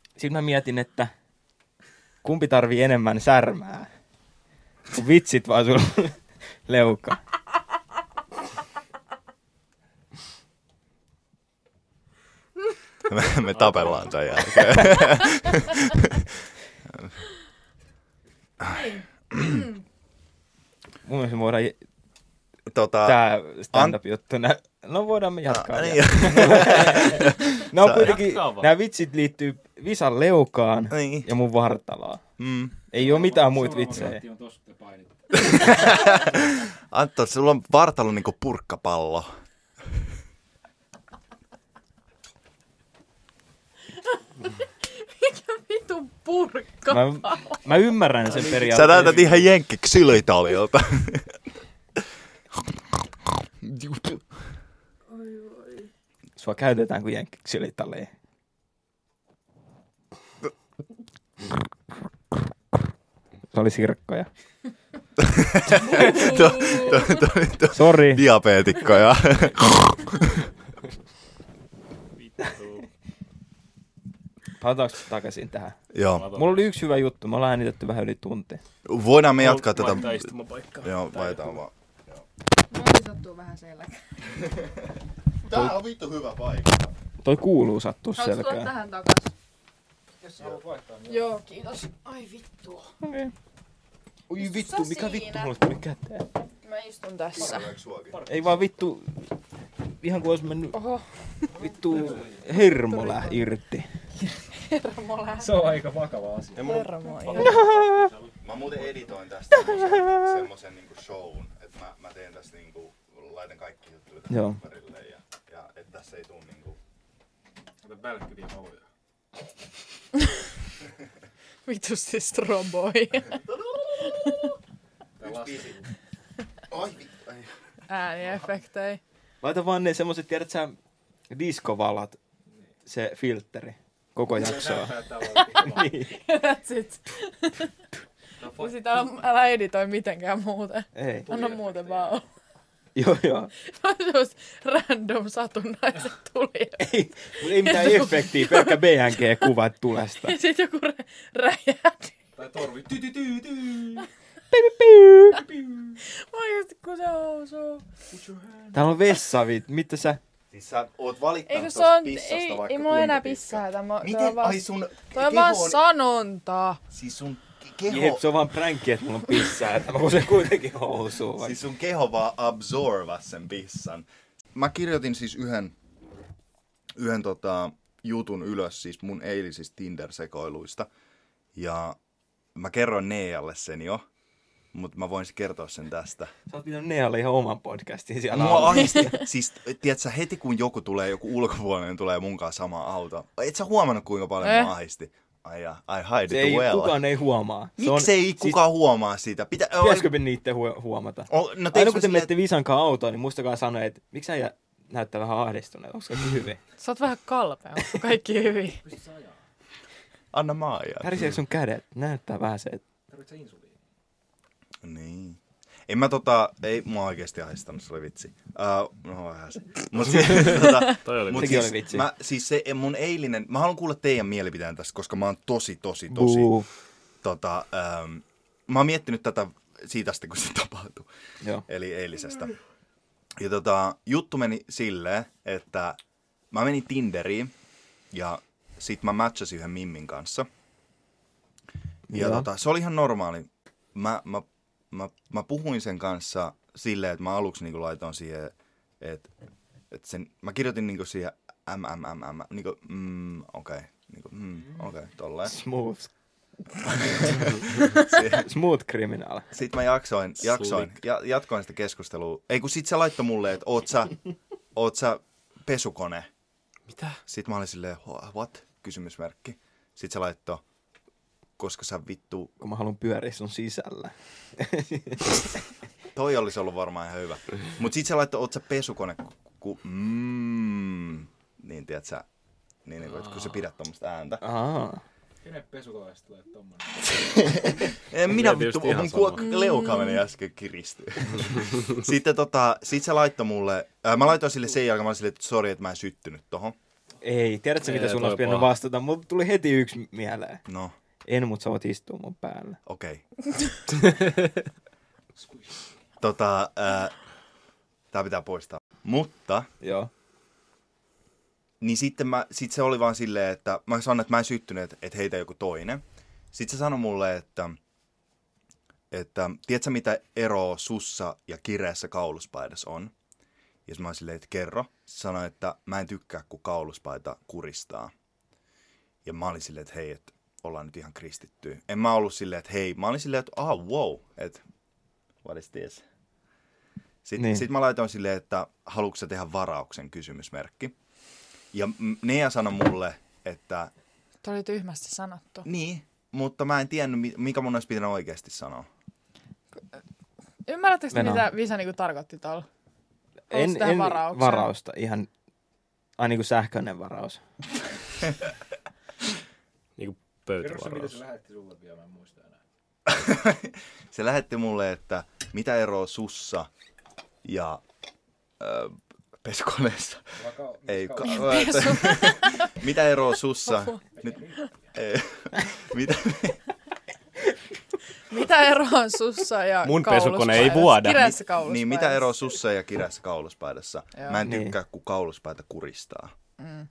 S2: sitten mä mietin, että kumpi tarvii enemmän särmää? Kun vitsit vai sun (laughs) leuka?
S1: (laughs) Me, me tapellaan tämän
S2: (laughs)
S1: jälkeen.
S2: Mun mielestä me voidaan
S1: Tota,
S2: tämä stand-up-juttu. Nä- No voidaan me jatkaa.
S1: Ah,
S2: vielä.
S1: niin,
S2: No kuitenkin,
S4: Jatkaa vaan.
S2: nämä vitsit liittyy Visan leukaan
S1: Niin.
S2: ja mun vartalaan.
S1: mm.
S2: Ei ole mitään muita vitsejä.
S6: on tossa, kun te painitte.
S1: (laughs) Anton, sulla on vartalo niinku purkkapallo.
S3: Mikä vitun purkka?
S2: Mä, mä ymmärrän
S4: niin.
S2: sen
S1: Sä
S2: periaatteessa.
S1: näytät ihan jenkkiksi
S2: (laughs)
S1: silitaliolta.
S2: Sua käytetään kuin jenkkiksi ylitaliin. Se oli
S3: (laughs)
S2: sirkkoja. Sori.
S1: Diabeetikkoja. (laughs)
S2: Palataanko takaisin tähän?
S1: Joo.
S2: Mulla oli yksi hyvä juttu. Me ollaan äänitetty vähän yli tunti.
S1: Voidaan me jatkaa tätä.
S4: Vaihtaa istumapaikkaa.
S1: Joo, vaihtaa vaan.
S3: Mulla sattuu vähän selkä.
S5: Tää on vittu hyvä paikka.
S2: Toi kuuluu sattua
S3: Haluatko tulla
S2: selkään.
S3: tähän takas? Joo, kiitos. Ai vittu.
S2: Oi vittu,
S3: Sä
S2: mikä vittu
S3: siinä.
S2: mulle tuli käteen?
S3: Mä istun tässä.
S2: Ei vaan vittu, ihan kuin olisi mennyt Oho. vittu hermo läh irti.
S3: Hermo lähtee.
S7: Se on aika vakava asia.
S3: Hermo.
S5: Mä muuten editoin tästä semmosen- semmosen niinku shown, että mä, mä teen tässä niinku, laitan kaikki juttuja tähän
S2: Joo.
S5: ympärille ja, ja että tässä ei tuu niinku
S6: Ota bälkkyriä hauja.
S3: Vitusti stroboi. (laughs)
S5: yksi biisi. Ai vittu, ai.
S3: Ääniefektei.
S2: Laita vaan ne semmoset, tiedät sä, diskovalat, se filtteri, koko jaksoa. (laughs) niin.
S3: (laughs) That's it. Sitä älä, älä editoi mitenkään muuten.
S2: Ei.
S3: Anna muuten vaan olla. (laughs)
S2: Joo, joo.
S3: Vaan semmoset random satunnaiset tuli.
S2: Ei, mut ei mitään efektiä, pelkkä BNG-kuvat tulesta. (laughs)
S3: Ja sit joku rä- räjähti.
S6: Tai torvi. Ty, ty, ty, ty.
S3: Oikeesti kun se housuu.
S2: Täällä on vessavit, mitä sä?
S5: Siis sä oot valittanut
S3: Eikö se
S5: tosta
S3: on...
S5: pissasta
S3: Ei,
S5: vaikka
S3: ei mulla enää
S5: kuinka pitkään.
S3: pissaa. Tämä,
S5: Miten?
S3: toi on vaan,
S5: Ai sun
S3: toi on vaan
S5: keho on-
S3: sanontaa.
S5: Siis sun ke-
S2: Jep,
S5: keho,
S2: se on vaan pränkki, että mulla on pissaa, että mä kun se kuitenkin housuu. Vai?
S5: siis sun keho vaan absorvas sen pissan. Mä kirjoitin siis yhden, yhden tota, jutun ylös siis mun eilisistä Tinder-sekoiluista. Ja mä kerroin Nealle sen jo. mutta mä voin kertoa sen tästä.
S2: Sä oot pitänyt Nealle ihan oman podcastin siellä.
S5: Mua
S2: alla.
S5: ahdisti. siis, tiedätkö, heti kun joku tulee, joku ulkopuolinen tulee munkaan samaa auto. Et sä huomannut, kuinka paljon
S3: Eh.
S5: eh. mua ahdisti? Ai jaa, I hide
S2: Se
S5: it
S2: ei,
S5: well.
S2: kukaan ei huomaa. Se
S5: Miksei
S2: siis-
S5: kukaan huomaa sitä? Pitä,
S2: Pitäisikö niitten hu- huomata?
S5: O- no
S2: Aina
S5: teikö
S2: kun
S5: mä
S2: te
S5: silleen,
S2: menette Visankaan autoon, niin muistakaa sanoa, että miksi sä jä- näyttää vähän ahdistuneelta, onko kaikki hyvin?
S3: Sä oot vähän kalpea, onko kaikki hyvin?
S5: Anna mä ajaa.
S2: Päriseekö sun kädet? Näyttää vähän se, että
S5: Niin. En mä tota, ei mua oikeesti ahdistanut, se oli vitsi. Uh, no vähän se. Mut siis, tota,
S4: Toi oli
S5: mut
S2: Sekin
S5: siis,
S2: oli vitsi.
S5: Mä, siis se mun eilinen, mä haluan kuulla teidän mielipiteen tästä, koska mä oon tosi, tosi, tosi.
S2: Buu.
S5: Tota, ähm, mä oon miettinyt tätä siitä asti, kun se tapahtui.
S2: Joo.
S5: Eli eilisestä. Ja tota, juttu meni silleen, että mä menin Tinderiin ja sit mä matchasin yhden Mimmin kanssa. Ja
S2: Joo.
S5: tota, se oli ihan normaali. Mä, mä, mä, mä puhuin sen kanssa silleen, että mä aluksi niinku laitoin siihen, että et sen, mä kirjoitin niinku siihen MMMM, niinku mm, okei, okay, niinku mm, okei, okay, tolleen.
S2: Smooth.
S5: (laughs)
S2: Smooth kriminaali.
S5: Sitten mä jaksoin, jaksoin ja, jatkoin sitä keskustelua. Ei kun sit se laittoi mulle, että oot sä, oot sä pesukone.
S4: Mitä?
S5: Sitten mä olin silleen, "Wha- what? Kysymysmerkki. Sitten se laittoi, koska sä vittu,
S2: Kun mä haluan pyöriä sun sisällä.
S5: toi olisi ollut varmaan ihan hyvä. Mut sit se laittoi, oot sä pesukone, ku, ku mm, niin tiedät sä, niin, niin kun, kun sä pidät tommoista ääntä.
S2: Aa.
S6: Kenen pesukoneesta tulee tommonen?
S5: En Eh, minä
S4: tietysti
S5: vittu,
S4: ihan
S5: mun kuok- leuka meni äsken kiristyy. (laughs) Sitten tota, sit se laittoi mulle, ää, mä laitoin sille sen jälkeen, mä olin silleen, että sori, että mä en syttynyt tohon.
S2: Ei, tiedätkö mitä
S4: Ei,
S2: sun
S4: toi
S2: olisi pitänyt
S4: paha.
S2: vastata? Mulla tuli heti yksi mieleen.
S5: No,
S2: En, mutta sä voit istua mun päällä.
S5: okei. Okay. tota, ää, tää pitää poistaa. Mutta,
S2: Joo.
S5: niin sitten mä, sit se oli vaan silleen, että mä sanoin, että mä en syttynyt, että, että heitä joku toinen. Sitten se sanoi mulle, että, että tiedätkö mitä eroa sussa ja kireässä kauluspaidassa on? Ja sit mä oon silleen, että kerro. Se sanoi, että mä en tykkää, kun kauluspaita kuristaa. Ja mä olin silleen, että hei, että ollaan nyt ihan kristittyä. En mä ollut silleen, että hei. Mä olin silleen, että ah, wow, että what is this? Sitten
S2: Niin.
S5: niin. sit mä laitoin silleen, että haluatko sä tehdä varauksen kysymysmerkki. Ja m- Nea sanoi mulle, että
S3: Tuo oli tyhmästi sanottu.
S5: niin, mutta mä en tiennyt, mi- mikä mun olisi pitänyt oikeasti sanoa.
S3: Ymmärrättekö te,
S2: Venä-
S3: mitä Visa niinku tarkoitti tuolla?
S2: En,
S3: tehdä varauksen?
S2: varausta, ihan ai niin kuin sähköinen varaus.
S4: Niinku
S6: Kerro se, mitä
S4: pöytävaraus.
S6: se lähetti sulle vielä, mä en muista enää.
S5: Se lähetti mulle, että mitä eroa sussa ja öö, pesukoneessa.
S6: Vaka-
S5: Ei, ka-
S6: kaus-
S5: mitä eroa sussa? Nyt, ei, (laughs) mitä,
S3: Mitä eroa on sussa ja
S4: Mun
S3: kauluspaidassa?
S4: pesukone ei vuoda.
S3: Kireessä
S5: niin, mitä
S3: kauluspaidassa.
S5: eroa sussa ja kirjassa kauluspaidassa?
S3: Joo.
S5: Mä en
S2: Niin.
S5: tykkää, kun kauluspaita kuristaa.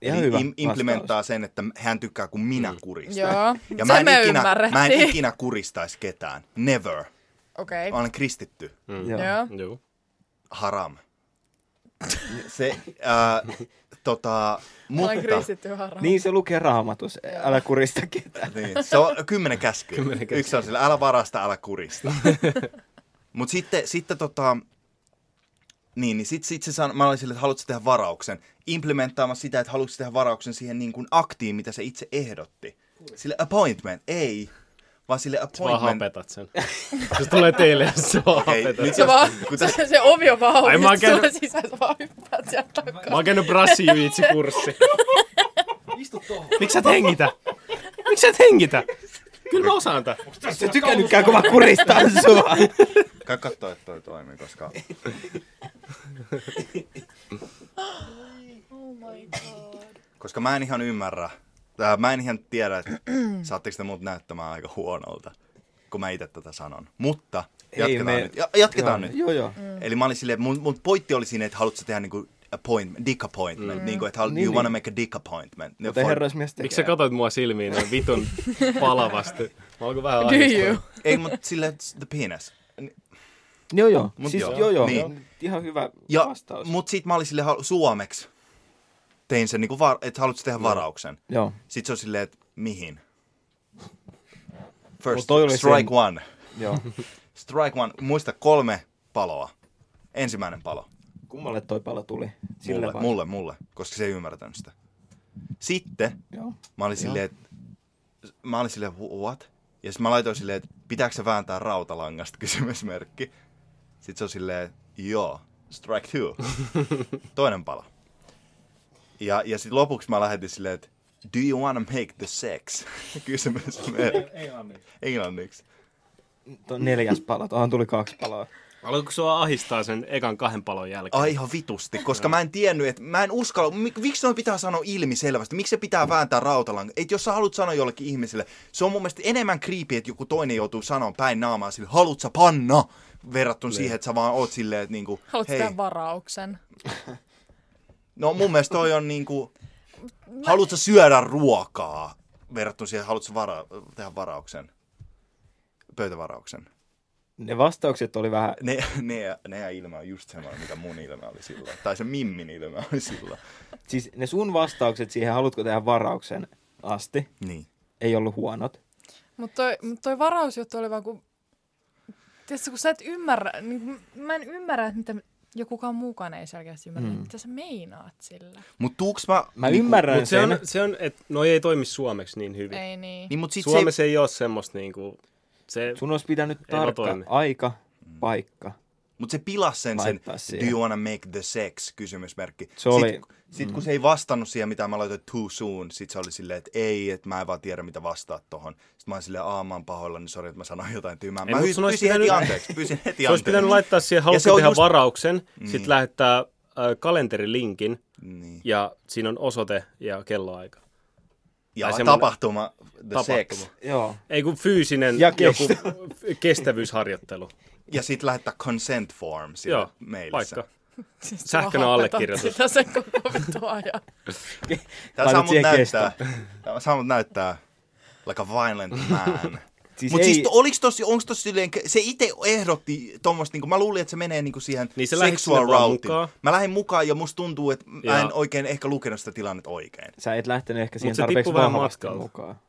S2: Ihan
S5: Eli
S2: hyvä
S5: im- implementtaa
S2: vastaus. Mm.
S5: sen, että hän tykkää, kun minä kuristan.
S3: Joo,
S5: Ja
S3: se
S5: mä en,
S3: me
S5: ikinä, mä en
S3: ymmärrettiin.
S5: ikinä kuristaisi ketään. Never.
S3: Okei,
S5: Mä olen kristitty.
S2: Mm. Joo.
S3: joo.
S4: Joo. (laughs)
S5: Haram. Se, ää, tota,
S3: Mä olen
S5: mutta,
S3: kristitty harhaan.
S2: Niin se lukee raamatus, älä kurista ketään.
S5: niin, se on kymmenen käskyä.
S4: Kymmenen käskyä.
S5: Yksi on sillä, älä varasta, älä
S4: (laughs)
S5: kurista. Mutta sitten, sitten tota, niin, niin sit, sit se san, mä olin sille, että haluatko tehdä varauksen. Implementtaamassa sitä, että haluatko tehdä varauksen siihen niin kuin aktiin, mitä se itse ehdotti. Sille appointment, ei. Vaan sille
S4: Vaan
S5: appointment.
S4: hapetat sen. (laughs) Se tulee teille ja se vaan
S5: Ei,
S4: hapetat.
S5: nyt
S3: Se,
S5: jos-
S3: vaan,
S5: kun tässä-
S3: se, se ovi on vaan
S4: Ai, mä oon
S3: auki,
S4: käynyt-
S3: sulla sisään sä vaan hyppäät sieltä
S4: Mä
S3: takaa.
S4: oon käynyt brassijujitsikurssi.
S6: Istu tohon.
S4: Miksi sä et hengitä? Miksi sä et hengitä? Kyllä mä osaan tää.
S2: Sä tykännytkään, kun mä kuristan sua.
S5: Käy katsoa, että toi toimii, koska...
S3: Oh my god.
S5: Koska mä en ihan ymmärrä, tai mä en ihan tiedä, että saatteko te mut näyttämään aika huonolta, kun mä itse tätä sanon. Mutta jatketaan
S2: me-
S5: nyt. Ja, jatketaan
S2: Joo,
S5: nyt.
S2: Joo, joo.
S5: Eli mä olin silleen, mun, mun pointti oli siinä, että haluatko tehdä niinku appointment, dick appointment, mm. niinku, että halu,
S2: Niin,
S5: you wanna
S2: niin.
S5: make a dick appointment. No,
S2: Mutta herrasmies tekee.
S4: Miksi sä katot mua silmiin noin vitun palavasti? Mä alkoin vähän
S3: Do you?
S4: ahdistua.
S5: Ei, mutta silleen, it's the penis.
S2: Joo, joo.
S5: Mut
S2: siis,
S5: joo.
S2: joo, joo.
S5: Niin.
S2: Ihan hyvä
S5: Ja,
S2: vastaus.
S5: mut sit mä olin silleen halu- suomeksi, tein sen, niinku var, että haluatko tehdä varauksen.
S2: Joo.
S5: Sitten se on silleen, että mihin?
S2: Mut
S5: First,
S2: toi oli
S5: strike
S2: sen-
S5: one.
S2: Joo. (laughs)
S5: Strike one, muista kolme paloa. Ensimmäinen palo.
S2: Kummalle toi palo tuli? Sille
S5: Mulle,
S2: vai?
S5: mulle, mulle, koska se ei ymmärtänyt sitä. Sitten
S2: Joo.
S5: mä olin silleen, että mä olin silleen, "Wh- what? Ja sitten mä laitoin silleen, että pitääkö se vääntää rautalangasta, (laughs) kysymysmerkki. Sitten se on silleen, joo, strike
S2: (laughs)
S5: two. Toinen pala. Ja, ja sitten lopuksi mä lähetin silleen, että do you wanna make the sex? (laughs) kysymysmerkki. Englanniksi.
S2: Tuo neljäs pala. Tuohon tuli kaksi palaa.
S4: Aloitko sua ahistaa sen ekan kahden palon jälkeen?
S5: Ai ihan vitusti, koska mä en tiennyt, että mä en uskalla, mik, miksi noin pitää sanoa ilmi selvästi, miksi se pitää vääntää rautalangan. Että jos sä haluat sanoa jollekin ihmiselle, se on mun mielestä enemmän creepy, että joku toinen joutuu sanoa päin naamaa sille, haluut sä panna? Verrattuna siihen, että sä vaan oot silleen, että niinku,
S3: Haluatko
S5: hei,
S3: tämän varauksen?
S5: no mun mielestä toi on niinku, haluut sä syödä ruokaa? Verrattuna siihen, haluut sä vara- tehdä varauksen? Pöytävarauksen.
S2: Ne vastaukset oli vähän...
S5: Ne, ne, ne ilme on just semmoinen, mitä mun ilme oli silloin. Tai se Mimmin ilme oli silloin.
S2: Siis ne sun vastaukset siihen, haluatko tehdä varauksen asti,
S5: Niin.
S2: ei ollut huonot.
S3: Mutta toi, mut toi varausjuttu oli vaan kun... Tiedätkö, kun sä et ymmärrä... Niin, kun mä en ymmärrä, että mitä ja kukaan muukaan ei selkeästi ymmärrä, mm. mitä sä meinaat sillä.
S5: Mut tuuks mä...
S2: Mä ymmärrän
S4: Mutta Niinku, se
S2: sen.
S4: on, se on että noi ei toimi suomeksi niin hyvin.
S3: Ei niin.
S5: Niin, mut sit se ei-
S4: Suomessa ei ole semmoista niinku... Se,
S2: Sun olisi pitänyt
S4: Ei mä
S2: tarkka
S4: toimi.
S2: aika,
S5: Mm.
S2: paikka.
S5: Mutta se pilasi sen, sen
S2: Laittaa
S5: do
S2: siihen.
S5: you wanna make the sex kysymysmerkki.
S2: Se oli- Mm.
S5: Sitten sit kun se ei vastannut siihen, mitä mä laitoin too soon, sit se oli silleen, että ei, että mä en vaan tiedä, mitä vastaat tohon. Sitten mä olin silleen, aa mä oon pahoilla, niin sori, että mä sanoin jotain tyhmää.
S4: Ei,
S5: Mä
S4: mut
S5: hy-
S4: sun olisi
S5: pyysin heti
S4: pitänyt-
S5: anteeksi,
S4: (laughs)
S5: pyysin heti
S4: se olisi
S5: anteeksi.
S4: pitänyt laittaa siihen,
S5: se
S4: haluatko
S5: on
S4: tehdä
S5: just-
S4: just... varauksen, niin.
S5: Niin.
S4: sitten lähettää äh, kalenterilinkin,
S5: Niin.
S4: ja siinä on osoite ja kelloaika.
S5: Ja
S4: Tai semmoinen-
S5: tapahtuma, the sex.
S4: Tapahtuma.
S2: Joo.
S4: Ei kun fyysinen
S2: Ja
S4: ja
S2: kestä-
S4: joku
S2: (laughs)
S4: kestävyysharjoittelu.
S5: Ja sit lähettää consent form sille
S4: Joo,
S5: Joo, mailissa.
S4: Paikka.
S3: Siis
S4: Sähköinen
S3: sua hapetat (laughs)
S4: allekirjoitus.
S3: Sitä sen koko vittu ajan.
S5: Tää saa
S2: Laitat
S5: mut
S2: siihen
S5: näyttää, tää saa mut näyttää like a violent
S2: (laughs)
S5: man.
S4: Niin
S2: Siis
S5: Mutta
S2: ei,
S5: siis to- oliks tos, onks tos silleen, se itse ehdotti tommosta, niinku, mä luulin, että se menee niinku siihen
S4: Niin sä lähdit
S5: sexual
S4: sinne vaan
S5: routiin.
S4: mukaan.
S5: Mä lähdin mukaan ja musta tuntuu, että mä
S4: Ja-
S5: en oikein ehkä lukenut sitä tilannetta oikein.
S2: sä et lähtenyt ehkä siihen
S4: se
S2: tarpeeksi
S4: tippui vähän
S2: vahvasti
S4: matkalta.
S2: mukaan.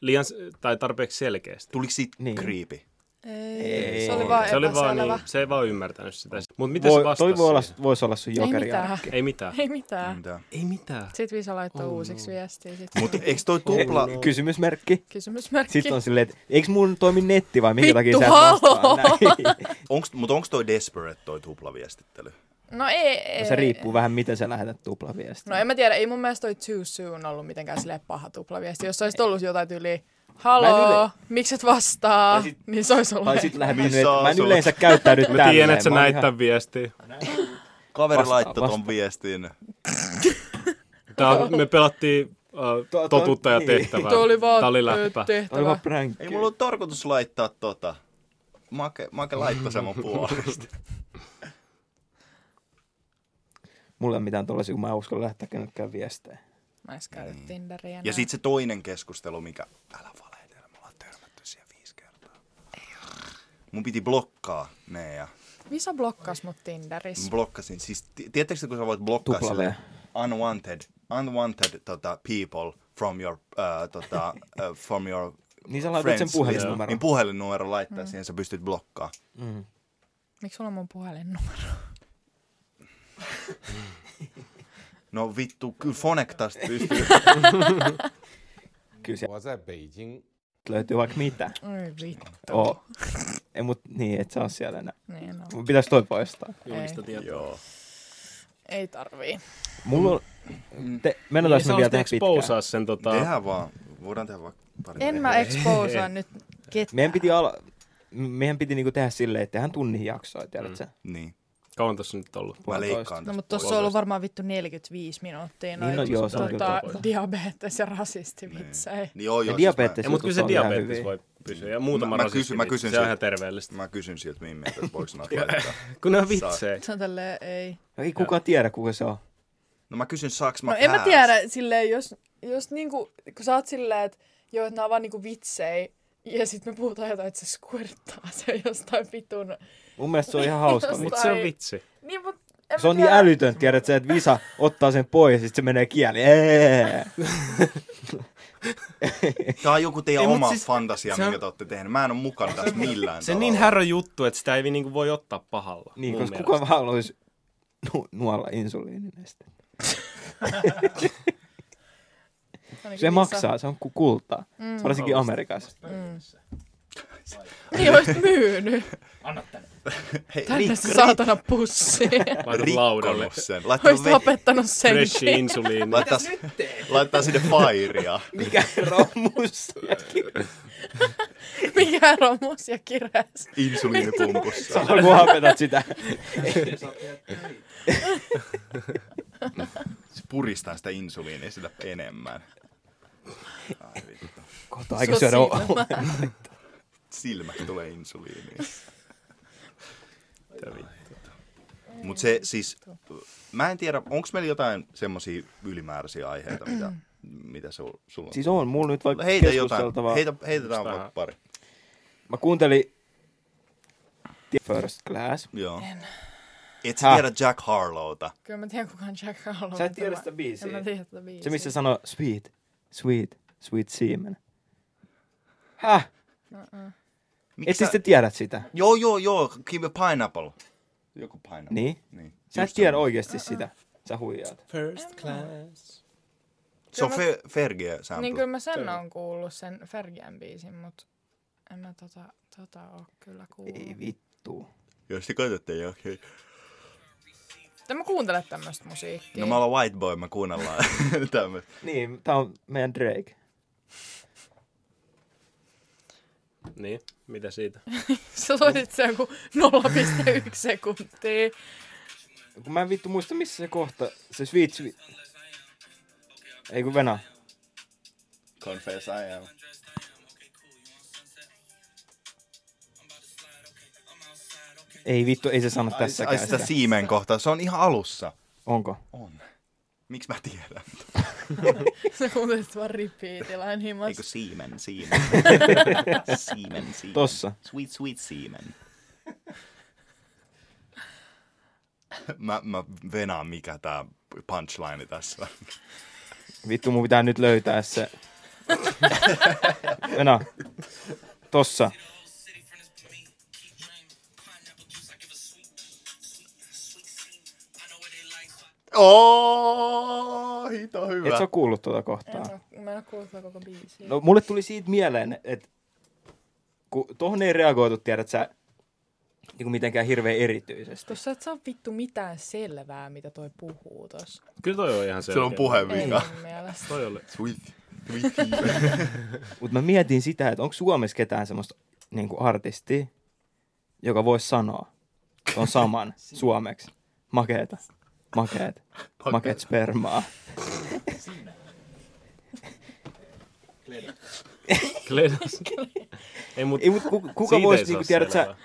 S4: Liian, s- tai tarpeeksi selkeästi.
S5: Tuliko siitä
S2: Niin.
S5: niin. creepy?
S3: Ei, se oli vaan
S4: Se oli vaan niin,
S3: epäselvä.
S4: se ei vaan ymmärtänyt sitä. Mutta miten se
S2: Voi,
S4: vastasi
S2: toi voi olla,
S4: siihen?
S2: voisi olla sun jokeri.
S3: mitään.
S2: ainakin.
S4: Ei mitään.
S3: Ei mitään.
S5: Mitä?
S4: Ei mitään.
S3: Sitten Viisa laittoi
S2: Oh.
S3: uusiksi viestiä. Sit
S5: Mutta eiks toi tupla...
S4: niin.
S2: Kysymysmerkki.
S3: kysymysmerkki.
S2: Sitten on silleen, että eikö mun toimi netti vai minkä
S3: Vittu,
S2: takia sä et vastaa
S3: haloo!
S2: näin?
S5: Onks, mut onks toi desperate toi tuplaviestittely?
S3: No ei, (laughs) ei.
S2: No se riippuu vähän, miten sä lähetät tuplaviestin.
S3: No en mä tiedä, ei mun mielestä toi too soon ollut mitenkään silleen paha tuplaviesti. Jos olisi ollut jotain tyyliä, haloo,
S2: yle-
S3: miksi et vastaa,
S2: Tai sit-
S3: niin se olisi ollut.
S2: Tai sit lähetin,
S5: Missä
S2: että mä en
S5: asut?
S2: yleensä käyttäydy
S4: (laughs) Mä tiedän,
S2: tälleen.
S4: että sä
S2: Mä oon
S4: näit
S2: ihan-
S4: tämän viestin.
S5: Kaveri
S2: Vastaa,
S5: laittoi ton
S2: vastaa.
S5: viestin.
S4: Tää, on- me pelattiin
S2: Tuo-
S4: äh,
S2: tuo-
S4: totuutta ja
S2: niin.
S4: tehtävää.
S3: Tuo oli vaan
S4: Tää
S3: ö,
S4: oli läppä.
S2: Toi oli vaan
S3: tehtävä.
S2: pränkki.
S5: Ei mulla ollut tarkoitus laittaa tota. Make, make laittoi
S4: (laughs)
S5: sen mun puolesta.
S2: Mulla ei ole mitään tollasia, kun mä en uskalla lähettää kenellekään viestejä.
S3: Mä edes käytä
S4: Niin.
S3: Tinderiä
S5: Ja
S3: enää.
S5: sit se toinen keskustelu, mikä... Älä valehtele, me ollaan törmätty siihen viisi kertaa. Mun piti blokkaa ne ja...
S3: Visa blokkas mut
S5: Mä
S3: Tinderissä.
S5: blokkasin. Siis, ti- tiedättekö, kun sä voit blokkaa
S2: Tupla
S5: sille unwanted, unwanted tota, people from your, uh, tota, uh, from your
S2: Niin (laughs) sä laitat sen
S5: friends
S2: puhelinnumeron.
S5: list. Niin puhelinnumero laittaa mm. siihen, sä pystyt blokkaa.
S3: Miksi sulla on mun puhelinnumero?
S5: No vittu, kyllä
S3: (laughs)
S5: Fonectasta pystyy.
S2: Kyllä sieltä löytyy vaikka mitä.
S3: Oi vittu.
S2: Oo. Ei, mut niin, et sä oo siellä enää.
S3: Niin no.
S2: Mun pitäis toi poistaa.
S3: Ei,
S4: Julkista tietoa.
S5: Joo.
S3: ei tarvii.
S2: Mulla on... Te,
S4: Niin,
S2: mennään
S4: sä
S2: me vielä
S4: haluaisit
S2: tähän pitkään.
S4: exposaa sen tota...
S5: Tehdään vaan. Voidaan tehdä vaikka pari.
S3: En mä exposea nyt ketään.
S2: Meidän piti, ala, meidän piti niinku tehdä silleen, että tehdään tunnin jaksoa, tiedätkö? Mm.
S5: Niin.
S4: Kauan tossa nyt ollut?
S5: Mä
S2: Puolitoista.
S5: leikkaan
S3: No
S5: tästä
S3: mutta tossa on ollut varmaan vittu 45 minuuttia noita
S2: no joo, se on kyllä
S3: tota,
S2: totta.
S3: diabetes ja rasistivitsejä.
S5: pois. Niin, joo, joo,
S2: Ja
S5: siis mä-
S2: diabetes
S4: Ei, mutta kyllä
S2: jutut
S4: se
S2: on ihan
S4: diabetes
S2: hyviä.
S4: voi pysyä. Ja muutama
S5: Mä- mä
S4: rasisti
S5: kysyn- mä
S4: vitsi.
S5: kysyn
S4: Se on
S5: sen.
S4: ihan terveellistä.
S5: Mä kysyn siltä Mimmi, että voiko näitä laittaa.
S4: Kun ne on vitsejä.
S3: Se on tälleen, ei.
S2: No Ei kukaan tiedä, kuka se on.
S5: No mä kysyn, saaks mä
S3: No en mä
S5: pass?
S3: tiedä, silleen, jos, jos niinku, kun sä oot silleen, että joo, että nää on vaan niinku vitsejä, ja sit me puhutaan jotain, että se squirttaa se jostain vitun.
S2: Mun mielestä se on ihan hauska.
S3: Jostain.
S4: Mutta se on vitsi.
S3: Niin, mut en
S2: Se
S3: mä
S2: on niin
S3: tiedä.
S2: älytön, tiedät sä, että Visa ottaa sen pois ja sitten se menee kieli. Eee.
S5: Tämä on joku teidän
S4: Ei,
S5: ei,
S4: mut
S5: oma
S4: siis-
S5: siis, fantasia,
S4: se on-
S5: minkä te olette tehneet. Mä en ole mukana tässä millään
S4: (laughs) Se on
S5: tavalla.
S4: niin härrö juttu, että sitä ei niinku voi ottaa pahalla.
S2: Niin,
S4: mun
S2: koska kuka
S4: mielestä.
S2: vaan haluaisi nu- nuolla insuliininesta.
S3: Ainakin
S2: Se
S3: Lisa.
S2: maksaa, se on kuin kultaa. Varsinkin Amerikassa.
S3: Mm. Niin olisit
S2: (laughs)
S3: myynyt.
S6: Anna tänne.
S5: Hei,
S3: Tänne se saatana pussi.
S2: (laughs)
S4: Laitat laudalle.
S5: rikkonut sen.
S2: No
S5: Laittaa,
S3: Olisit
S5: ve-
S3: lopettanut sen.
S4: Fresh insuliini.
S5: laittaa, (laughs) laittaa sinne fairia.
S2: Mikä romus?
S3: (laughs) Mikä romus ja kiräs.
S5: Insuliinipumpussa.
S2: Kun hapetat sitä.
S5: Se puristaa sitä insuliinia sitä enemmän. Ai vittu.
S2: Kohta aika syödä o-
S5: Silmät tulee insuliiniin. Mutta se siis, mä en tiedä, onko meillä jotain semmoisia ylimääräisiä aiheita, mitä, mitä sul, sulla on?
S2: Siis on mulla nyt vaikka
S5: heitä jotain,
S2: keskusteltavaa.
S5: heitä, heitetään
S4: Tähän.
S5: vaikka pari.
S2: Mä kuuntelin First Class.
S5: Joo. En. Et
S2: Häh?
S5: sä tiedä Jack Harlowta.
S3: Kyllä mä tiedän, kuka on Jack Harlow.
S2: Sä et
S3: mutta
S2: tiedä
S3: mä-
S2: sitä biisiä.
S3: En mä tiedä sitä biisiä.
S2: Se, missä sanoo sweet, sweet, sweet semen. Häh?
S5: Miksi
S2: Et siis
S5: sä-
S2: te tiedät sitä?
S5: Joo, joo, joo, give a pineapple. Joku pineapple.
S2: Niin?
S5: niin.
S2: Sä et
S5: Just
S2: tiedä
S5: semmoinen.
S2: oikeasti sitä. Sä huijaat.
S4: First class.
S5: Se on fe- Fergie sample.
S3: Niin kyllä mä sen oon kuullut, sen Fergien biisin, mut en mä tota, tota oo kyllä
S2: Ei
S3: kuullut.
S2: vittu.
S5: Jos te katsotte johonkin.
S3: Mutta mä kuuntele tämmöstä musiikkia.
S5: No mä ollaan white boy, mä kuunnellaan (laughs) tämmöistä.
S2: Niin, tää on meidän Drake.
S4: Niin, mitä siitä?
S3: Sä soitit sen joku 0,1 sekuntia.
S2: Kun mä en vittu muista missä se kohta, se sweet sweet. Ei kun Venä.
S5: Confess I am.
S2: Ei vittu, ei se sano tässä
S5: Ai
S2: sitä.
S5: sitä siimen kohtaa, se on ihan alussa.
S2: Onko?
S5: On. Miksi mä tiedän?
S3: Sä kuuntelit vaan repeatillä himas.
S5: Eikö siimen, siimen. (laughs) siimen, siimen.
S2: Tossa.
S5: Sweet, sweet siimen. mä, mä venaan mikä tää punchline tässä on.
S2: Vittu, mun pitää nyt löytää (laughs) se. Venä. Tossa.
S5: Oh, hito
S2: Et
S5: hyvä.
S2: sä oo kuullut tuota
S3: En
S2: kohtaa.
S3: oo- Mä en oo kuullut tätä koko biisiä.
S2: No mulle tuli siitä mieleen, että kun tohon ei reagoitu, tiedät sä, niin mitenkään hirveän erityisesti.
S3: Tuossa et saa vittu mitään selvää, mitä toi puhuu tossa.
S4: Kyllä toi on ihan selkeä.
S5: Se on
S3: Ei
S5: puhevika.
S3: mun mielestä. (laughs)
S4: Toi oli.
S5: Sweet, (laughs) sweet siimen.
S2: Mutta mä mietin sitä, että onko Suomessa ketään semmoista niin artistia, joka voisi sanoa on
S4: (laughs)
S2: saman suomeksi. Makeeta, makeet, makeet spermaa.
S4: Kledas. (laughs) Ei, mut
S2: Ei, mut ku, kuka
S4: siitä
S2: voisi,
S4: ei saa
S2: niinku, tiedät sä,
S4: selvää.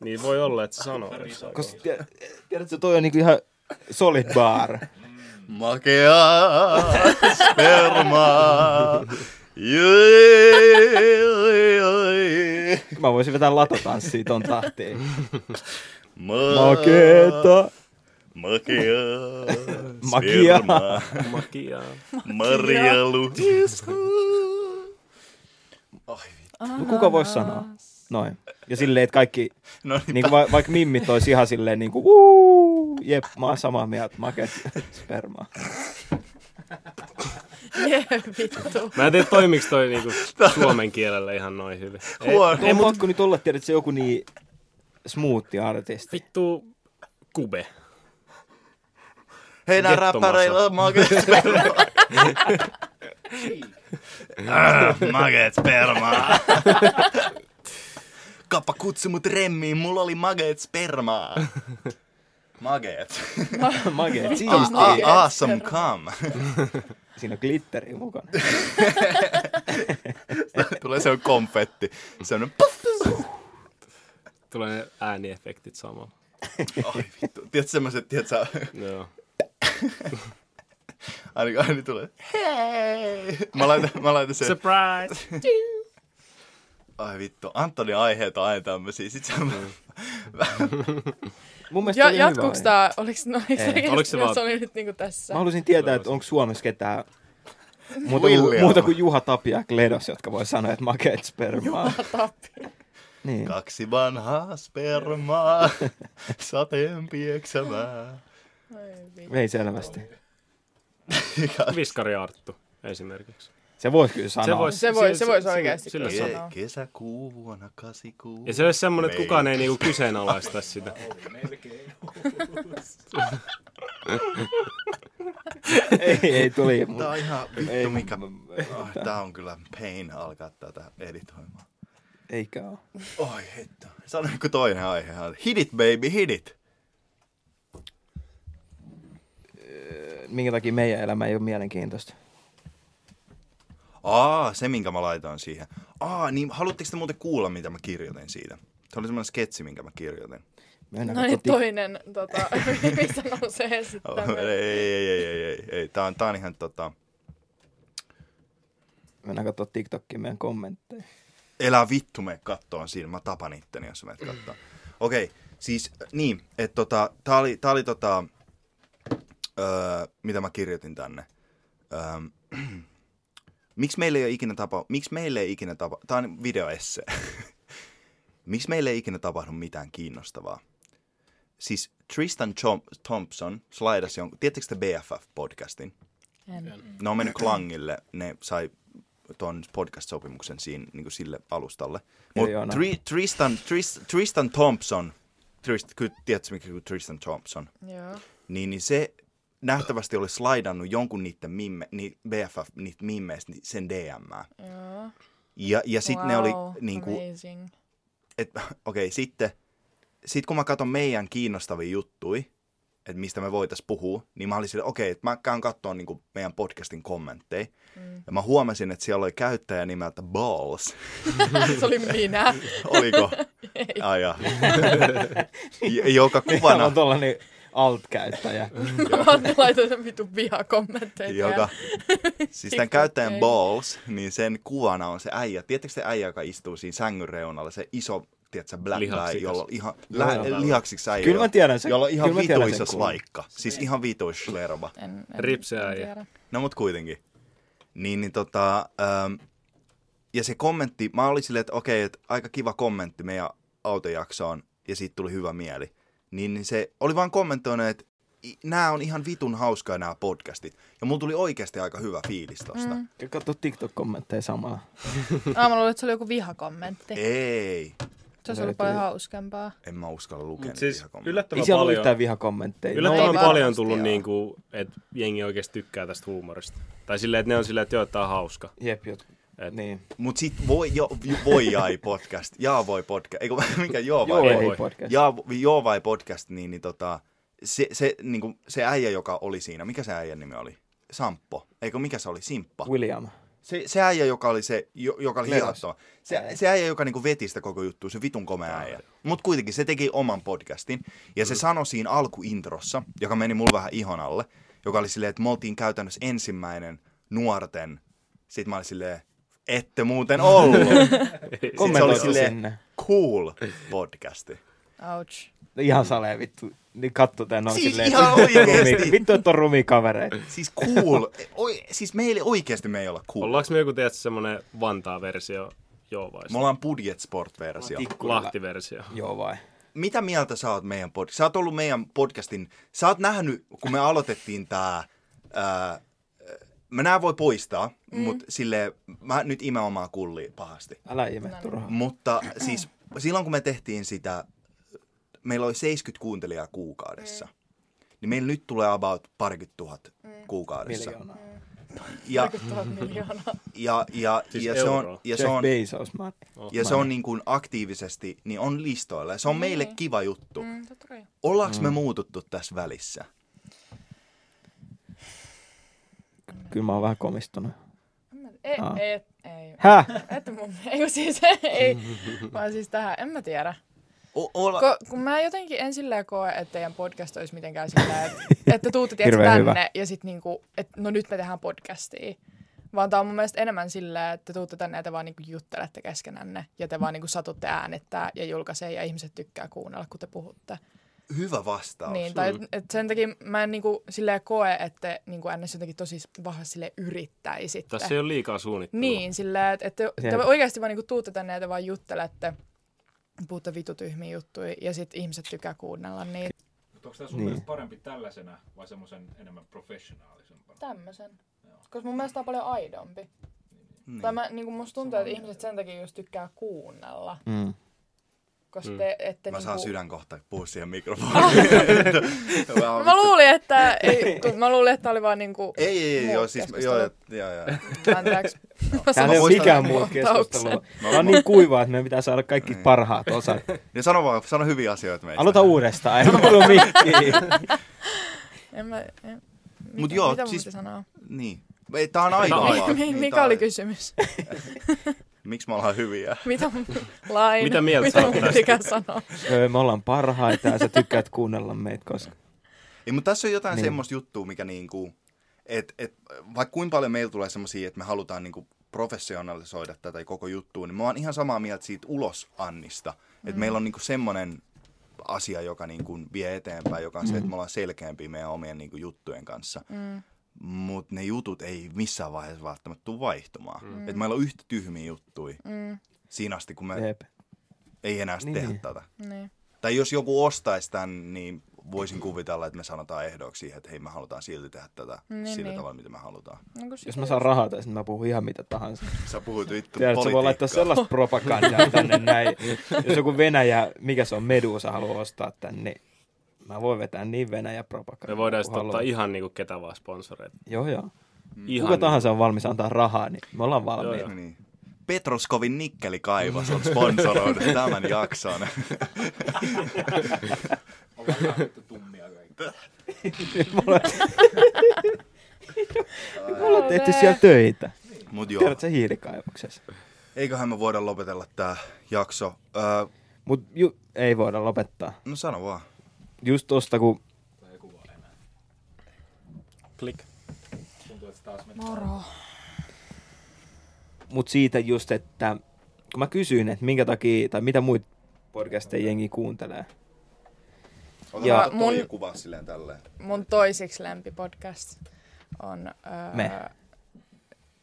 S4: Niin voi olla, että se sanoo.
S2: koska tie- tiedät sä, toi on niinku ihan solid bar.
S5: Makeaa spermaa. Jee.
S2: Mä voisin vetää latatanssia ton tahtiin.
S5: Ma-
S2: Makeeta,
S5: Makeaa
S2: Magia.
S5: spermaa.
S4: Makia.
S5: Marjalu.
S2: Mut kuka voisi sanoa? Noin. Ja silleen, että kaikki,
S5: No niin,
S2: niin kuin va, vaikka mimmit olisi ihan silleen niin kuin, uu, jep, mä oon samaa mieltä, makeet spermaa.
S3: Jee, vittu.
S4: Mä en tiedä, toimiks toi
S2: (laughs)
S4: niinku suomen kielellä ihan noin hyvin. Ei,
S5: huono.
S2: Ei, on pakko nyt olla, tiedät, se joku niin smoothi
S3: (laughs)
S2: artisti.
S4: vittu kube.
S5: Hei nää
S4: gettomassa.
S5: räppäreillä oh, on makeet spermaa. Äh, Makeet spermaa. Kappa kutsu mut remmiin, mulla oli mageet spermaa. Mageet.
S2: Makeet,
S5: Ah,
S2: siisti.
S5: ah, awesome come.
S2: siis
S5: (laughs)
S2: Siinä on glitteri mukana.
S5: Tulee se on konfetti. Se on puff.
S4: Tulee ne ääniefektit samalla.
S5: Ai vittu. Tiedätkö semmoset, tiedätkö,
S4: Joo.
S5: aina, aina tulee. Hei! Mä laitan, mä laitan sen.
S4: Surprise!
S5: Ai vittu, Antoni aiheet on aina tämmösiä. Sit sä...
S2: mun mielestä
S3: Ja,
S2: oli hyvä
S3: jatkuuko
S2: aihe.
S3: tää, oliks, no, oliks,
S2: Ei.
S3: se,
S4: Oliks se
S3: jos
S4: vaan-
S3: oli nyt niinku tässä?
S2: Mä haluaisin tietää, että onko Suomessa ketään muuta, kuin, muuta kuin Juha Tapia ja Kledos, jotka voi sanoa, että makeet spermaa.
S3: Tappi.
S2: Niin.
S5: Kaksi vanhaa spermaa sateen pieksämää.
S3: Ai vittu.
S2: Ei selvästi.
S4: Viskari Arttu esimerkiksi.
S2: Se voisi kyllä sanoa.
S4: vois-
S3: Se voi- se vois
S4: sille-
S3: oikeasti
S4: sille
S3: kyllä
S4: sanoa.
S3: Joo.
S5: Kesäkuu vuonna 86.
S4: Ja se olisi semmoinen, että kukaan ei niinku kyseenalaista sitä.
S2: Ei, ei tuli. Mut
S5: Tää on ihan
S2: Ei,
S5: vittu mikä...
S2: m-
S5: Ai, Tää on kyllä pain alkaa tätä editoimaan.
S2: Eikä ole.
S5: Oi hitto. Sano joku toinen aihe. Hit it baby, hit it.
S2: Minkä takia meidän elämä ei ole mielenkiintoista?
S5: Aa, se minkä mä laitoin siihen. Aa, niin haluatteko te muuten kuulla, mitä mä kirjoitin siitä? Se oli semmoinen sketsi, minkä mä kirjoitin.
S2: Mennään
S3: No niin,
S2: koti-
S3: toinen, tota, (laughs) missä nousee sitten
S5: Oh, ei,
S3: tämmönen.
S5: ei, ei, ei, ei, ei. Tää on, tää on ihan tota...
S2: Mennään katsoa TikTokin meidän kommentteja.
S5: Elä vittu me kattoon siinä, mä tapan itteni, jos mä menet kattoon. Okei, okay, siis niin, että tota, tää oli, tää oli tota, öö, mitä mä kirjoitin tänne. Öö, (clears throat) miksi meille ei ole ikinä tapa, miksi meille ei ikinä tapa, tää on videoesse. (laughs) miksi meille ei ikinä tapahdu mitään kiinnostavaa? Siis Tristan Chom- Thompson slaidasi jonkun, tiedättekö te BFF-podcastin? ne on mennyt Klangille, ne sai ton podcast-sopimuksen siinä, niin kuin sille alustalle. Mut
S2: Miljoona.
S5: Tri- Tristan, Tris- Tristan Thompson, Trist, kyllä tiedätkö mikä on Tristan Thompson,
S3: Joo.
S5: niin, niin se nähtävästi oli slaidannut jonkun niiden mimme, ni, BFF, niitä mimmeistä niin sen DM.
S3: Joo.
S5: Ja, ja sitten ne oli,
S3: Wow,
S5: niin kuin,
S3: Amazing. (laughs)
S5: et, okei, okay, sitten sit kun mä katson meidän kiinnostavia juttui, että mistä me voitais puhua, niin mä olin silleen, okei, okay, että mä käyn katsoa niin meidän podcastin kommentteja. Mm. Ja mä huomasin, että siellä oli käyttäjä nimeltä
S3: (laughs)
S5: Balls.
S3: Se oli
S5: (laughs)
S3: minä.
S5: Oliko? Ai jaa. (laughs) J- joka
S2: (laughs)
S5: kuvana,
S2: on tollanen alt-käyttäjä.
S3: Mä vaan laitoin sen vitun vihakommentteja.
S5: joka, (laughs) siis tämän
S3: TikTok
S5: käyttäjän
S3: ei.
S5: Balls, niin sen kuvana on se äijä. Tiedättekö se äijä, joka istuu siinä sängyn reunalla, se iso, tiedätkö, black guy,
S4: Lihaksikas.
S5: jolla on ihan
S4: Joo.
S5: lä- lihaksiksi äijä.
S2: Kyllä mä tiedän sen.
S5: jolla on ihan
S2: kyllä mä tiedän sen
S5: vituisas
S2: kuvan.
S5: laikka. Siis ihan vituis schlerba.
S3: En, en,
S4: Ripseä ja-
S3: tiedä.
S5: No mut kuitenkin. Niin, niin tota, äm, ja se kommentti, mä olin silleen, että okei, että aika kiva kommentti meidän autojaksoon, ja siitä tuli hyvä mieli. Niin, niin se oli vaan kommentoinut, että nämä on ihan vitun hauskaa nämä podcastit. Ja mulla tuli oikeasti aika hyvä fiilis tosta. Mm.
S2: Katso TikTok-kommentteja samalla.
S3: Ah, mä luulen, että se oli joku vihakommentti.
S5: Ei,
S3: Se olisi ollut paljon hauskempaa.
S5: en mä uskalla lukea
S4: Mut
S5: niitä
S4: siis
S5: vihakommentteja.
S2: Ei
S4: yllättävän
S2: siellä ollut
S4: paljon,
S2: yhtään vihakommentteja.
S4: yllättävän
S3: Ei
S2: No,
S3: varmasti
S4: paljon on tullut
S3: oo.
S4: niinku, että jengi oikeasti tykkää tästä huumorista. Tai silleen, että ne on silleen, että joo, tää on hauska.
S2: Jep, jot.
S4: Et-
S2: Niin.
S5: Mut sit voi, jo, voi jai podcast, jaa voi podcast, eikö (laughs) mikä joo vai
S2: Joo,
S4: ei
S2: ei
S4: voi.
S2: podcast.
S5: Ja, joo vai podcast, niin, niin tota, se, se, niin kuin, se äijä, joka oli siinä, mikä se äijän nimi oli? Samppo. Eikö mikä se oli? Simppa.
S2: William.
S5: Se, se äijä, joka oli se, jo, joka oli
S2: Kleros.
S5: hihattava. Se, se äijä, joka niinku veti sitä koko juttua, se vitun komea äijä. Mutta kuitenkin se teki oman podcastin. Ja
S2: Mm.
S5: se sanoi siinä alkuintrossa, joka meni mulla vähän ihon alle, joka oli silleen, että me oltiin käytännössä ensimmäinen nuorten. Sitten mä olin silleen, ette
S2: (laughs)
S5: muuten ollut.
S2: Kommentoiko
S5: silleen-
S2: sinne?
S5: Cool podcasti.
S3: Ouch.
S2: No Ihan salee vittu. Niin katso tän on
S5: Siis
S2: silleen.
S5: ihan oikeesti.
S2: Vittu, että on rumikavereita.
S5: Siis cool. (laughs) Oi, siis meille oikeasti me ei olla cool.
S4: Ollaanko me joku, tiedätkö, semmonen Vantaa-versio? Joo vai?
S5: Me ollaan budget sport versio.
S4: Lahti-versio.
S2: Joo vai?
S5: Mitä mieltä sä oot meidän pod... Sä oot ollut meidän podcastin... Sä oot nähnyt, kun me aloitettiin tää... Ää, mä nää voi poistaa, mm. mutta sille mä nyt imen omaa kullia pahasti.
S2: Älä ime turhaan.
S5: Mutta siis silloin kun me tehtiin sitä, meillä oli 70 kuuntelijaa kuukaudessa. Mm. Niin meillä nyt tulee about parikymmentä tuhat kuukaudessa.
S2: Miljoonaa.
S5: Ja, (laughs)
S3: 30 miljoonaa.
S5: ja, ja,
S4: Siis
S5: ja, se on,
S4: euroa.
S5: ja se
S2: Jeff
S5: on,
S2: Bezos, man.
S5: ja se on niin kuin aktiivisesti, niin on listoilla. Ja se on meille kiva juttu.
S3: Mm, totta kai.
S5: Ollaanko me muututtu tässä välissä?
S2: Kyllä mä oon vähän komistunut.
S3: En mä- Ei,
S2: Aa.
S3: ei, E- ei.
S2: Häh?
S3: Et mun, ei kun siis, (laughs) ei, vaan siis tähän, en mä tiedä.
S5: O- olla...
S3: Ko, kun mä jotenkin en silleen koe, että teidän podcast olisi mitenkään
S2: (laughs)
S3: silleen, että, että tuutte tietysti
S2: Hirveän
S3: tänne
S2: hyvä.
S3: ja sitten niinku, että no nyt me tehdään podcastia. Vaan tää on mun mielestä enemmän silleen, että te tuutte tänne ja te vaan niinku juttelette keskenänne ja te vaan niinku satutte äänettää ja julkaisee ja ihmiset tykkää kuunnella, kun te puhutte.
S5: hyvä vastaus.
S3: Niin, tai et, et sen takia mä en niinku silleen koe, että niinku ns. jotenkin tosi vahvasti sille yrittäisitte.
S4: Tässä ei ole liikaa suunnittelua.
S3: Niin, sillä että, että te
S2: Jep.
S3: oikeasti vaan niinku tuutte tänne ja te vaan juttelette. Puhutte vitu tyhmiä juttuja ja sit ihmiset tykkää kuunnella niitä.
S6: Mutta onko tämä sun
S2: Niin.
S6: mielestä parempi tällaisena vai semmoisen enemmän professionaalisempana?
S3: Tämmösen. Koska mun mielestä on paljon aidompi. Niin. Tai mä, niinku musta tuntuu, että ihmiset sen takia just tykkää kuunnella.
S2: Mm.
S3: Koska
S4: Mm.
S3: te ette
S5: Mä saan
S3: niinku...
S5: sydänkohta puhua siihen mikrofoniin.
S3: No (laughs) Mä luulin, että, ei, tu- mä luulin, että oli vaan niinku...
S5: (laughs) ei, ei, ei,
S3: muut
S5: joo, siis, joo,
S3: keskustelut.
S5: joo, joo.
S3: Anteeksi.
S2: Täällä ei ole
S5: muistan-
S2: mikään muu keskustelu. Tämä on niin kuivaa, että meidän pitää saada kaikki parhaat osat.
S5: Ja Niin sano vaan, sano hyviä asioita meistä.
S2: Aloita
S5: (laughs)
S2: uudestaan, ei mulla ole mikkiä.
S3: En mä, en, mitä,
S5: Mut joo,
S3: mitä mun
S5: siis-
S3: piti sanoa?
S5: Niin. Ei, tää on Niin, aito.
S3: Mi- mi- Mikä oli kysymys? (laughs)
S5: Miksi me ollaan hyviä?
S3: Mitä mun lain?
S4: Mitä mieltä sä
S3: mitä
S4: oot
S3: mun
S4: tästä?
S3: pitikään sanoa?
S2: Öö, Me ollaan parhaita ja sä tykkäät kuunnella meitä, koska...
S5: Ei, mutta tässä on jotain
S2: Niin.
S5: niin. semmoista juttua, mikä niinku, et, et, vaikka kuinka paljon meillä tulee semmoisia, että me halutaan niinku professionalisoida tätä koko juttua, niin mä oon ihan samaa mieltä siitä ulosannista. Että meillä on niinku semmoinen asia, joka niinku vie eteenpäin, joka on se, että me ollaan selkeämpiä meidän omien niinku juttujen kanssa. Mm. Mutta ne jutut ei missään vaiheessa välttämättä tule vaihtumaan. Mm. Että meillä on yhtä tyhmiä juttuja mm. siinä asti, kun me
S2: Jep.
S5: ei enää
S2: Niin,
S5: niin, tehdä
S2: niin.
S5: niin. tätä.
S3: Niin.
S5: Tai jos joku ostaisi tämän, niin voisin kuvitella, että me sanotaan ehdoksi siihen, että hei, me halutaan silti tehdä tätä
S3: Niin,
S5: niin, sillä
S3: niin.
S5: niin. tavalla, mitä me halutaan.
S3: No, kun
S2: Jos
S3: sit-
S2: mä saan rahaa tästä, niin mä puhun ihan mitä tahansa.
S5: Sä puhut vittu
S2: Tiedät, sä voi laittaa
S5: politiikkaa.
S2: sellaista propagandaa tänne näin. Jos joku Venäjä, mikä se on, Medusa haluaa ostaa tänne, niin mä voin vetää niin Venäjä propagandaa.
S4: Me voidaan sitten
S2: kuin
S4: ottaa
S2: haluan.
S4: ihan niinku ketä vaan sponsoreita.
S2: Joo, joo.
S4: Ihan niinku. niin.
S2: Kuka tahansa on valmis antaa rahaa, niin me ollaan valmiita.
S4: Joo,
S5: Niin. Petroskovin nikkelikaivas on
S2: (laughs)
S5: sponsoroinut tämän jakson.
S6: Ollaan ihan vittu tummia kaikki.
S2: Me ollaan tehty siellä töitä.
S5: Mut joo,
S2: Tiedätkö sä hiilikaivoksessa?
S5: eiköhän me voida lopetella tää jakso. Öö,
S2: Mut ju- ei voida lopettaa.
S5: no sano vaan.
S2: Just tosta, kun
S4: Klik.
S3: Moro.
S2: Mutta siitä just, että kun mä kysyin, että minkä takia, tai mitä muita podcasteja jengi kuuntelee.
S5: Ota
S2: Joo.
S5: ja, mun...
S3: Mun-
S5: kuva silleen tälleen.
S3: Mun toisiksi lempipodcast on... Öö,
S2: Me.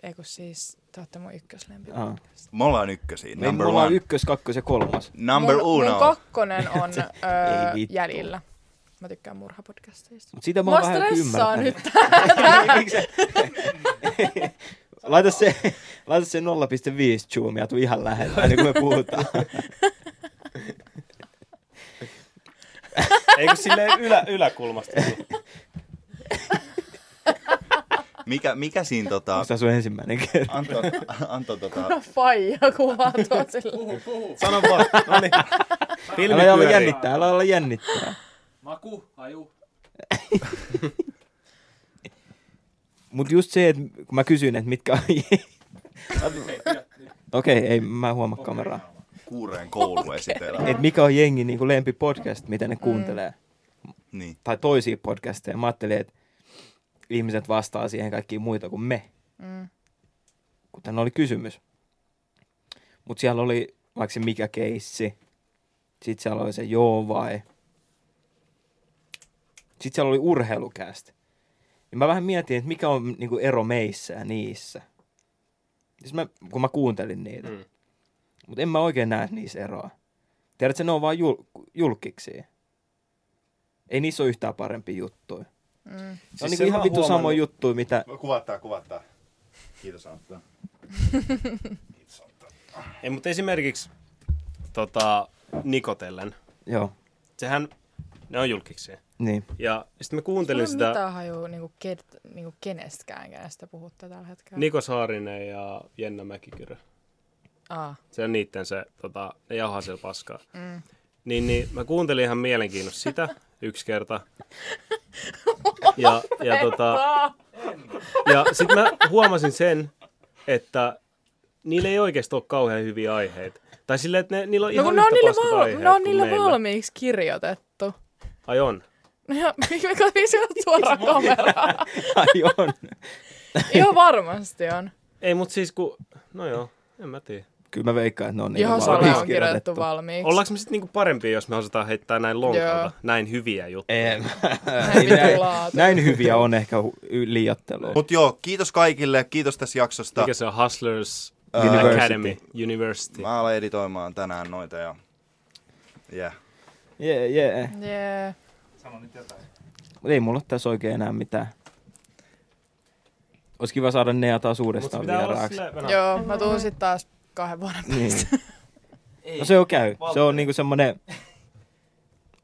S3: Ei kun siis, te ootte mun
S2: Aa.
S3: ykköslempipodcast.
S5: Me ollaan ykkösiä.
S2: Me
S5: Number
S2: Niin, mulla on
S5: one.
S2: ykkös, kakkos ja kolmas.
S5: Number
S3: mun,
S5: uno.
S3: Mun kakkonen
S2: (laughs)
S3: on öö,
S2: Ei vittu.
S3: jäljillä. Mä tykkään murhapodcasteista.
S2: Mut sitä mä
S3: Mua
S2: oon vähän
S3: stressaa
S2: ymmärtänyt. (laughs)
S3: nyt.
S2: Laita se, laita se 0,5 zoomia, ja tuu ihan lähellä, ennen kuin me puhutaan.
S4: Ei kun silleen ylä, yläkulmasta.
S5: Mikä, mikä siinä tota... (laughs)
S2: Onko tää sun ensimmäinen kerta?
S5: Anto, Anto tota...
S3: Faija kuvaa tuo sillä.
S4: Sano vaan. No niin. Filmi
S2: Älä olla
S4: pyörii.
S2: jännittää, älä olla jännittää.
S6: Maku, haju.
S2: Mut just se, että kun mä kysyin, että mitkä on...
S6: Hei, pidä nyt
S2: Okei, ei mä en huomaa kameraa.
S6: naamaa.
S5: kuureen kouluesitelmä.
S2: Et mikä on jengi niin lempi podcast, mitä
S3: Mm.
S2: ne kuuntelee.
S5: Niin.
S2: tai toisia podcasteja. Mä ajattelin, että ihmiset vastaa siihen kaikkiin muita kuin me.
S3: Mm.
S2: Kuten oli kysymys. Mutta siellä oli vaikka se mikä keissi. Sitten siellä oli se joo vai. Sitten siellä oli urheilukästä. Ja mä vähän mietin, että mikä on niinku ero meissä ja niissä. Siis mä, kun mä kuuntelin niitä. Mm.
S4: Mm.
S2: Mutta en mä oikein näe niissä eroa. Tiedätkö, ne on vaan jul- julkiksi. Ei niissä ole yhtään parempi juttuja. Mm. Se on
S4: Siis
S2: niinku
S4: sen
S2: ihan
S4: mä
S2: vittu
S4: huomannut-
S2: samoja juttuja, mitä...
S5: Kuvattaa, kuvattaa. Kiitos Antto.
S4: Ei, mutta esimerkiksi tota, Nikotellen.
S2: Joo,
S4: Sehän, ne on julkiksi.
S2: niin.
S4: Ja sitten mä kuuntelin
S3: Mulla ei ole
S4: sitä
S3: mitään hajua niinku, ket, niinku kenestäkään, kenestä puhutte tällä hetkellä.
S4: Niko Saarinen ja Jenna Mäkikyrö.
S3: Aa,
S4: Se on niitten se, tota, ne jauhaa siellä paskaa. Mm. Niin, niin mä kuuntelin ihan mielenkiinnosta sitä yksi
S3: (laughs)
S4: kerta. Ja, ja, tota, ja sitten mä huomasin sen, että niillä ei oikeasti ole kauhean hyviä aiheita. Tai silleen, että ne, niillä
S3: No
S4: on ihan
S3: kun ne on
S4: yhtä
S3: niille,
S4: paskat
S3: val-
S4: aiheet
S3: ne on
S4: kuin
S3: niille
S4: meillä.
S3: valmiiksi kirjoitettu. (laughs)
S4: Ai on.
S3: No ja mikä miksi on suoraan kameraan?
S2: Ai on.
S3: Ihan varmasti on.
S4: Ei, mutta siis kun... No joo, en mä tiedä.
S2: Kyllä mä veikkaan, että ne on niin niille
S3: Johon sala
S2: valmiiksi
S3: on kirjoitettu valmiiksi.
S4: Ollaanko me sitten niinku parempia, jos me osataan heittää näin lonkalta, näin hyviä juttuja?
S2: Ei, mä-
S3: (laughs) Näin
S2: näin,
S3: vitun laatu.
S2: näin hyviä on ehkä hu- y- liioittelua.
S1: Mutta joo, kiitos kaikille, kiitos tässä jaksosta.
S4: Mikä se on? Hustlers
S2: University.
S4: Academy University.
S1: Mä alan editoimaan tänään noita ja... Yeah.
S2: Jee, jee.
S3: Jee.
S2: Mut ei mulla ole tässä oikein enää mitään. Olisi kiva saada Nea taas
S4: Mutta
S2: uudestaan
S4: pitää olla
S2: vieraaksi.
S4: silleen, Venä-
S3: Joo, mä tuun sit taas kahden vuoden
S2: Niin.
S3: päästä.
S4: (laughs)
S2: No se on käy. Se on niinku semmonen...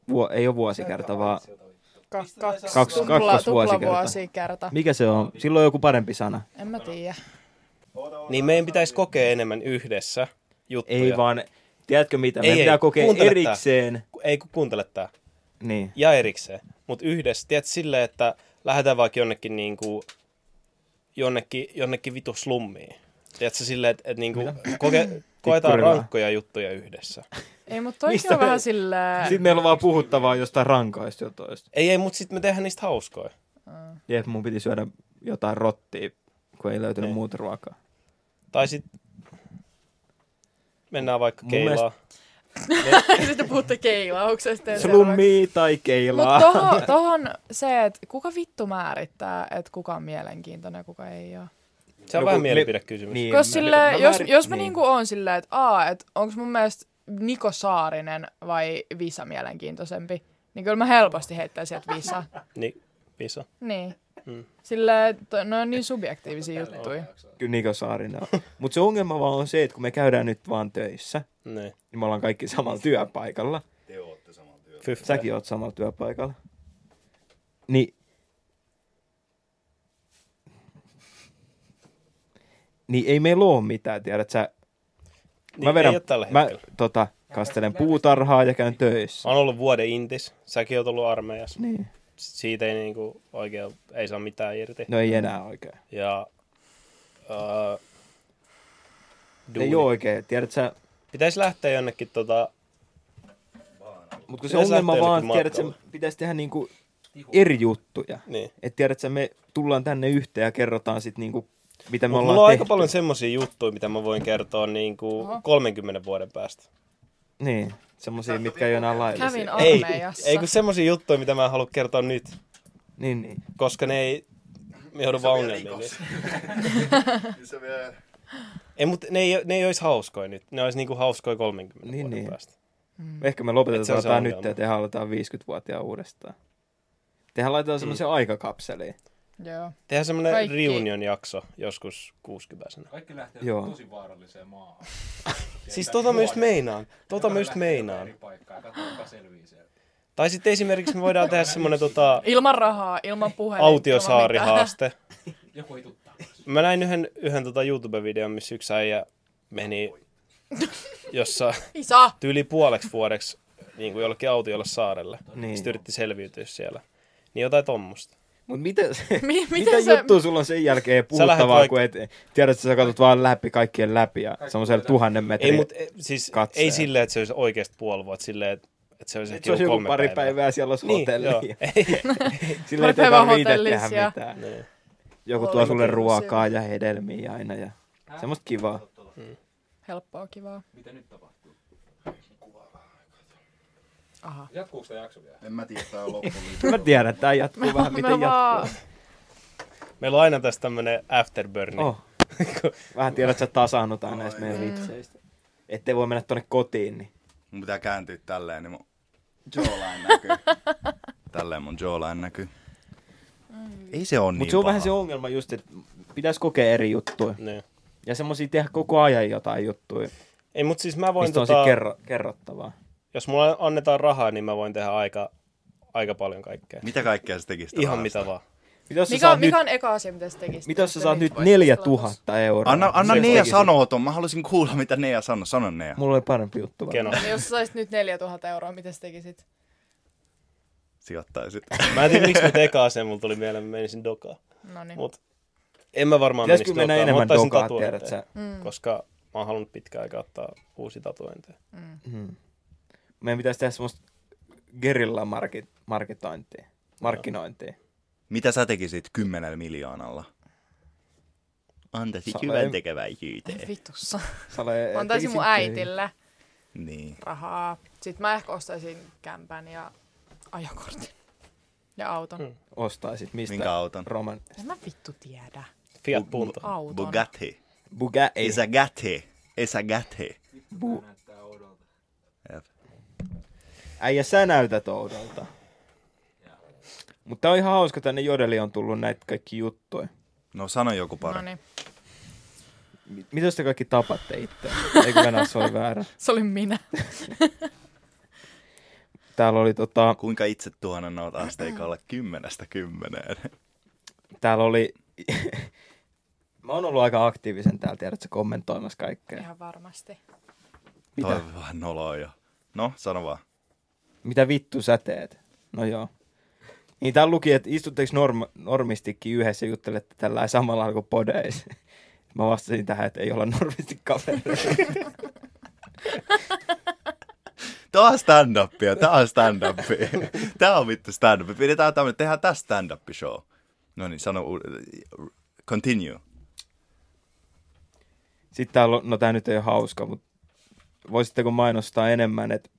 S2: Vuo, ei ole vuosikerta, vaan...
S3: Ka- kaksi.
S2: Kaksi-
S3: Tupla,
S2: kakkosvuosikerta.
S3: tuplavuosikerta.
S2: Mikä se on? Silloin on joku parempi sana.
S3: En mä tiedä.
S4: Niin meidän pitäisi kokea enemmän yhdessä juttuja.
S2: Ei vaan... Tiedätkö mitä? Meidän
S4: Ei, ei,
S2: pitää kokea
S4: kuuntele tää.
S2: erikseen.
S4: Ku- Ei kun kuuntele tää.
S2: Niin.
S4: Ja erikseen. Mutta yhdessä, tiedät silleen, että lähdetään vaikka jonnekin niinku, jonnekin, jonnekin vitu slummiin. Tiedätkö silleen, että et niinku, koke,
S2: (clears throat)
S4: koetaan
S2: Tikkurilla.
S4: rankkoja juttuja yhdessä.
S3: Ei, mutta toikin
S2: Mistä
S3: on
S2: me-
S3: vähän sillä... (laughs)
S2: Sitten meillä on vaan puhuttavaa jostain rankaista jotain.
S4: Ei, ei, mutta sitten me tehdään niistä hauskoja.
S2: Jep, mun piti syödä jotain rottia, kun ei löytynyt
S4: Niin.
S2: muuta ruokaa.
S4: Tai sitten mennään vaikka
S2: Mun
S4: keilaan.
S3: Ja sitten puhutte keilauksesta. ja seuraavaksi.
S2: Slummi tai keilaa.
S3: Mutta tohon, tohon se, että kuka vittu määrittää, että kuka on mielenkiintoinen ja kuka ei ole.
S4: Se on
S2: No,
S4: vähän
S2: kun me-
S4: mielipidekysymys.
S2: Niin,
S3: Koska
S2: mä-
S3: sille,
S2: mä
S3: jos,
S2: määrin-
S3: jos mä
S2: niin.
S3: niinku oon silleen, että aa, että onko mun mielestä Niko Saarinen vai Visa mielenkiintoisempi, niin kyllä mä helposti heittää sieltä Visa.
S4: Niin, Visa.
S3: Niin.
S2: Mm.
S3: Sille, että ne on niin subjektiivisia juttuja.
S2: Niin. Kyllä Niko Saarinen
S3: (laughs)
S2: on. Mutta se ongelma vaan on se, että kun me käydään nyt vaan töissä,
S4: Niin.
S2: niin me ollaan kaikki samalla työpaikalla.
S4: Fyffä.
S2: Säkin oot samalla työpaikalla. Niin. Niin ei meillä oo mitään, tiedät sä.
S4: Niin, ei oo tällä
S2: mä
S4: hetkellä.
S2: tota, kastelen puutarhaa ja käyn töissä.
S4: Mä oon ollut vuoden intis. Säkin oot ollut armeijassa.
S2: Niin.
S4: Siitä ei niinku oikein, ei saa mitään irti.
S2: No ei enää oikein.
S4: Ja... Öö,
S2: Duuni. Ei oo oikein, tiedät sä.
S4: Pitäisi lähteä jonnekin tota...
S2: Mut kun se
S4: Pitäis
S2: ongelma
S4: lähteä
S2: vaan,
S4: jonnekin
S2: tiedät sä,
S4: matkalle.
S2: pitäis tehdä niinku eri juttuja.
S4: Niin.
S2: Et tiedät sä, me tullaan tänne yhteen ja kerrotaan sit niinku, mitä me
S4: Mut
S2: ollaan
S4: mulla on
S2: tehty.
S4: aika paljon semmosia juttuja, mitä mä voin kertoa niinku 30 vuoden päästä.
S2: Niin, semmosia, mitkä ei ole enää laillisia.
S3: Kävin
S4: Ei,
S3: armeijassa.
S4: ei kun semmosia juttuja, mitä mä en halua kertoa nyt,
S2: Niin, niin.
S4: koska ne ei me joudu vaan ongelmiin.
S1: (laughs)
S4: Ei, mutta ne ei, ne ei olisi hauskoja nyt. Ne olisi niinku hauskoja 30
S2: Niin,
S4: vuoden
S2: niin.
S4: päästä.
S3: Mm.
S2: Ehkä me
S4: Et se on
S2: lopetetaan
S4: se
S2: tämä
S4: ongelma.
S2: nyt ja tehdään aletaan 50-vuotiaan uudestaan. Tehän
S4: Mm.
S2: laitetaan semmoisen aikakapseliin.
S3: Joo.
S4: Tehdään semmonen
S3: Kaikki-
S4: reunion-jakso joskus 60
S6: Kaikki lähtee
S2: Joo.
S6: tosi vaaralliseen maahan.
S4: Siis tota mä just meinaan. Tota mä just meinaan.
S6: Eri paikkaa, katsotaan, kuka selviää sieltä.
S4: Tai sitten esimerkiksi me voidaan tehdä semmonen tota,
S3: Ilman rahaa, ilman puhelinta. ilman mitään. (laughs)
S4: autiosaarihaaste.
S6: Joku hituttaa.
S4: Mä näin yhden, yhden tota YouTube-videon, missä yksi äijä meni, jossa
S3: Visa!
S4: tyyli puoleksi vuodeksi niin kuin jollekin autiolle saarelle.
S2: Niin.
S4: Niin. Sitten yritti selviytyä siellä. Niin jotain tommosta.
S2: Mutta miten, se,
S3: (laughs) Mi-
S2: mitä
S3: miten se...
S2: juttua sulla on sen jälkeen puhuttavaa,
S4: lähdet
S2: kun et, tiedät, että sä katsot vaan läpi kaikkien läpi ja semmoisella tuhannen metrin.
S4: Ei, mut, e, siis
S2: katseen.
S4: ei silleen, että se olisi oikeasti puoli vuotta, silleen, että, että se olisi
S2: Nyt
S4: ehkä
S2: se olisi
S4: joku
S2: joku
S4: kolme
S2: pari
S4: päivää.
S2: päivää, siellä olisi
S4: Niin,
S2: hotelli. (laughs)
S4: joo.
S2: ja
S4: Ei,
S2: Sillä ei
S3: Pari päivää
S2: tarvitse itse
S3: hotellissa
S2: tehdä
S3: ja-
S2: mitään.
S4: niin.
S2: Joku tuo
S3: Ollaan
S2: sulle
S3: kyllä
S2: ruokaa ja hedelmiä aina ja semmoista kivaa.
S3: Helppoa, kivaa. Mitä nyt tapahtuu? Aha.
S6: Jatkuuko tämä jakso vielä?
S5: En mä tiedä, tää on loppu.
S2: Mä tiedän, että tämä jatkuu vähän miten
S3: Me
S2: jatkuu.
S3: vaan...
S4: Meillä on aina tässä tämmönen afterburn.
S2: Oh.
S4: (laughs)
S2: Vähän tiedät, että sä tasaannutaan näistä meidän
S4: niin.
S2: vitseistä. Ettei voi mennä tonne kotiin, niin
S1: Mun pitää kääntyä tälleen, niin mun jawline näkyy. Tälleen mun jawline näkyy. Ei se on niin
S2: Mutta se on
S1: paha.
S2: vähän se ongelma just, että pitäisi kokea eri juttuja.
S4: Niin.
S2: Ja semmoisia tehdä koko ajan jotain juttuja,
S4: Ei, mutta siis mä voin
S2: mistä on
S4: tota,
S2: sitten kerro, kerrottavaa.
S4: jos mulla annetaan rahaa, niin mä voin tehdä aika, aika paljon kaikkea.
S1: Mitä kaikkea se tekisi?
S4: Ihan mitä vaan.
S2: Mitä jos sä
S3: Mikä,
S2: saat
S3: mikä
S2: nyt,
S3: on eka asia, mitä sä tekisit?
S2: mitä jos sä saat nyt
S3: Vai-
S2: 4000 euroa?
S1: Anna, anna
S2: Se
S1: Nea
S2: tekisit.
S1: sanoa ton. Mä haluaisin kuulla, mitä Nea sanoo. Sano Nea.
S2: Mulla oli parempi juttu. varmaan.
S4: Keno.
S3: Niin Jos sä saisit nyt 4000 euroa, mitä sä tekisit?
S1: Sijoittaisit.
S4: Mä en tiedä, miksi mä teka sen, mulla tuli mieleen, mä menisin dokaan.
S3: No niin.
S4: Mut en mä varmaan
S2: Pitäisikö
S4: menisi
S2: mennä
S4: dokaan, mä
S2: enemmän
S4: ottaisin
S2: dokaa,
S4: tatuointeja,
S2: tiedät sä?
S4: Koska mä oon halunnut pitkään aikaa ottaa uusi tatuointeja.
S2: Meidän pitäisi tehdä semmoista gerilla market, marketointia, markkinointia.
S1: Mitä sä tekisit kymmenellä miljoonalla?
S5: Antaisit
S2: Sale.
S5: hyvän
S2: Eh,
S5: tekeväisyyteen.
S3: Vitussa.
S2: Sale,
S3: Mä antaisin mun äitille
S5: Niin.
S3: rahaa. Sitten mä ehkä ostaisin kämpän ja ajokortin. Ja auton.
S2: Hmm.
S3: Mm.
S2: Ostaisit mistä?
S5: Minkä auton?
S2: Roman.
S3: En mä vittu tiedä.
S10: Fiat Punto.
S3: Auton.
S5: Bugatti.
S2: Bugatti.
S5: Isä Gatti. Isä Gatti.
S2: Bu-
S5: Jep.
S2: Äijä, sä näytät oudolta. Mutta on ihan hauska, tänne Jodeli on tullut näitä kaikki juttuja.
S5: No sano joku
S3: No
S5: pari.
S3: niin.
S2: M- Mitäs te kaikki tapatte
S3: (laughs)
S2: itse? Eikö Venäjä se oli väärä?
S3: Se oli minä.
S2: Täällä oli, tota,
S5: Kuinka itse tuonan oot
S3: (clears throat)
S5: asteikolla kymmenestä kymmeneen?
S2: täällä oli... (laughs) Mä oon ollut aika aktiivisen täällä, tiedätkö, kommentoimassa kaikkea.
S3: Ihan varmasti.
S5: Toi on vähän noloa jo. No, sano vaan.
S2: Mitä vittu sä teet? No joo. Niin tää luki, että istutteko norm- normistikin yhdessä ja juttelette tällä samalla kuin podeis. (laughs) Mä vastasin tähän, että ei olla normisti kavereita.
S5: Tää on stand-upia, tää on stand-upia. Tää on vittu stand-up. Pidetään tämmönen, tehdään tästä stand-up show. No niin, sano, u- continue.
S2: Sitten täällä on, no tää nyt ei ole hauska, mutta voisitteko mainostaa enemmän, että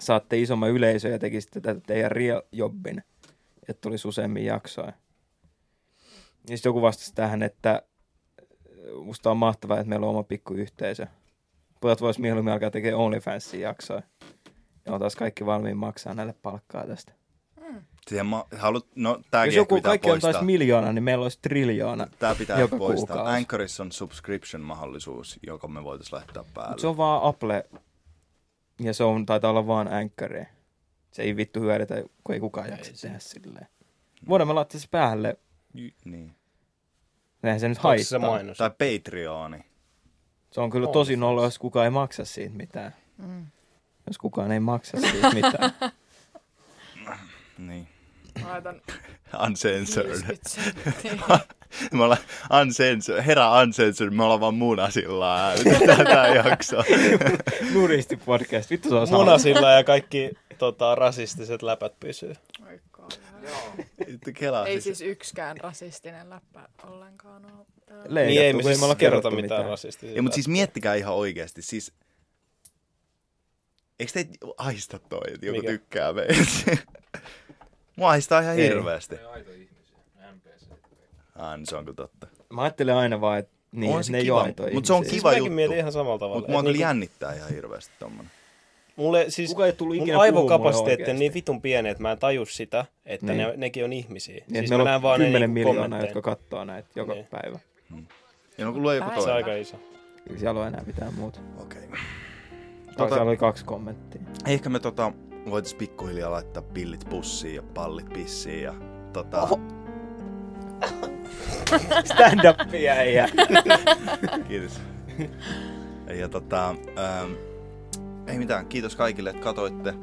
S2: saatte isomman yleisön ja tekisitte tätä teidän real jobbin, että tulisi useammin jaksoja. Ja sitten joku vastasi tähän, että äh, musta on mahtavaa, että meillä on oma pikku yhteisö. Pojat vois mieluummin alkaa tekemään OnlyFansin jaksoja. Ja on taas kaikki valmiin maksaa näille palkkaa tästä.
S5: Siihen ma- haluat, no tääkin
S2: Jos
S5: ehkä
S2: joku
S5: pitää
S2: kaikki on taas
S5: poistaa.
S2: miljoona, niin meillä olisi triljoona.
S5: Tää pitää
S2: joka
S5: poistaa.
S2: kuukausi.
S5: Anchorissa on subscription-mahdollisuus, joka me voitais laittaa päälle.
S2: Mut se on vaan Apple. Ja se on, taitaa olla vaan änkkäri. Se ei vittu hyödytä, kun ei kukaan jaksa tehdä silleen. Voidaan me laittaa se päälle.
S5: Y- niin.
S2: Eihän se nyt
S10: Onko se se
S2: haittaa.
S10: mainos?
S5: Tai Patreoni.
S2: Se on kyllä tosi nolla, jos kukaan ei maksa siitä mitään. Hmm. Jos kukaan ei maksa
S4: (laughs)
S2: siitä mitään.
S5: Niin.
S3: Mä laitan
S2: Niin,
S5: Uncensored.
S3: (laughs) 50 senttiä.
S2: siis-
S5: Me ollaan uncensored. Herra uncensored, me ollaan vaan munasillaan (laughs) äänitetään tää jakso.
S2: Nuristi podcast. Vittu se on sama.
S4: Munasilla ja kaikki tota, rasistiset läpät pysyy.
S3: Oi kauhean.
S5: Vittu, Kelaa,
S3: Ei
S5: siis,
S3: siis yksikään rasistinen läppä ollenkaan ole. täällä.
S2: Leikattu,
S4: Niin ei
S2: kun
S4: me siis
S2: olla
S4: kerrota
S2: kerrottu
S4: mitään, mitään rasistista.
S5: Ei, mutta siis miettikää ihan oikeasti. Siis, eikö te aista toi, että joku
S4: Mikä?
S5: Mikä? tykkää meistä? (laughs) Mua aistaa ihan
S2: Ei.
S5: hirveästi. Ah, niin se on kyllä totta.
S2: Mä ajattelen aina vaan, että niin,
S5: On
S2: että
S5: se
S2: ne
S5: kiva,
S2: joaitoi
S5: mut se on
S2: ihmisiä.
S5: kiva
S4: Siis mäkin
S5: juttu.
S4: mietin ihan samalla tavalla.
S5: Mutta mua
S4: Et
S5: kyllä
S4: niinku-
S5: jännittää ihan hirveästi tommonen.
S4: Mulle siis,
S2: Kuka ei tullut
S4: mun
S2: ikinä puhumaan
S4: aivokapasiteetti on
S2: oikeesti.
S4: niin vitun pieni, että mä en taju sitä, että
S2: Niin.
S4: ne, nekin on ihmisiä.
S2: Niin,
S4: siis
S2: siis
S4: mä
S2: meillä
S4: näen
S2: on
S4: vaan ne
S2: 10
S4: niinku
S2: miljoonaa, jotka
S4: kommentteja.
S2: katsoo näitä joka
S4: Niin.
S2: päivä.
S5: Ja no kun luo joku
S4: Se on
S5: toinen.
S4: aika iso.
S2: Ei siellä ole enää mitään muuta.
S5: Okei.
S2: Tota...
S5: Tota-
S2: Siellä oli kaksi kommenttia.
S5: Ehkä me tota, voitais pikkuhiljaa laittaa pillit pussiin ja pallit pissiin ja tota...
S2: Stand up jäijä.
S5: Kiitos. Ja tota, ähm, ei mitään, kiitos kaikille, että katoitte.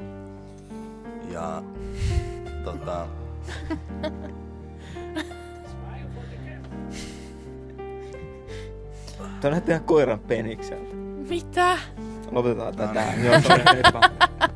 S5: Ja tota...
S2: Tuo näyttää ihan koiran penikseltä.
S3: Mitä?
S2: Lopetetaan tätä. Joo, sorry, heippa.